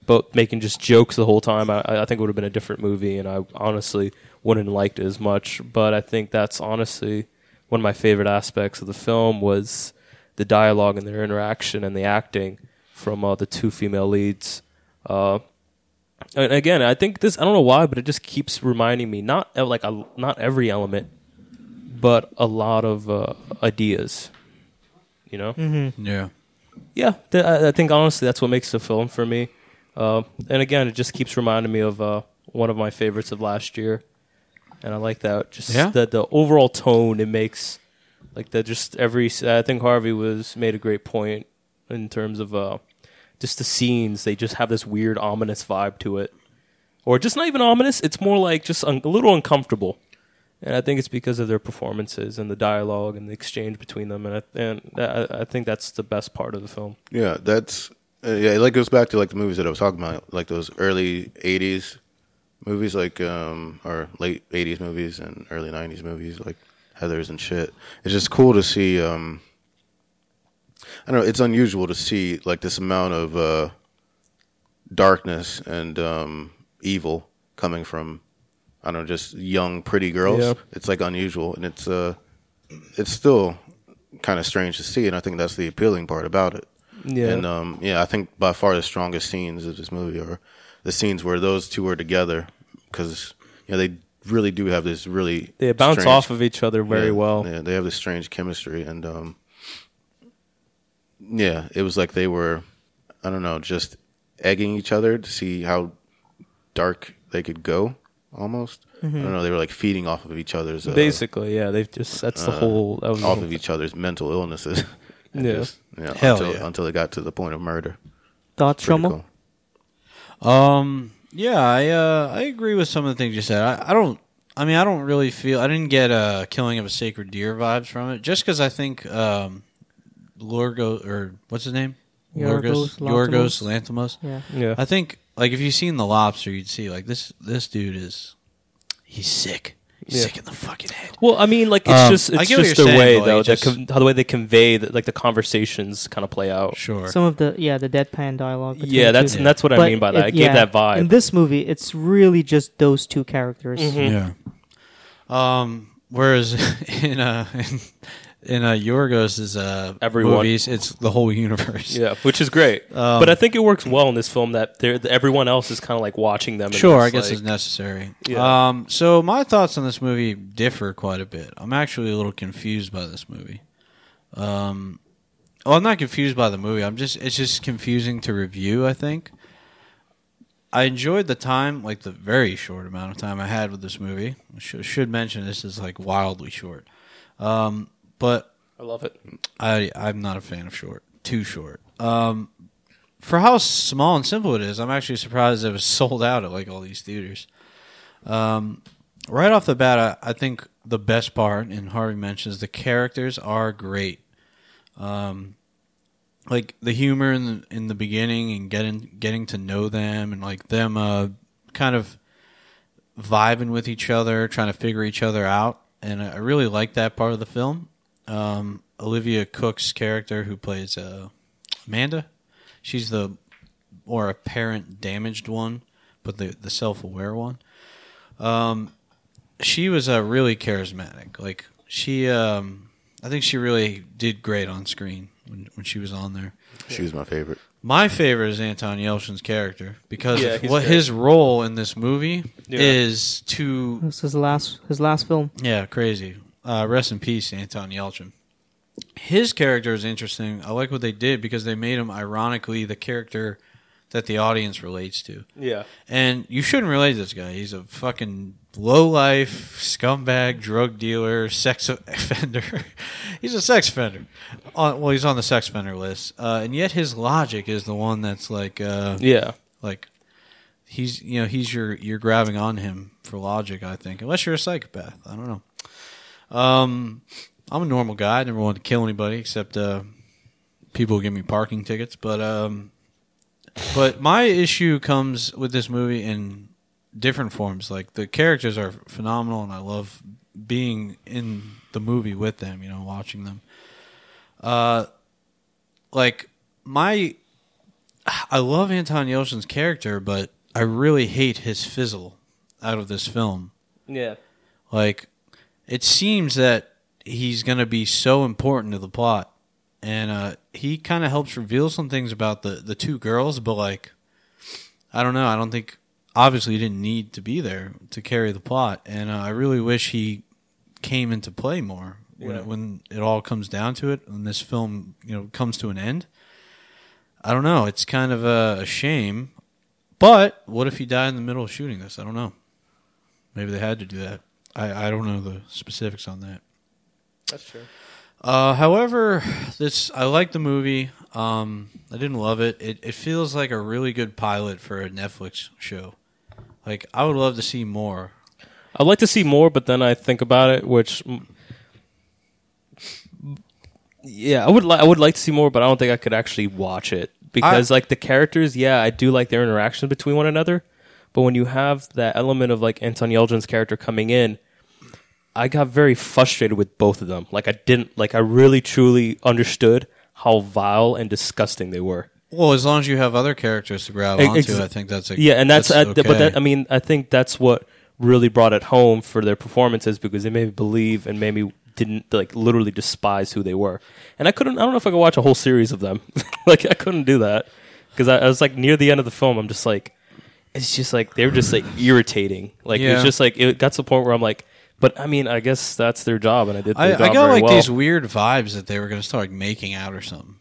both making just jokes the whole time, I, I think it would have been a different movie, and I honestly wouldn't have liked it as much. But I think that's honestly one of my favorite aspects of the film was the dialogue and their interaction and the acting from uh, the two female leads. Uh, and again, I think this I don't know why, but it just keeps reminding me not uh, like a, not every element, but a lot of uh, ideas. You know, Yeah. yeah, th- I, I think honestly that's what makes the film for me. Uh, and again, it just keeps reminding me of uh, one of my favorites of last year, and I like that just Yeah. the the overall tone it makes. Like that, just every I think Harvey was made a great point in terms of uh, just the scenes. They just have this weird ominous vibe to it, or just not even ominous. It's more like just un- a little uncomfortable. And I think it's because of their performances and the dialogue and the exchange between them, and I, and I, I think that's the best part of the film. Yeah, that's uh, yeah. It like goes back to like the movies that I was talking about, like those early '80s movies, like um or late '80s movies and early '90s movies, like Heather's and shit. It's just cool to see. um I don't know. It's unusual to see like this amount of uh darkness and um evil coming from I don't know, just young pretty girls. Yeah. It's like unusual, and it's uh, it's still kind of strange to see, and I think that's the appealing part about it. Yeah. And um, yeah, I think by far the strongest scenes of this movie are the scenes where those two are together because you know they really do have this really They bounce strange- off of each other very yeah, well. Yeah, they have this strange chemistry, and um, yeah, it was like they were, I don't know, just egging each other to see how dark they could go. Almost, Mm-hmm. I don't know. They were like feeding off of each other's uh, Basically, yeah, they've just that's the whole that was off of each other's mental illnesses. And Yeah. you know, Hell until, yeah. until it got to the point of murder. Thoughts, Pretty Shomo? cool. Um. Yeah, I uh, I agree with some of the things you said. I, I don't. I mean, I don't really feel. I didn't get uh, killing of a sacred deer vibes from it, just because I think um, Lorgo or what's his name, Yorgos Yorgos Lanthimos. Yeah. yeah. I think like if you've seen The Lobster, you'd see like this. This dude is he's sick. He's Yeah. sick in the fucking head. well, I mean, like it's Um, just I it's get what just you're their saying, way but, like, though, just- the com- how the way they convey the, like the conversations kind of play out. Sure. Some of the yeah, the deadpan dialogue. between Yeah, the that's two. and that's what I But mean by it- that. It, yeah, gave that vibe. In this movie, it's really just those two characters. Mm-hmm. Mhm. Yeah. Um. Whereas in uh in, in uh Yorgos's uh Everyone. movies, it's the whole universe. yeah, which is great. Um, but I think it works well in this film that they're, that everyone else is kind of like watching them. and Sure, I it's guess like- it's necessary. Yeah. Um, so my thoughts on this movie differ quite a bit. I'm actually a little confused by this movie. Um, well, I'm not confused by the movie. I'm just it's just confusing to review. I think I enjoyed the time, like the very short amount of time I had with this movie. I should, should mention this is like wildly short, um, but I love it. I I'm not a fan of short, too short. Um, for how small and simple it is, I'm actually surprised it was sold out at like all these theaters. Um, right off the bat, I, I think the best part, and Harvey mentions the characters are great. Um, like the humor in the, in the beginning and getting getting to know them and like them uh, kind of vibing with each other, trying to figure each other out, and I I really like that part of the film. Um, Olivia Cook's character, who plays uh, Amanda, she's the or apparent damaged one, but the the self aware one. Um, she was uh, really charismatic. Like she, um, I think she really did great on screen when, when she was on there. She was my favorite. My favorite is Anton Yelchin's character because Yeah, of he's what great. his role in this movie Yeah. is to This is his last his last film. yeah, crazy. Uh, rest in peace, Anton Yelchin. His character is interesting. I like what they did because they made him, ironically, the character that the audience relates to. Yeah, And you shouldn't relate to this guy. He's a fucking low life scumbag, drug dealer, sex offender. he's a sex offender. On, well, he's on the sex offender list, uh, and yet his logic is the one that's like, uh, yeah. like he's you know he's your you're grabbing on him for logic i think unless you're a psychopath i don't know um i'm a normal guy i never wanted to kill anybody except uh people who give me parking tickets but um but my issue comes with this movie in different forms like the characters are phenomenal and i love being in the movie with them you know watching them like my I love Anton Yelchin's character, but I really hate his fizzle out of this film. Yeah. Like it seems that he's going to be so important to the plot. And uh, he kind of helps reveal some things about the the two girls, but like I don't know, I don't think obviously he didn't need to be there to carry the plot. And uh, I really wish he came into play more when Yeah. it, when it all comes down to it when this film, you know, comes to an end. I don't know, it's kind of a, a shame. But what if he died in the middle of shooting this? I don't know. Maybe they had to do that. I, I don't know the specifics on that. That's true. Uh, however, this I like the movie. Um, I didn't love it. it. It feels like a really good pilot for a Netflix show. Like I would love to see more. I'd like to see more, but then I think about it, which mm, yeah, I would li- I would like to see more, but I don't think I could actually watch it because like the characters, yeah, I do like their interaction between one another, but when you have that element of like Anton Yelchin's character coming in, I got very frustrated with both of them. Like I didn't like I really truly understood how vile and disgusting they were. Well, as long as you have other characters to grab Ex- onto, E-, ex- I think that's a, yeah, and that's, uh, th- but okay. that, I mean, I think that's what really brought it home for their performances because it made me believe and made me didn't like literally despise who they were. And I couldn't. I don't know if I could watch a whole series of them. like I couldn't do that because I, I was like near the end of the film. I'm just like, it's just like they were just like irritating. Like it's Yeah. just like it got to the point where I'm like, but I mean, I guess that's their job, and I did. Their I, job I got very like well. these weird vibes that they were going to start like, making out or something.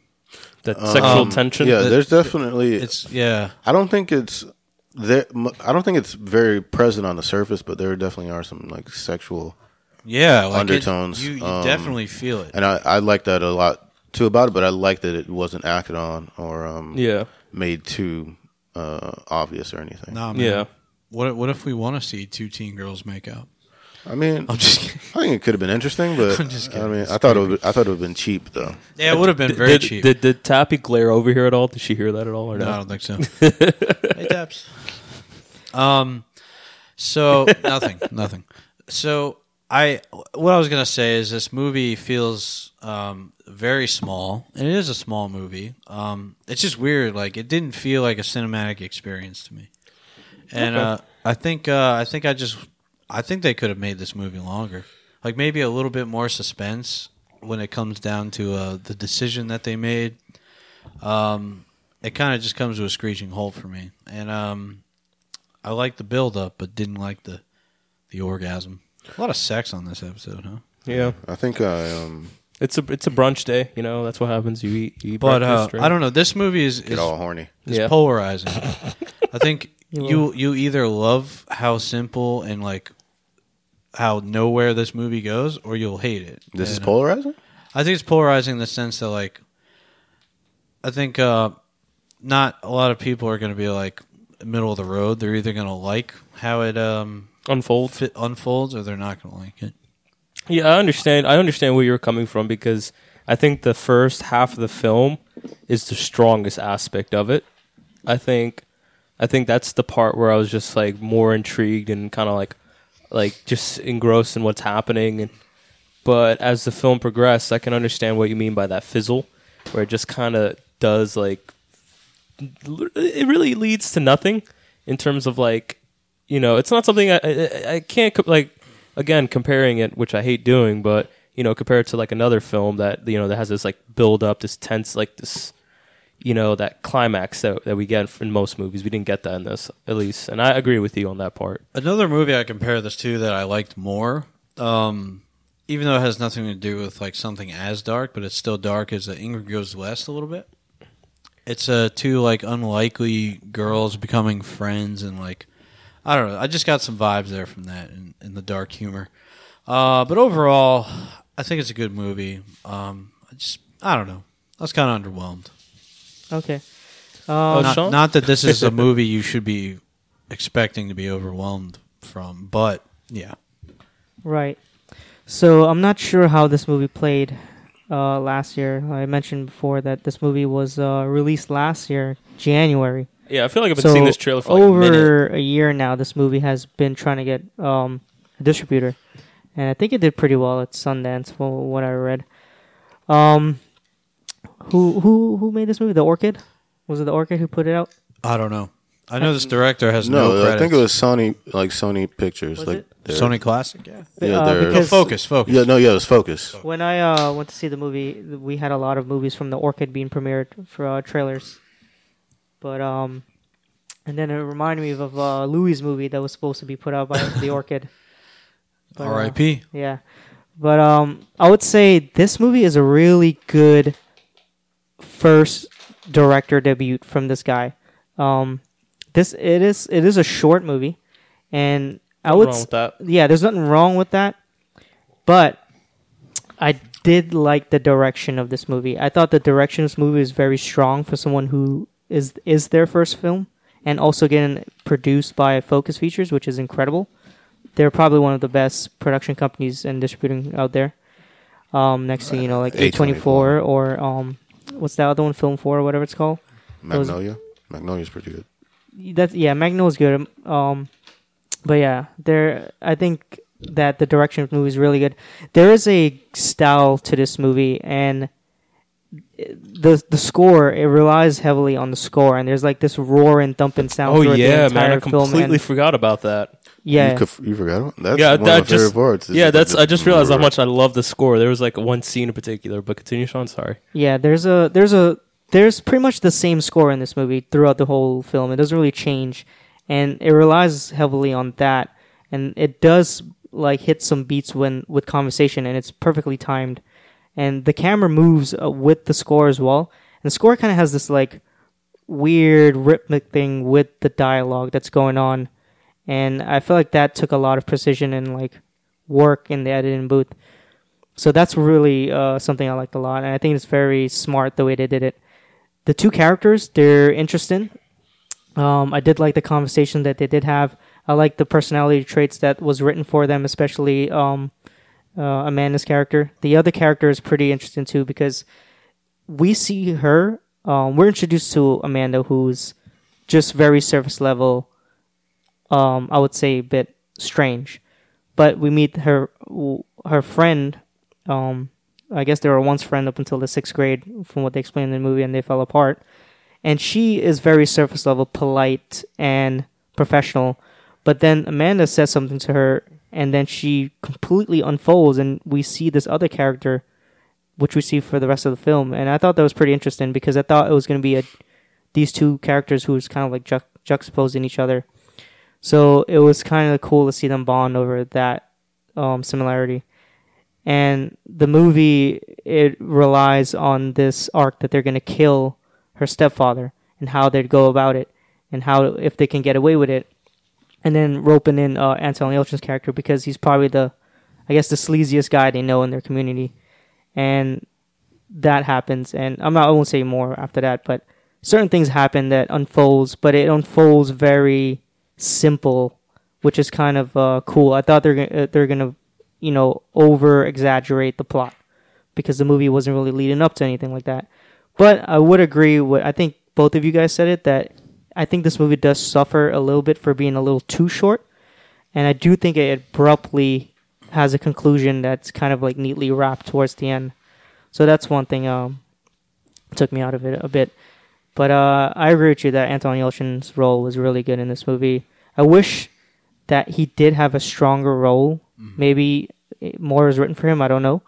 that um, sexual tension. Yeah, The- there's definitely. It's yeah. I don't think it's there. m- I don't think it's very present on the surface, but there definitely are some like sexual, Yeah, like it- Undertones, you you um, definitely feel it. and I I like that a lot too about it. But I like that it wasn't acted on or um yeah, made too uh obvious or anything. Nah, man. yeah. What what if we want to see two teen girls make out? I mean, I'm just kidding. I think it could have been interesting, but I'm just I kidding. mean, I thought it would, I thought it would have been cheap though. Yeah, it would have been very did, cheap. Did, did Tappy glare over here at all? Did she hear that at all or No, not? I don't think so. hey, Taps. Um, so nothing, nothing. So I, what I was gonna say is this movie feels um very small. And it is a small movie. Um, it's just weird. Like it didn't feel like a cinematic experience to me. And uh, I think uh, I think I just I think they could have made this movie longer. Like maybe a little bit more suspense when it comes down to uh, the decision that they made it kind of just comes to a screeching halt for me. And um, I liked the build up, but didn't like the the orgasm. A lot of sex on this episode, huh? Yeah. I think I um It's a it's a brunch day, you know. That's what happens. You eat, you eat But uh, breakfast. right? I don't know. This movie is get is, all horny. is Yeah. polarizing. I think you you either love how simple and like how nowhere this movie goes, or you'll hate it. This is And, uh, polarizing. I think it's polarizing in the sense that like I think uh not a lot of people are going to be like middle of the road. They're either going to like how it um unfold. fit unfolds or they're not going to like it. Yeah, I understand. I understand where you're coming from because I think the first half of the film is the strongest aspect of it. I think, I think that's the part where I was just like more intrigued and kind of like, like just engrossed in what's happening. And but as the film progressed, I can understand what you mean by that fizzle, where it just kind of does like, it really leads to nothing in terms of like, you know, it's not something I I, I can't co- like again comparing it, which I hate doing, but you know, compare it to like another film that you know that has this like build up, this tense, like this, you know, that climax that that we get in most movies. We didn't get that in this, at least, and I agree with you on that part. Another movie I compare this to that I liked more um even though it has nothing to do with like something as dark, but it's still dark is that Ingrid goes west a little bit. It's uh two like unlikely girls becoming friends and like I don't know. I just got some vibes there from that and, and the dark humor. Uh, but overall, I think it's a good movie. Um, I just I don't know. I was kind of underwhelmed. Okay. Oh, Uh, Not, Sean? not that this is a movie you should be expecting to be overwhelmed from, but yeah, Right. So I'm not sure how this movie played uh, last year. I mentioned before that this movie was uh, released last year, January. yeah, I feel like I've been so seeing this trailer for like a minute. over a, year now. This movie has been trying to get um, a distributor, and I think it did pretty well at Sundance, from what I read. Um, Who who who made this movie? The Orchid? Was it the Orchid who put it out? I don't know. I know this director has no, No, I credits. think it was Sony, like Sony Pictures, Was like it? their- Sony Classic. Yeah. Yeah, Uh, their- because- Focus, focus. Yeah, no, yeah, it was Focus. When I uh, went to see the movie, th- we had a lot of movies from the Orchid being premiered for uh, trailers. But um, and then it reminded me of uh, Louis' movie that was supposed to be put out by the Orchid. But, uh, R.I.P. Yeah. But um I would say this movie is a really good first director debut from this guy. Um this it is it is a short movie and I would wrong s- with that. Yeah, there's nothing wrong with that. But I did like the direction of this movie. I thought the direction of this movie was very strong for someone who is is their first film and also getting produced by Focus Features, which is incredible they're probably one of the best production companies and distributing out there. Um, next thing you know, like A twenty four A24. or um, what's that other one, Film Four or whatever it's called. was- Magnolia. Magnolia's pretty good. That's yeah, Magnolia's good. Um, but yeah, there. I think that the direction of the movie is really good. There is a style to this movie, and the the score it relies heavily on the score. And there's like this roar and thumping sound. Oh throughout the yeah, entire man! I film, and- completely forgot about that. yeah, You, could, you forgot one? That's Yeah, one that of my favorite just parts. is yeah. like That's the I just realized how roar. much I love the score. There was like one scene in particular, but continue, Sean. Sorry. Yeah, there's a there's a there's pretty much the same score in this movie throughout the whole film. It doesn't really change, and it relies heavily on that. And it does like hit some beats when with conversation, and it's perfectly timed. And the camera moves uh, with the score as well. And the score kind of has this like weird rhythmic thing with the dialogue that's going on, and I feel like that took a lot of precision and like work in the editing booth. So that's really uh, something I liked a lot, and I think it's very smart the way they did it. The two characters, they're interesting. Um, I did like the conversation that they did have. I like the personality traits that was written for them, especially um, uh, Amanda's character. The other character is pretty interesting too because we see her. Um, we're introduced to Amanda, who's just very surface level. Um, I would say a bit strange, but we meet her her friend um, I guess they were once friend up until the sixth grade, from what they explained in the movie, and they fell apart. And she is very surface level, polite and professional. But then Amanda says something to her, and then she completely unfolds, and we see this other character, which we see for the rest of the film. And I thought that was pretty interesting because I thought it was going to be a these two characters who was kind of like ju- juxtaposing each other. So it was kind of cool to see them bond over that um, similarity and the movie it relies on this arc that they're going to kill her stepfather and how they'd go about it and how if they can get away with it and then roping in uh, Anton Yelchin's character because he's probably the I guess the sleaziest guy they know in their community and that happens and I'm not I won't say more after that but certain things happen that unfolds but it unfolds very simple which is kind of uh, cool I thought they're gonna, uh, they're gonna you know over exaggerate the plot because the movie wasn't really leading up to anything like that but I would agree with I think both of you guys said it that I think this movie does suffer a little bit for being a little too short and I do think it abruptly has a conclusion that's kind of like neatly wrapped towards the end. So that's one thing um took me out of it a bit. But uh, I agree with you that Anton Yelchin's role was really good in this movie. I wish that he did have a stronger role. Maybe more is written for him. I don't know,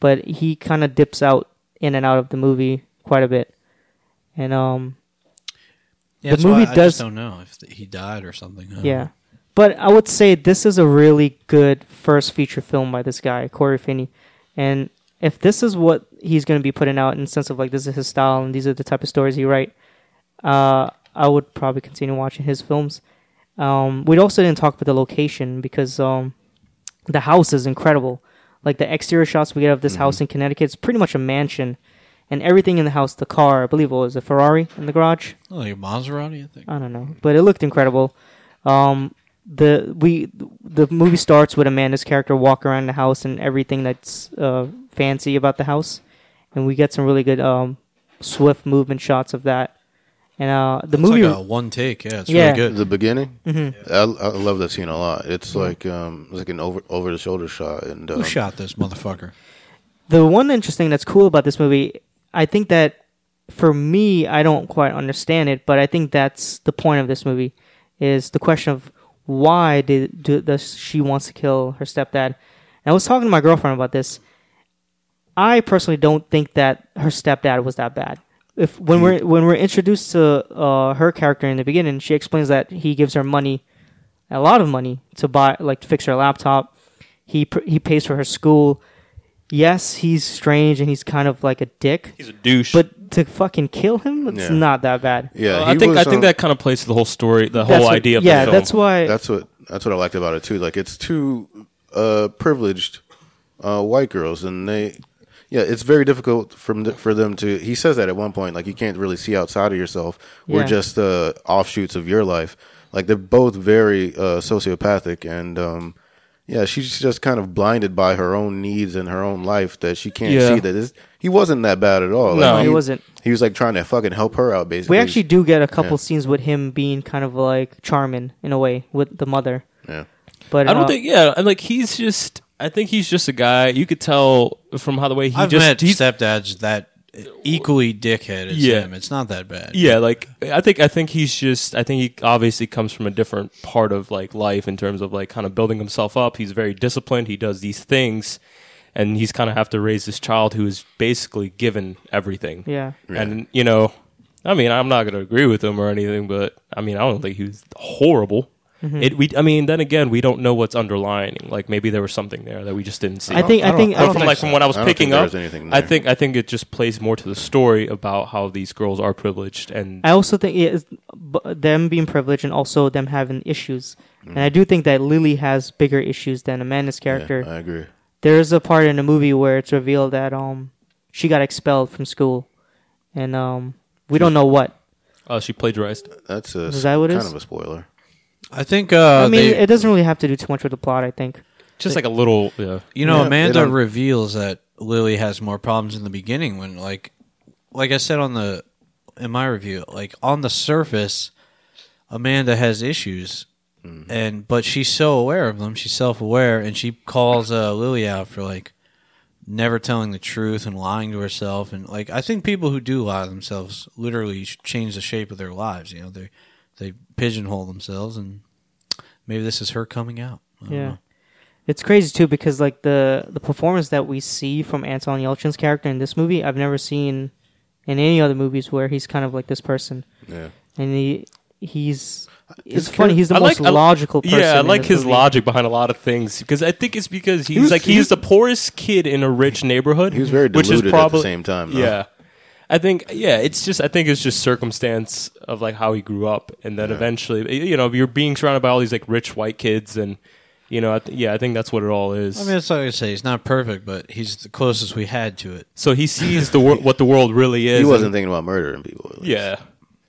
but he kind of dips out in and out of the movie quite a bit. And um, Yeah, The that's why movie I does- Just don't know if th- he died or something. I don't Yeah. know. But I would say this is a really good first feature film by this guy, Corey Finney. And if this is what he's going to be putting out in the sense of like this is his style and these are the type of stories he write, uh, I would probably continue watching his films. Um, we also didn't talk about the location because um, the house is incredible. Like the exterior shots we get of this house in Connecticut, it's pretty much a mansion. And everything in the house, the car, I believe it was a Ferrari in the garage. Oh, like a Maserati, I think. I don't know, but it looked incredible. Um, the we the movie starts with Amanda's character walk around the house and everything that's uh, fancy about the house, and we get some really good um, swift movement shots of that. And uh, the It's movie, like a one take. Yeah, it's Yeah. really good. The beginning, Mm-hmm. I, I love that scene a lot. It's like um, it's like an over over the shoulder shot, and um, Who shot this motherfucker? the one interesting that's cool about this movie, I think that for me, I don't quite understand it, but I think that's the point of this movie is the question of why did do, does she wants to kill her stepdad? And I was talking to my girlfriend about this. I personally don't think that her stepdad was that bad. If when we're when we're introduced to uh, her character in the beginning, she explains that he gives her money, a lot of money to buy like to fix her laptop. He pr- he pays for her school. Yes, he's strange and he's kind of like a dick. He's a douche. But to fucking kill him, it's Yeah. not that bad. Yeah, I he think was, I think um, that kind of plays to the whole story, the That's whole what- idea of yeah, the film. that's why. that's what that's what I liked about it too. Like it's two uh, privileged uh, white girls, and they yeah, it's very difficult from th- for them to. He says that at one point, like you can't really see outside of yourself. Yeah. We're just uh, offshoots of your life. Like they're both very uh, sociopathic, and um, yeah, she's just kind of blinded by her own needs and her own life that she can't Yeah. see that it's, he wasn't that bad at all. No. Like, He wasn't. He was like trying to fucking help her out. Basically, we actually do get a couple scenes with him being kind of like charming in a way with the mother. Yeah. But I don't uh, think. Yeah, I'm like he's just. I think he's just a guy. You could tell from how the way he I've just. met he's- stepdads that equally dickhead as Yeah. him. It's not that bad. yeah, like I think I think he's just. I think he obviously comes from a different part of like life in terms of like kind of building himself up. He's very disciplined. He does these things, and he's kind of have to raise this child who is basically given everything. Yeah. and you know, I mean, I'm not going to agree with him or anything, but I mean, I don't think he was horrible. Mm-hmm. It we I mean then again we don't know what's underlying like maybe there was something there that we just didn't see I think. I think. I but don't from think. like from what I was I don't think picking there up, was anything I there. think I think it just plays more to the story about how these girls are privileged and I also think it is b- them being privileged and also them having issues. And Mm. I do think that Lily has bigger issues than Amanda's character. I agree. There's a part in the movie where it's revealed that um she got expelled from school, and um we don't know what. uh, she plagiarized. That's a Is that what it kind is? of a spoiler. I think. Uh, I mean, they- it doesn't really have to do too much with the plot. I think. Just like a little yeah. You know, Yeah, they Amanda don't- reveals that Lily has more problems in the beginning when, like, like I said on the in my review, like on the surface, Amanda has issues, Mm-hmm. and but she's so aware of them, she's self aware, and she calls uh, Lily out for like never telling the truth and lying to herself, and like I think people who do lie to themselves literally sh- change the shape of their lives. You know, they they pigeonhole themselves, and maybe this is her coming out. I don't Yeah. know. It's crazy too because like the the performance that we see from Anton Yelchin's character in this movie, I've never seen in any other movies where he's kind of like this person, Yeah. and he he's it's His funny. char- He's the I most like- I- logical. person Yeah, I in like this his movie. logic behind a lot of things because I think it's because he's was- like he he's was- the poorest kid in a rich neighborhood. He was very which is deluded at probably- the same time. Though. Yeah. I think yeah, it's just I think it's just circumstance of like how he grew up, and then eventually you know you're being surrounded by all these like rich white kids, and you know I th- yeah I think that's what it all is. I mean, that's like I say. He's not perfect, but he's the closest we had to it. so he sees the wor- what the world really is. he wasn't and- thinking about murdering people. at least. yeah,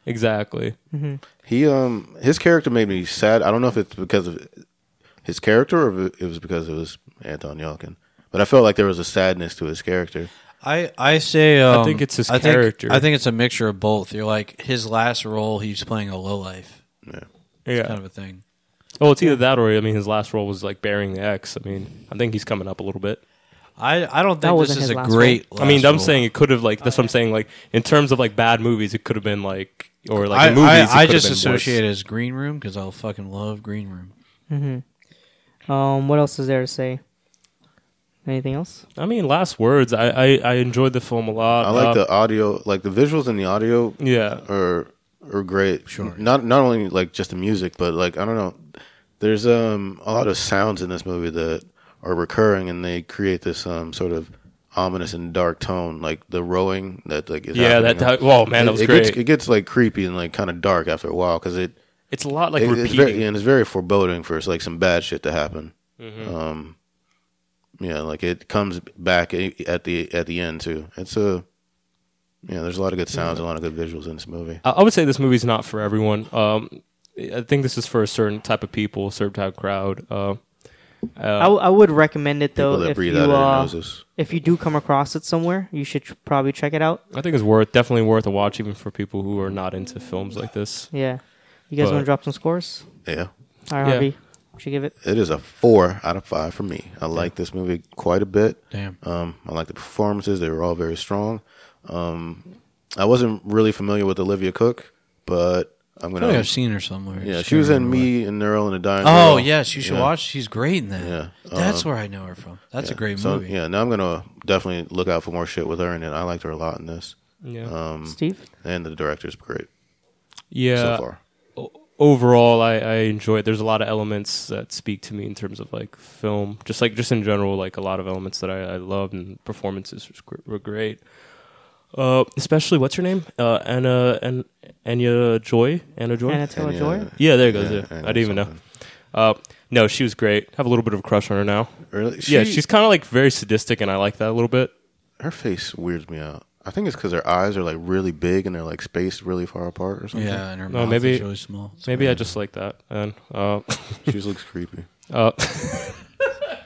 exactly. he um his character made me sad. I don't know if it's because of his character or if it was because it was Anton Yelkin, but I felt like there was a sadness to his character. I I say um, think it's his I think- character. I think it's a mixture of both. You're like his last role, he's playing a low life Yeah. kind of a thing. oh, it's either that or I mean his last role was like burying the ex. I mean I think he's coming up a little bit. I I don't think this wasn't is his a last great. I mean last I'm role. saying it could have like that's what I'm saying like in terms of like bad movies it could have been like or like I, in movies I- it I could have just been worse. associate it as Green Room because I'll fucking love Green Room. Um, what else is there to say? Anything else? I mean last words I I, I enjoyed the film a lot. I like Uh, the audio, like the visuals and the audio yeah. are are great. Sure. Not not only like just the music, but like I don't know. There's um a lot of sounds in this movie that are recurring, and they create this um sort of ominous and dark tone, like the rowing that like is Yeah, happening. that- that- whoa, man, that It- was it great. Gets, it gets like creepy and like kind of dark after a while because it It's a lot like It- it's repeating. very, and it's very foreboding for like some bad shit to happen. Mm-hmm. Um, yeah, like it comes back a- at the at the end too. It's a yeah. There's a lot of good sounds, a lot of good visuals in this movie. I- I would say this movie's not for everyone. Um, I think this is for a certain type of people, a certain type of crowd. Uh, I I, w- I would recommend it People though. that If breathe you out of their uh, noses. if you do come across it somewhere, you should tr- probably check it out. I think it's worth definitely worth a watch, even for people who are not into films like this. Yeah. You guys But- want to drop some scores? Yeah, All right, Yeah. Harvey. Should give it. it is a four out of five for me. I like this movie quite a bit. Damn. Um, I like the performances; they were all very strong. Um, I wasn't really familiar with Olivia Cook, but I'm I gonna. Oh, feel like I've seen her somewhere. yeah, Just she was can't in remember Me and Neural and the Dying. what. Oh Girl. yes, you should Yeah. watch. She's great in that. Yeah. that's where I know her from. That's a great So movie. yeah, now I'm gonna definitely look out for more shit with her, and I liked her a lot in this. Yeah. Um, Steve? And the director's great yeah. so far. overall I, I enjoy it. There's a lot of elements that speak to me in terms of like film, just like just in general, like a lot of elements that I, I loved and performances was gr- were great. Uh, especially what's her name? Uh, Anna and Anya Joy, Anna Joy. Anna Taylor And, Joy? uh, yeah, there it goes. Yeah, Yeah, Anna I didn't even know. Uh, no, she was great. Have a little bit of a crush on her now. Really? yeah, She- she's kind of like very sadistic, and I like that a little bit. her face weirds me out. I think it's because her eyes are like really big and they're like spaced really far apart or something. Yeah, and her No, mouth maybe- is really small. Maybe I just like that. And uh, she just looks creepy. uh,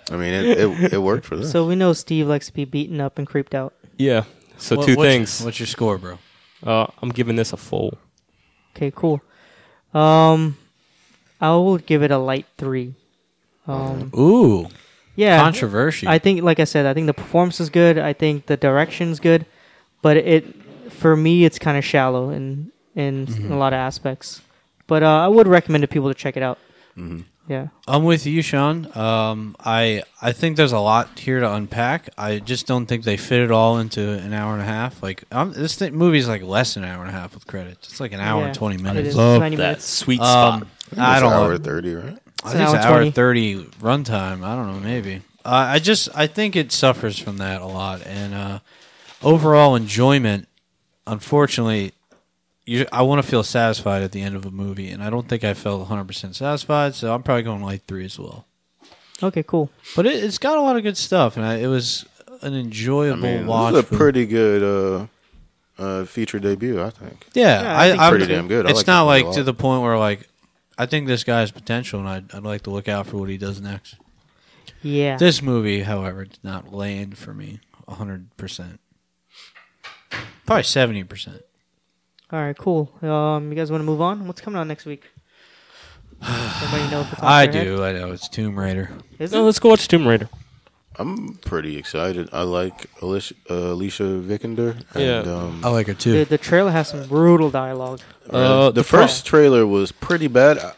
I mean, it it, it worked for them. So we know Steve likes to be beaten up and creeped out. yeah. So What- two what's- things. What's your score, bro? Uh, I'm giving this a full. Okay, cool. Um, I will give it a light three. Um, Ooh, yeah, controversial. I think, like I said, I think the performance is good. I think the direction's good, but it, for me, it's kind of shallow in in Mm-hmm. a lot of aspects. But uh, I would recommend to people to check it out. Mm-hmm. Yeah, I'm with you, Sean. Um, I I think there's a lot here to unpack. I just don't think they fit it all into an hour and a half. Like um this th- movie's like less than an hour and a half with credits. It's like an hour Yeah, and twenty it minutes. is. Love 90 that minutes. sweet Um, I It's don't hour know. thirty, right? I It's think an it's an hour hour 20. thirty runtime. I don't know, maybe. Uh, I just I think it suffers from that a lot, and uh, overall enjoyment, unfortunately, you I want to feel satisfied at the end of a movie, and I don't think I felt 100 percent satisfied. So I'm probably going light three as well. Okay, cool. But it, it's got a lot of good stuff, and I, it was an enjoyable I mean, watch. this is for- a pretty good uh, uh, feature debut, I think. yeah, Yeah, I I, think I'm- Pretty damn good. I It's like not this movie a like to lot. the point where like I think this guy's potential, and I'd, I'd like to look out for what he does next. Yeah, This movie, however, did not land for me 100%. Probably 70%. all right, cool. Um, you guys want to move on? What's coming out next week? Anybody know? off the top of I your head? do. I know. It's Tomb Raider. Is No, it? let's go watch Tomb Raider. I'm pretty excited. I like Alicia, uh, Alicia Vikander. And, Yeah. Um, I like her The, too. the trailer has some brutal dialogue. Uh, the first trailer was pretty bad. I,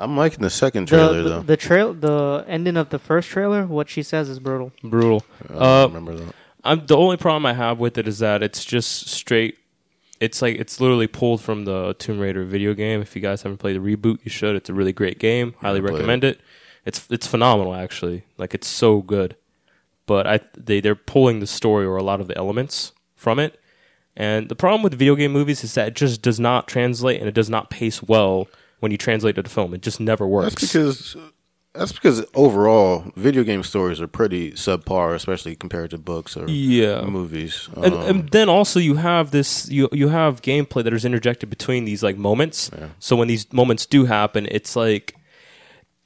I'm liking the second trailer the, though. the, the trail, the ending of the first trailer, what she says is brutal. brutal. I don't Uh, remember that. I'm the only problem I have with it is that it's just straight. It's like it's literally pulled from the Tomb Raider video game. If you guys haven't played the reboot, you should. It's a really great game. Highly played recommend it. It's it's phenomenal actually. Like it's so good. But I they they're pulling the story or a lot of the elements from it. And the problem with video game movies is that it just does not translate and it does not pace well when you translate it to film. It just never works. That's because that's because overall video game stories are pretty subpar, especially compared to books or Yeah. movies. Um, and, and then also you have this you you have gameplay that is interjected between these like moments. So when these moments do happen, it's like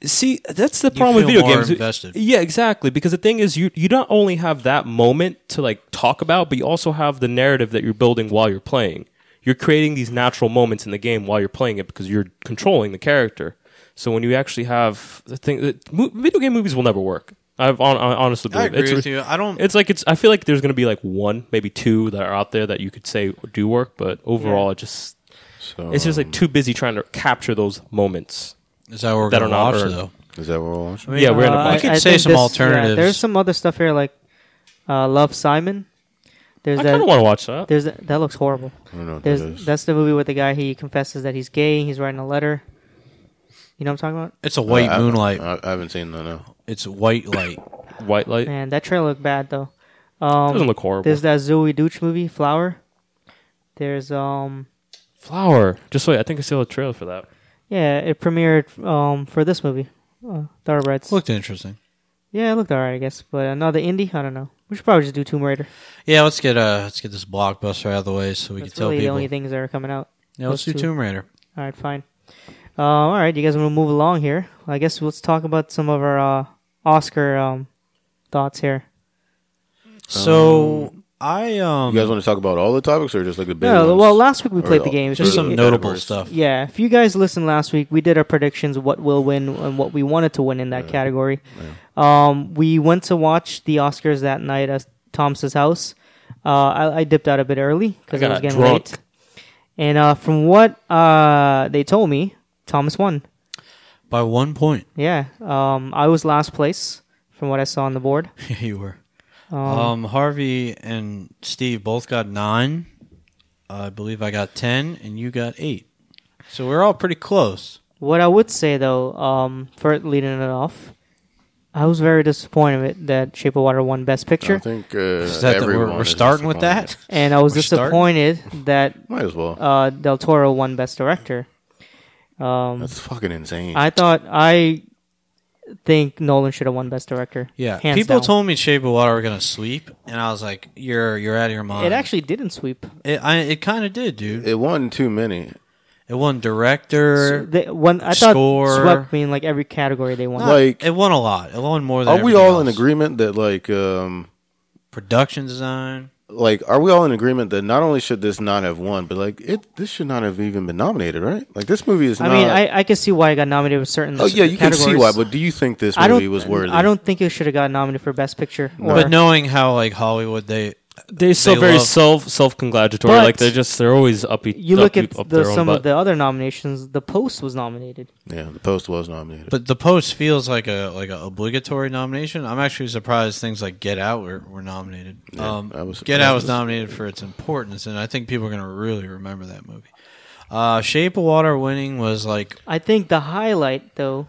see that's the problem with feel video more games. invested. Yeah, exactly. Because the thing is, you you not only have that moment to like talk about, but you also have the narrative that you're building while you're playing. You're creating these natural moments in the game while you're playing it because you're controlling the character. So when you actually have the thing, that, mo- video game movies will never work. I've on, I honestly I believe agree it's, with you. I don't. it's like it's. I feel like there's gonna be like one, maybe two that are out there that you could say do work, but overall, it just so, it's just like too busy trying to capture those moments. Is that what we're that going are to not watch, earned. though? is that what we're watching? yeah, we're in a Uh, I- bunch. could say think some this- yeah, alternatives. there's some other stuff here like uh, Love Simon. There's I that. kind of want to watch that. there's that, that looks horrible. I don't know what that There's is. that's the movie with the guy he confesses that he's gay. He's writing a letter. You know what I'm talking about? It's a white I- I- moonlight. I, I haven't seen that. No. it's white light. White light Man, that trailer looked bad though. Um, doesn't look horrible. There's that Zoe Dooch movie, Flower. There's um Flower. Just wait. I think I saw a trailer for that. yeah, it premiered um for this movie, uh, Thoroughbreds. Looked interesting. yeah, it looked alright, I guess. But another indie, I don't know. We should probably just do Tomb Raider. Yeah, let's get uh, let's get this blockbuster out of the way so we That's can tell really the people. only things that are coming out. yeah, let's do those two. Tomb Raider. All right, fine. Uh, all right, you guys want to move along here? I guess let's talk about some of our uh, Oscar um, thoughts here. So I um, You guys want to talk about all the topics or just like the big No, ones? well, last week we Or played the all- games. Just We- some it- notable categories. stuff. Yeah, if you guys listened last week, we did our predictions what will win and what we wanted to win in that category. Um, we went to watch the Oscars that night at Thomas's house. Uh, I, I dipped out a bit early because I, I was got getting drunk. late. And uh, from what uh, they told me, Thomas won. By one point. Yeah, um, I was last place from what I saw on the board. Yeah, you were. Um, Harvey and Steve both got nine. I believe I got ten, and you got eight. So we're all pretty close. What I would say though, um, for leading it off, I was very disappointed that Shape of Water won Best I Picture, think uh, Is that the, everyone we're, we're is starting with that? disappointed. and I was We're starting- disappointed that Might as Um, well. uh, Del Toro won Best Director. That's fucking insane. I thought I think Nolan should have won Best Director. Yeah. hands People down. told me Shape of Water were gonna sweep, and I was like, "You're you're out of your mind." it actually didn't sweep. it, I, it kind of did, dude. it won too many. It won director. They, when I thought Score. swept mean like every category they won. Like- it won a lot. It won more than. Are we everything all in else. agreement that like um Production design. like are we all in agreement that not only should this not have won, but like it this should not have even been nominated, right? Like this movie is I not mean, I, I could see why I got nominated with certain. Oh yeah, you categories. can see why, but do you think this I movie don't. was worthy? I don't think it should have got nominated for Best Picture. Or, But knowing how like Hollywood, they They're so They very love- self self congratulatory. Like But- they're just they're always uppy. you look at up the, their own some of butt. the other nominations. The Post was nominated. Yeah, the post was nominated. But the post feels like a like a obligatory nomination. I'm actually surprised things like Get Out were, were nominated. um, I was Get Out was surprised. nominated for its importance, and I think people are going to really remember that movie. Uh, Shape of Water winning was like I think the highlight though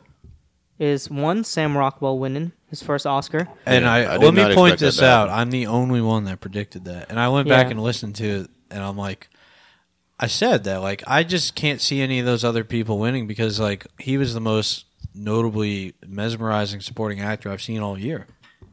is one Sam Rockwell winning his first Oscar. And Yeah, I, I did not let me expect point that this to out. happen. I'm the only one that predicted that. And I went Yeah. back and listened to it, and I'm like, I said that. Like, I just can't see any of those other people winning because, like, he was the most notably mesmerizing supporting actor I've seen all year.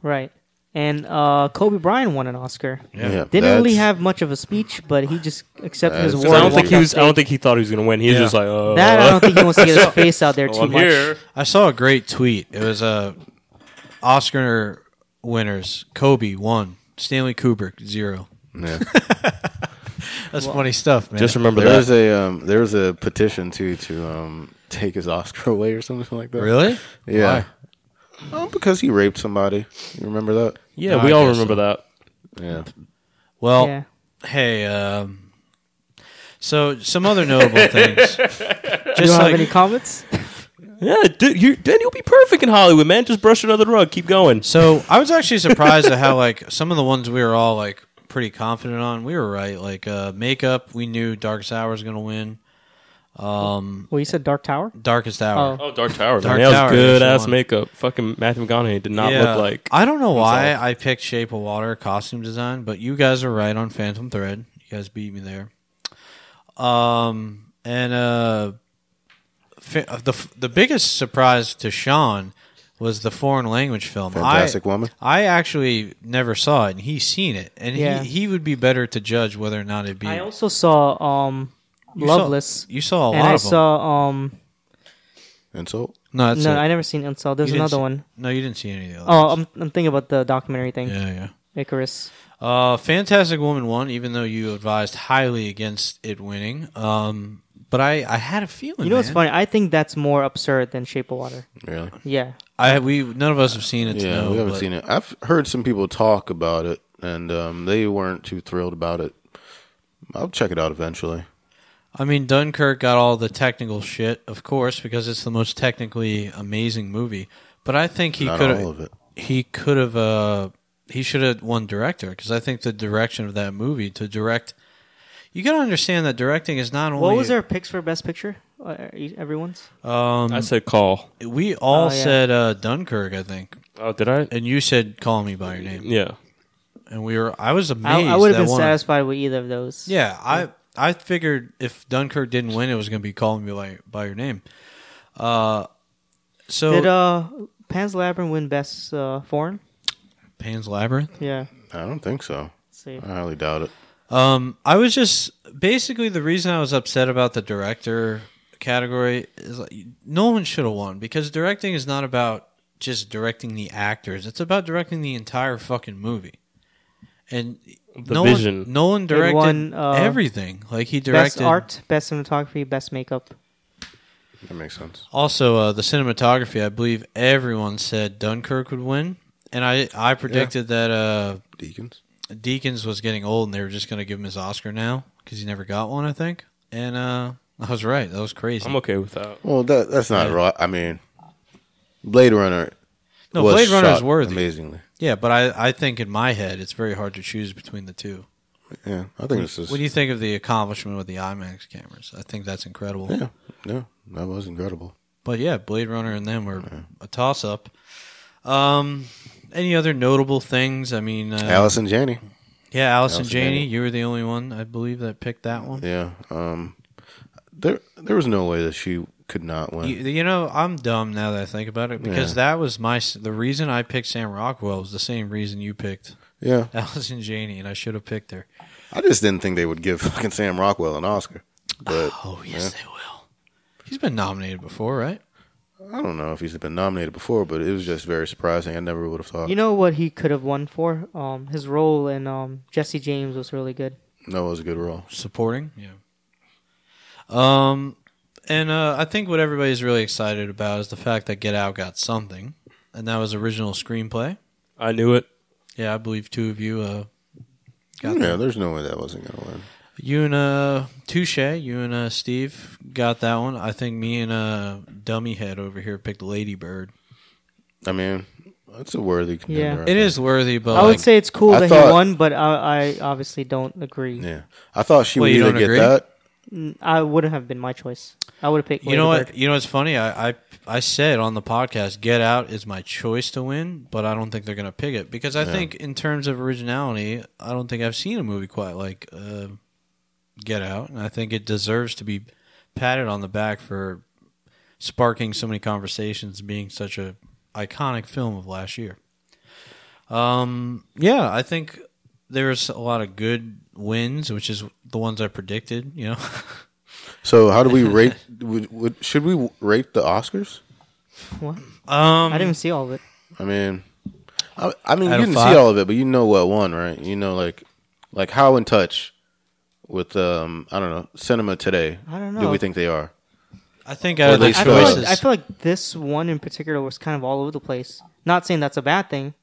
Right. And uh, Kobe Bryant won an Oscar. yeah, Didn't really that's- have much of a speech, but he just accepted his That's- award. and I don't think walked he was. off I don't stage. think he thought he was gonna win. He's Yeah. just like, oh, that. I don't think he wants to get his face out there too I'm much. here. I saw a great tweet. It was uh, Oscar winners Kobe, one, Stanley Kubrick, zero. yeah. That's funny stuff, man. Just remember There that. was a um, there was a petition too to um, take his Oscar away or something like that. really? Yeah. Oh, because he raped somebody. You remember that? yeah, No, we I all guess remember that. Yeah. Well, Yeah. hey, um, so some other notable things. Just You don't like have any comments? Yeah, dude, you, then you'll be perfect in Hollywood, man. Just brush it under the rug. Keep going. so, I was actually surprised at how like some of the ones we were all like pretty confident on. We were right. Like uh, makeup, we knew Darkest Hour was going to win. Well, you said Dark Tower. Darkest Hour. Oh, Dark Tower. Dark man, that Tower was good is ass one. makeup. Fucking Matthew McConaughey did not look like. I don't know why I picked Shape of Water costume design, but you guys are right on Phantom Thread. You guys beat me there. Um, and uh, fa- the the biggest surprise to Sean was the foreign language film. Fantastic I, Woman. I actually never saw it, and he's seen it, and Yeah. he, he would be better to judge whether or not it be I also saw um, You saw- Loveless, you saw a and lot I of them. saw um, And so No, that's no, it. I never seen Insult. There's You didn't another see- one. No, you didn't see any of the Oh, I'm, I'm thinking about the documentary thing, yeah, yeah. Icarus. Uh, Fantastic Woman won, even though you advised highly against it winning. Um, but I, I had a feeling. You know what's man. funny? I think that's more absurd than Shape of Water. really. Yeah, I we none of us have seen it. to Yeah, know, we haven't but- seen it. I've heard some people talk about it, and um, they weren't too thrilled about it. I'll check it out eventually. I mean, Dunkirk got all the technical shit, of course, because it's the most technically amazing movie. But I think he Not could all of have. it. He could have. Uh, he should have won director because I think the direction of that movie to direct. You got to understand that directing is not only What was their picks for Best Picture? Uh, e- everyone's. Um, I said call. we all Oh, yeah. said uh, Dunkirk, I think, Oh, did I? and you said "Call Me by Your Name." Yeah. and we were I was amazed. I, I would have that been one- satisfied with either of those. Yeah, I I figured if Dunkirk didn't win, it was going to be calling me by, by your name. Uh, so Did uh, Pan's Labyrinth win Best uh, Foreign? Pan's Labyrinth. Yeah. I don't think so. Let's see. I Uh, highly doubt it. Um, I was just basically the reason I was upset about the director category is like no one should have won because directing is not about just directing the actors; it's about directing the entire fucking movie. And The no vision. one, no one directed won, uh, everything. Like he directed Best Art, Best Cinematography, Best Makeup. That makes sense. Also, uh, the cinematography, I believe everyone said Dunkirk would win. And I, I predicted that uh, Deacons. Deacons was getting old, and they were just going to give him his Oscar now because he never got one, I think. And uh, I was right. That was crazy. I'm okay with that. Well, that that's not right. I mean, Blade Runner. no, was Blade Runner is shot worthy. Amazingly, Yeah, but I, I think in my head it's very hard to choose between the two. yeah. I think this is. What do you think of the accomplishment with the IMAX cameras? I think that's incredible. yeah, yeah. That was incredible. But yeah, Blade Runner and them were a toss up. Um, any other notable things? I mean, uh, Alice and Janney. yeah, Alice, Alice and and Janie, Janney. you were the only one I believe that picked that one. Yeah. Um. There, there was no way that she could not win. You, you know, I'm dumb now that I think about it because that was my s- the reason I picked Sam Rockwell was the same reason you picked yeah. Alice and Janie, and I should have picked her. I just didn't think they would give fucking Sam Rockwell an Oscar. But Oh yes, they will. He's been nominated before, right? I don't know if he's been nominated before, but it was just very surprising. I never would have thought. You know what he could have won for? Um, his role in um, Jesse James was really good. no, it was a good role. supporting. Yeah. Um, and uh, I think what everybody's really excited about is the fact that Get Out got something, and that was original screenplay. I knew it. Yeah, I believe two of you, uh, got Yeah, that. there's no way that wasn't gonna win. you and uh, Touche, you and uh, Steve got that one. I think me and uh, Dummy Head over here picked Lady Bird. I mean, that's a worthy contender. It is worthy, but I Oh, like, would say it's cool I that he thought- won, but I, I obviously don't agree. Yeah, I thought she Well, would you either don't get agree? that. I wouldn't have been my choice. I would have picked. you know Lady what? You know what's funny? I, I I said on the podcast, Get Out is my choice to win, but I don't think they're gonna pick it because I think in terms of originality, I don't think I've seen a movie quite like uh, Get Out, and I think it deserves to be patted on the back for sparking so many conversations, being such a iconic film of last year. Um, yeah, I think there's a lot of good wins, which is the ones I predicted. You know. So how do we rate? would, would, should we rate the Oscars? Um, I didn't see all of it. I mean, I, I mean, Out you of didn't five? see all of it, but you know what won, right? You know, like, like how in touch with um, I don't know, cinema today. I don't Do know. we think they are? I think out of at the least I feel, like, choices, I feel like this one in particular was kind of all over the place. Not saying that's a bad thing.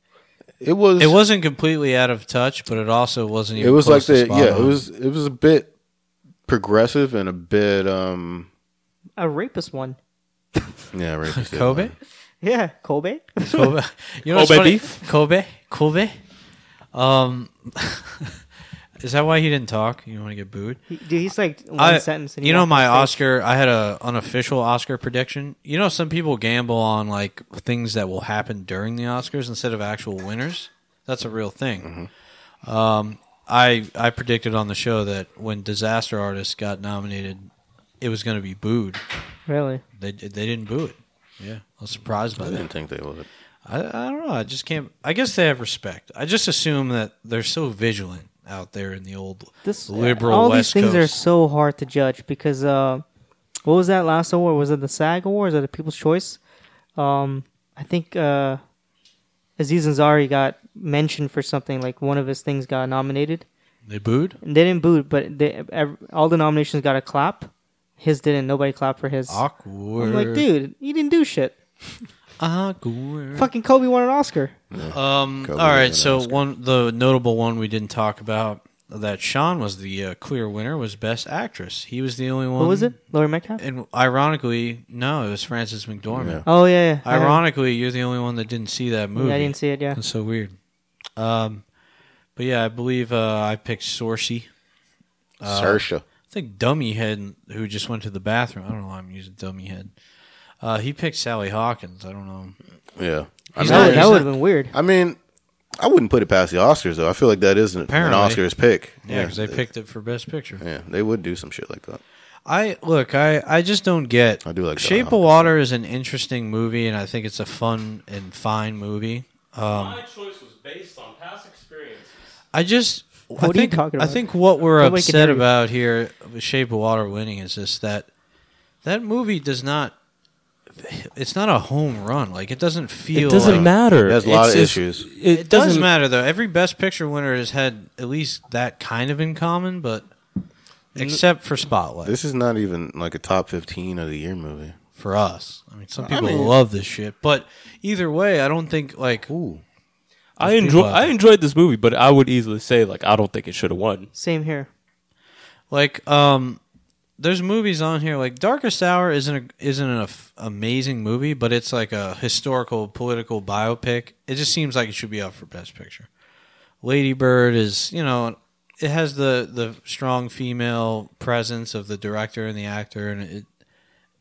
It was. it wasn't completely out of touch, but it also wasn't even. It was like close to the spot yeah. It on. was it was a bit progressive and a bit um A rapist one. yeah. Rapist Kobe. Yeah, Kobe. Kobe, you know what's Kobe funny? beef? Kobe, Kobe. Um, is that why he didn't talk? You want to get booed? He- Dude, he's like one I- sentence. And he you know walked my off stage. Oscar. I had a unofficial Oscar prediction. You know, some people gamble on like things that will happen during the Oscars instead of actual winners. That's a real thing. Um, Mm-hmm. I I predicted on the show that when Disaster Artist got nominated, it was going to be booed. Really? They they didn't boo it. Yeah, I was surprised by I that. didn't think they would. I, I don't know. I just can't. I guess they have respect. I just assume that they're so vigilant out there in the old This uh, liberal All West these things are Coast. so hard to judge because uh, what was that last award? Was it the SAG Awards or the People's Choice? Um, I think uh, Aziz Ansari got mentioned for something like one of his things got nominated. they booed. And they didn't boot, but they, ev all the nominations got a clap. His didn't. Nobody clapped for his. Awkward. I'm like, dude, you didn't do shit. Awkward. Fucking Kobe won an Oscar. Um. Kobe all right. was So one, the notable one we didn't talk about that Sean was the uh, clear winner was Best Actress. He was the only one. What was it? Laurie Metcalf. And ironically, no, it was Frances McDormand. Oh yeah. yeah. I heard- Ironically, you're the only one that didn't see that movie. Yeah, I didn't see it. Yeah. That's so weird. Um, but yeah, I believe uh, I picked Sorcy. Uh, Saoirse. I think Dummy Head, who just went to the bathroom. I don't know why I'm using Dummy Head. Uh, he picked Sally Hawkins. I don't know. Yeah. I He's mean, not- That, he's would have been weird. I mean, I wouldn't put it past the Oscars though. I feel like that isn't an Apparently. Oscars pick. Yeah, because they picked it for Best Picture. Yeah, they would do some shit like that. I look, I, I just don't get. I do like Sally Shape of Hawkins. Water is an interesting movie, and I think it's a fun and fine movie. Um, My choice was based on past experience. I just. I are you think, talking I about? think what we're Nobody can upset hear you. about here with Shape of Water winning is just that that movie does not. It's not a home run. Like it doesn't feel. It doesn't like- matter. It has a lot It's of just- issues. It, It does doesn't matter. matter though. Every Best Picture winner has had at least that kind of in common, but except for Spotlight This is not even like a top fifteen of the year movie. for us. I mean, some people love this shit, but either way, I don't think like Ooh, I enjoy. people out I there. enjoyed this movie, but I would easily say like I don't think it should have won. Same here. Like, um, there's movies on here like Darkest Hour isn't a, isn't an af- amazing movie, but it's like a historical political biopic. It just seems like it should be up for Best Picture. Lady Bird is you know it has the the strong female presence of the director and the actor, and it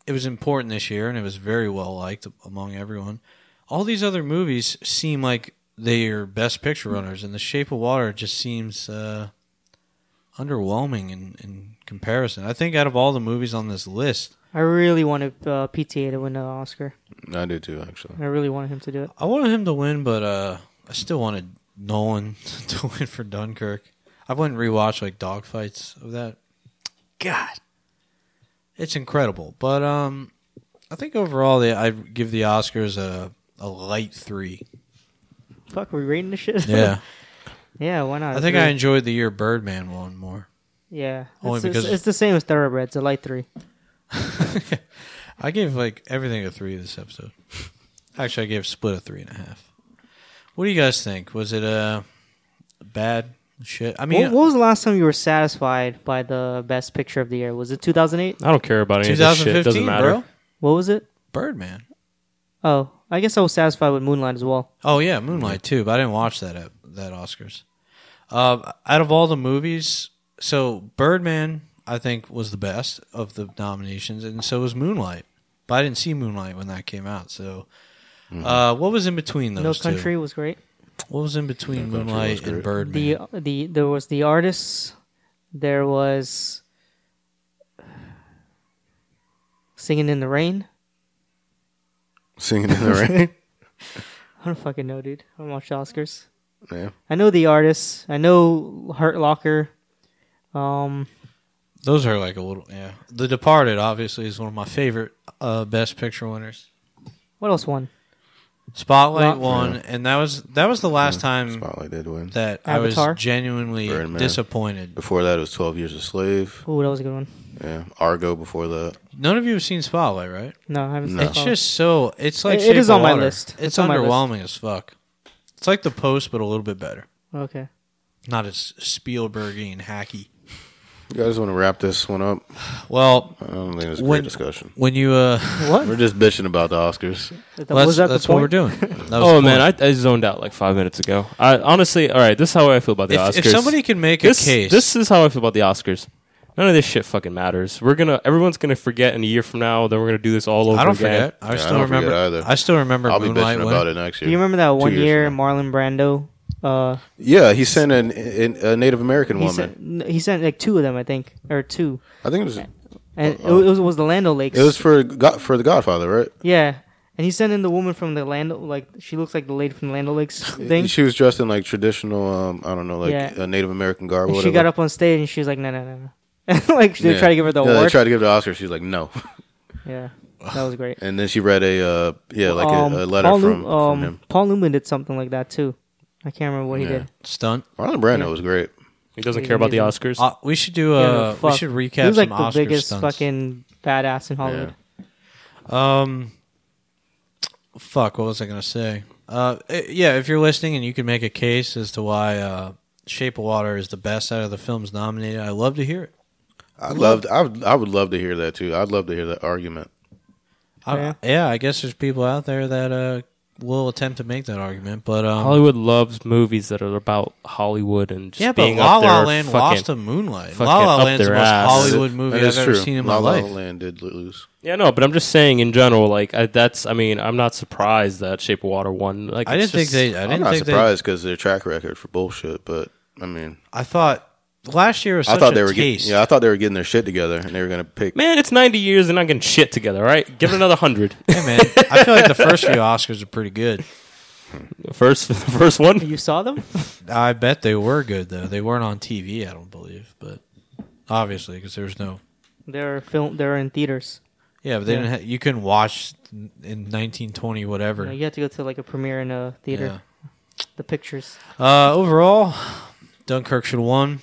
it was important this year, and it was very well liked among everyone. All these other movies seem like they are Best Picture runners, and The Shape of Water just seems. Uh, underwhelming in, in comparison. I think out of all the movies on this list, I really wanted uh, PTA to win the Oscar. I did too, actually. I really wanted him to do it. I wanted him to win, but uh, I still wanted Nolan to win for Dunkirk. I went and rewatched like dogfights of that. God, it's incredible. But um, I think overall, they, I give the Oscars a a light three. Fuck, are we rating this shit? Yeah, yeah, why not? I think Three. I enjoyed the year Birdman one more. Yeah. Only It's, it's- because- it's the same as Thoroughbreds, a light three. I gave like everything a three this episode. Actually, I gave Split a three and a half. What do you guys think? Was it uh, bad shit? I mean, What, what was the last time you were satisfied by the best picture of the year? Was it 2008? I don't care about any of this shit. It 2015, doesn't matter. bro. What was it? Birdman. Oh, I guess I was satisfied with Moonlight as well. Oh yeah, Moonlight too. But I didn't watch that at that Oscars. Uh, out of all the movies, so Birdman I think was the best of the nominations, and so was Moonlight. But I didn't see Moonlight when that came out. So, Mm-hmm. uh, what was in between those no two? Country was great. What was in between Moonlight and Birdman? The the there was the artists. There was singing in the rain. Singing in the rain. I don't fucking know, dude. I don't watch the Oscars. yeah. I know the artists. I know Hurt Locker. Um, Those are like a little yeah. The Departed obviously is one of my favorite uh, best picture winners. what else won? Spotlight Not- won, and that was that was the last time Spotlight did win. that I Avatar? was genuinely Birdman. disappointed. Before that, it was 12 Years a Slave. Oh, that was a good one. Yeah. Argo before that. None of you have seen Spotlight, right? No, I haven't. No. seen It's that. just so it's like It- it Shape is of on my Water. list. It's, It's on my list. underwhelming as fuck. It's like The Post, but a little bit better. okay. Not as Spielbergy and hacky. You guys want to wrap this one up? Well, I don't think it's a When- great discussion. when you uh, What? We're just bitching about the Oscars. That- that's, was that that's the what we're point? doing. That was Oh the man, point. I, I zoned out like five minutes ago. I honestly, all right, this is how I feel about the if, Oscars. if somebody can make this, a case, this is how I feel about the Oscars. None of this shit fucking matters. We're gonna, everyone's gonna forget in a year from now. Then we're gonna do this all over. I don't again. forget. I Yeah, I still don't forget remember. either. I still remember I'll be Moonlight bitching winning. about it next year. Do you remember that Two one years year from now. Marlon Brando? Uh, Yeah, he sent an, an, a Native American he woman. sent n- he sent like two of them, I think, or two, I think it was. and it, was, it was the Lando Lakes. It was for God, for the Godfather, right? yeah, and he sent in the woman from the Lando, like she looks like the lady from the Lando Lakes thing. She was dressed in like traditional, um, I don't know, like Yeah. a Native American garb. or And Whatever. she got up on stage and she was like, no, no, no, no. like they Yeah. tried to give her the Yeah, They award. tried to give her the Oscar. She's like, no. yeah, that was great. And then she read a uh, yeah, like Um, a, a letter Paul from, Newman- um, from him. Paul Newman did something like that too. I can't remember what he Yeah. did. Stunt. Marlon Brando was great. He doesn't care about the Oscars. Uh, we should do. Yeah, no, Uh, we fuck. should He recap was like some the Oscar biggest stunts. fucking badass in Hollywood. Um, fuck. What was I gonna say? Uh, eh, yeah. If you're listening and you can make a case as to why uh, Shape of Water is the best out of the films nominated, I love to hear it. I loved. I would, I would love to hear that too. I'd love to hear that argument. I, Yeah. yeah. I guess there's people out there that uh, will attempt to make that argument, but um, Hollywood loves movies that are about Hollywood and just yeah, but being La up there La and Land fucking- lost to Moonlight. fucking La La up Land's the their most ass. Hollywood movie That I've is ever true. seen in my La La life. Land did lose. Yeah, no, but I'm just saying in general, like I, that's. I mean, I'm not surprised that Shape of Water won. Like I it's didn't think just- they. I didn't I'm not think they surprised because their track record for bullshit. But I mean, I thought last year was such I thought a they were getting. taste. Yeah, I thought they were getting their shit together and they were gonna pick. Man, it's 90 years and I'm getting shit together. All right, give it another hundred. Hey, man, I feel like the first few Oscars are pretty good. first, the first one. You saw them? I bet they were good though. They weren't on TV, I don't believe, but obviously because there was no. they're film. They're in theaters. Yeah, but they didn't. Ha- you couldn't watch in 1920 whatever. You had to go to like a premiere in a theater. Yeah. The pictures. Uh, overall, Dunkirk should have won.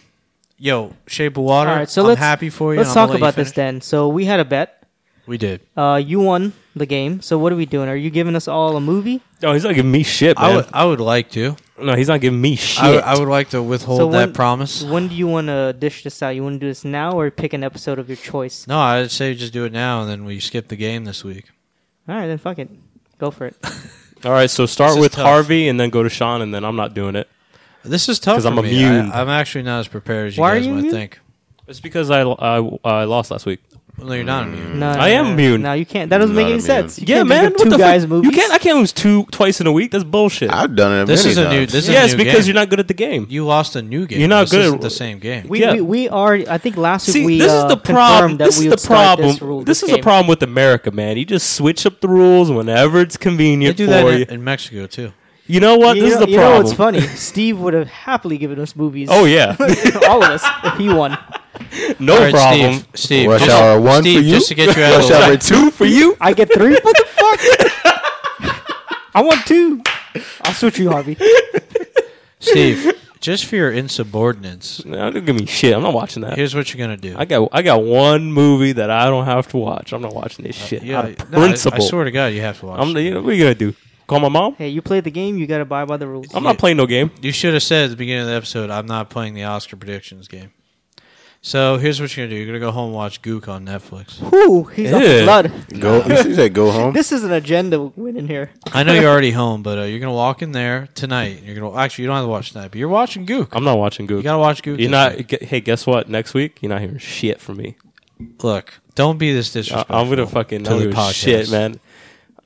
Yo, Shape of Water. All right, so I'm let's happy for you. Let's and I'm talk gonna about Oh, let you this then. So we had a bet. finish. We did. Uh, you won the game. So what are we doing? Are you giving us all a movie? No, he's not giving me shit, man. I would. I would like to. No, he's not giving me shit. I, I would like to withhold So when- that promise. When do you want to dish this out? You want to do this now or pick an episode of your choice? No, I'd say just do it now, and then we skip the game this week. All right, then fuck it. Go for it. All right, so start This is with tough. Harvey and then go to Sean, and then I'm not doing it. This is tough 'Cause for I'm me. immune. I, am actually not as prepared as you Why are guys you might immune? think. It's because I I, I lost last week. No, you're not immune. No, I am immune. No, you can't. That doesn't make Not any immune. sense. You can't think of Two guys movies. You can't. I can't lose two twice in a week. That's bullshit. I've done it. This many is a new- times. this is- yeah, it's new because game. you're not good at the game. You lost a new game. You're not This good at- isn't the same game. we, yeah. we we are. I think last week See, we this is uh, the problem. confirmed that This we is would the start problem. This, rule, This, is game. the problem with America, man. You just switch up the rules whenever it's they convenient do for that you. in, in Mexico too. You know what? You this know, is the you know problem. what's funny? Steve would have happily given us movies. Oh yeah, all of us if he won. no All right, problem. Steve. Steve, Rush just, hour one Steve, for you. just to get you out of Rush the way. hour two for you. I get three. What the fuck? I want two. I'll switch you, Harvey. Steve, just for your insubordinates, No, don't give me shit. I'm not watching that. here's what you're gonna do. I got I got one movie that I don't have to watch. I'm not watching Uh, this shit. Yeah, Out of no, I- principle. I, swear to God, you have to watch. I'm the, you know, what are you gonna do? Call my mom? Hey, you played the game. You got to abide by the rules. I'm not playing no game. You should have said at the beginning of the episode, I'm not playing the Oscar predictions game. So here's what you're gonna do. You're gonna go home and watch Gook on Netflix. Who? He's up Ew. to blood. Go. You see that? Go home. This is an agenda winning here. I know you're already home, but uh, you're gonna walk in there tonight. You're gonna actually you don't have to watch tonight, but you're watching Gook. I'm not watching Goop. you gotta watch Gook. Oh, You're this not. week. Hey, guess what? Next week, you're not hearing shit from me. Look, don't be this I, disrespectful. I'm gonna fucking to I don't the give a podcast. shit, man.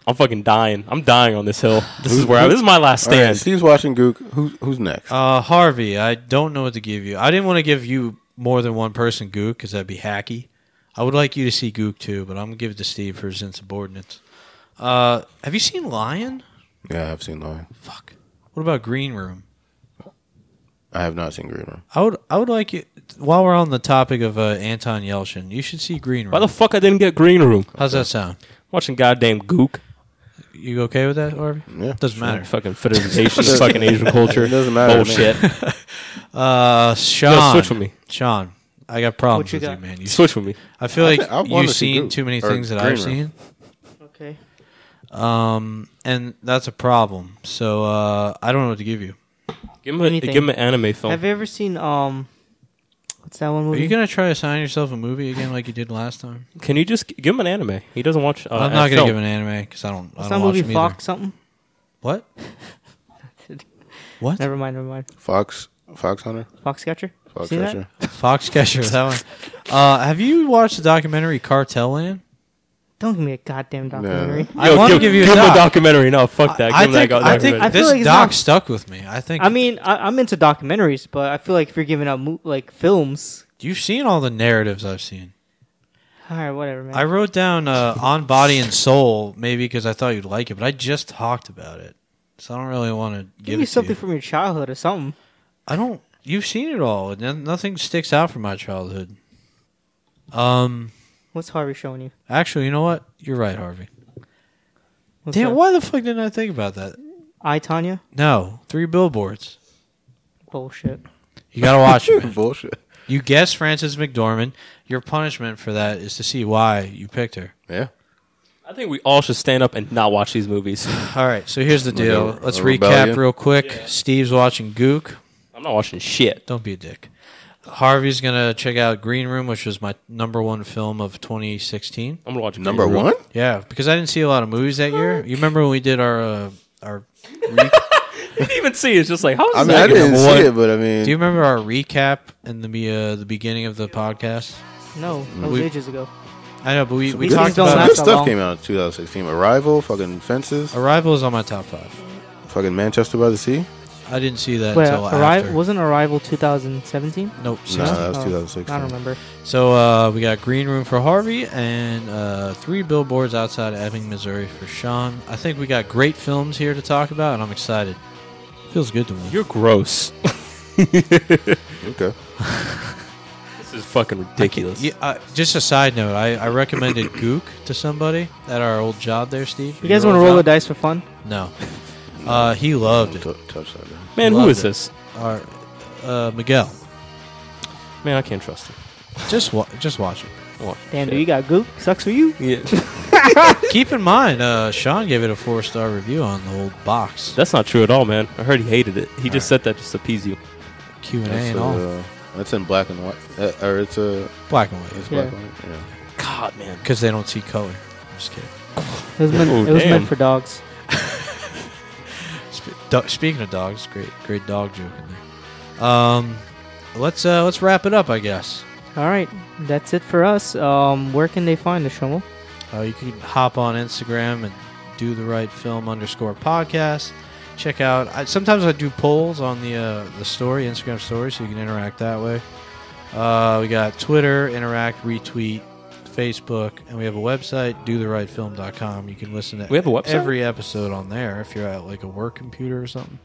I'm fucking dying. I'm dying on this hill. This is where I, this is my last All right, stand. Steve's watching Gook. Who's who's next? Uh, Harvey, I don't know what to give you. I didn't want to give you more than one person Gook because that'd be hacky. I would like you to see Gook too, but I'm gonna give it to Steve for his insubordinates. Uh, have you seen Lion? yeah, I've seen Lion. Fuck. What about Green Room? I have not seen Green Room. I would I would like you while we're on the topic of uh, Anton Yelchin, you should see Green Room. Why the fuck I didn't get Green Room? How's that sound? watching goddamn Gook. You okay with that, Harvey? Yeah, Doesn't matter. Fucking fetishization, of fucking Asian culture. It doesn't matter to me. Bullshit. Uh, Sean, No, switch with me. Sean, I got What problems you with got? you, man. You, Switch with me. I feel I like thi- I wanna you've see seen Goop too many or things that Green I've Room. seen, Okay. um, and that's a problem. So uh, I don't know what to give you. Give him, a, Anything. give him an anime film. Have you ever seen um? What's that one Are movie? you gonna try to sign yourself a movie again like you did last time? Can you just g- give him an anime? He doesn't watch. Uh, I'm not a gonna film. give an anime because I don't. What's that I don't watch movie? them either. Fox something. What? what? Never mind. Never mind. Fox. Fox Hunter. Foxcatcher. Fox Seen that? Hunter. Foxcatcher, that one. Uh, have you watched the documentary Cartel Land? Don't give me a goddamn documentary. I want to give, give you a give him a doc. documentary. No, fuck that. Give I him that think, I think documentary. I feel this like it's doc not- stuck with me. I think I mean, I, I'm into documentaries, but I feel like if you're giving out mo- like films, you've seen all the narratives I've seen. all right, whatever, man. I wrote down uh, on body and soul maybe because I thought you'd like it, but I just talked about it, so I don't really want to give give me it to something you. from your childhood or something. I don't. You've seen it all. and then Nothing sticks out from my childhood. Um. What's Harvey showing you? Actually, you know what? You're right, Harvey. What's Damn, that? why the fuck didn't I think about that? I Tanya. No, three billboards. Bullshit. You gotta watch it. man. Bullshit. You guessed Frances McDormand. Your punishment for that is to see why you picked her. Yeah. I think we all should stand up and not watch these movies. All right, so here's the deal. a Let's rebellion. recap real quick. Steve's watching Gook. I'm not watching shit. Don't be a dick. Harvey's gonna check out Green Room, which was my number one film of 2016. I'm gonna watch Number Green Room. one. Yeah, because I didn't see a lot of movies that year. You remember when we did our uh, our? Re- I didn't even see. it. It's just like how is I mean, that I your didn't number see one? it, but I mean, do you remember our recap in the be- uh, the beginning of the podcast? No, that was We- ages ago. I know, but we, we good talked stuff. about some last good that stuff long. came out in 2016. Arrival, fucking Fences, Arrival is on my top five. fucking Manchester by the Sea. I didn't see that Wait, until Arri- after. Uh, wasn't Arrival 2017? nope. No, 16. that was Oh, I 2016. don't remember. So uh, we got Green Room for Harvey and uh, three billboards outside Ebbing, Missouri for Sean. I think we got great films here to talk about, and I'm excited. Feels good to me. You're gross. Okay. This is fucking ridiculous. Yeah, uh, just a side note, I, I recommended Gook to somebody at our old job there, Steve. You guys want to roll the the dice for fun? No. Uh, he loved Don't it. tou- touch that. man. Man, who Loved is it. this? Our, uh, Miguel, Man, I can't trust him. just wa- just watch it. I want- Damn, dude, you got goop. Sucks for you. Yeah. Keep in mind, uh, Sean gave it a four star review on the old box That's not true at all, man. I heard he hated it. He just said that just to appease you. Q and A That's, and all. uh, that's in black and white, uh, or it's a uh, Black and white it's Yeah. black and white. Yeah. God, man. because they don't see color. I'm just kidding. It was meant, Oh, it was damn. meant for dogs. Sp- do- speaking of dogs, great, great dog joke in there. Um, let's uh, let's wrap it up, I guess. All right, that's it for us. Um, where can they find the Shomo? Uh, you can hop on Instagram and do the right film underscore podcast. Check out. I, sometimes I do polls on the uh, the story Instagram story, so you can interact that way. Uh, we got Twitter, interact, retweet, Facebook, and we have a website, do the right film.com. You can listen to We have a website? every episode on there if you're at like a work computer or something.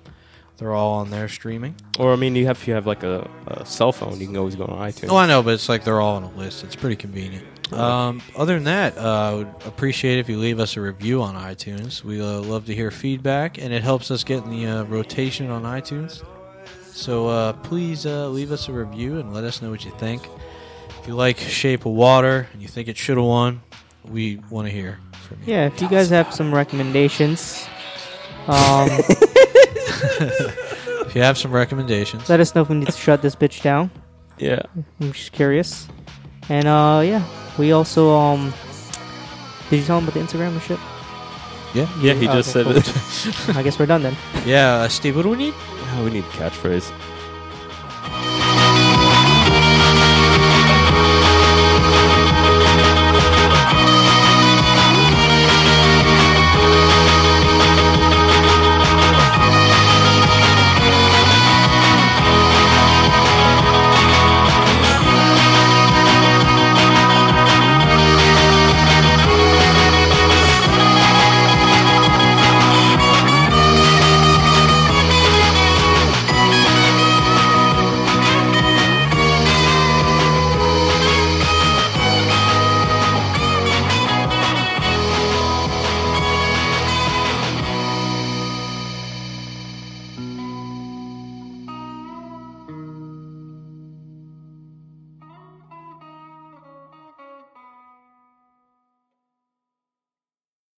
They're all on there streaming. Or I mean, you have if you have like a, a cell phone, you can always go on iTunes. Oh, I know, but it's like they're all on a list. It's pretty convenient. Um, other than that, uh, I would appreciate if you leave us a review on iTunes. We uh, love to hear feedback, and it helps us get in the uh, rotation on iTunes. So uh, please uh, leave us a review and let us know what you think. If you like Shape of Water and you think it should have won, we want to hear from you. Yeah, if you guys have some recommendations, um, If you have some recommendations, let us know if we need to shut this bitch down. Yeah. I'm just curious. And uh, yeah, we also um, did you tell them about the Instagram and shit? Yeah, he Okay, just said cool. it. I guess we're done then. yeah, uh, Steve, what do we need? we need a catchphrase.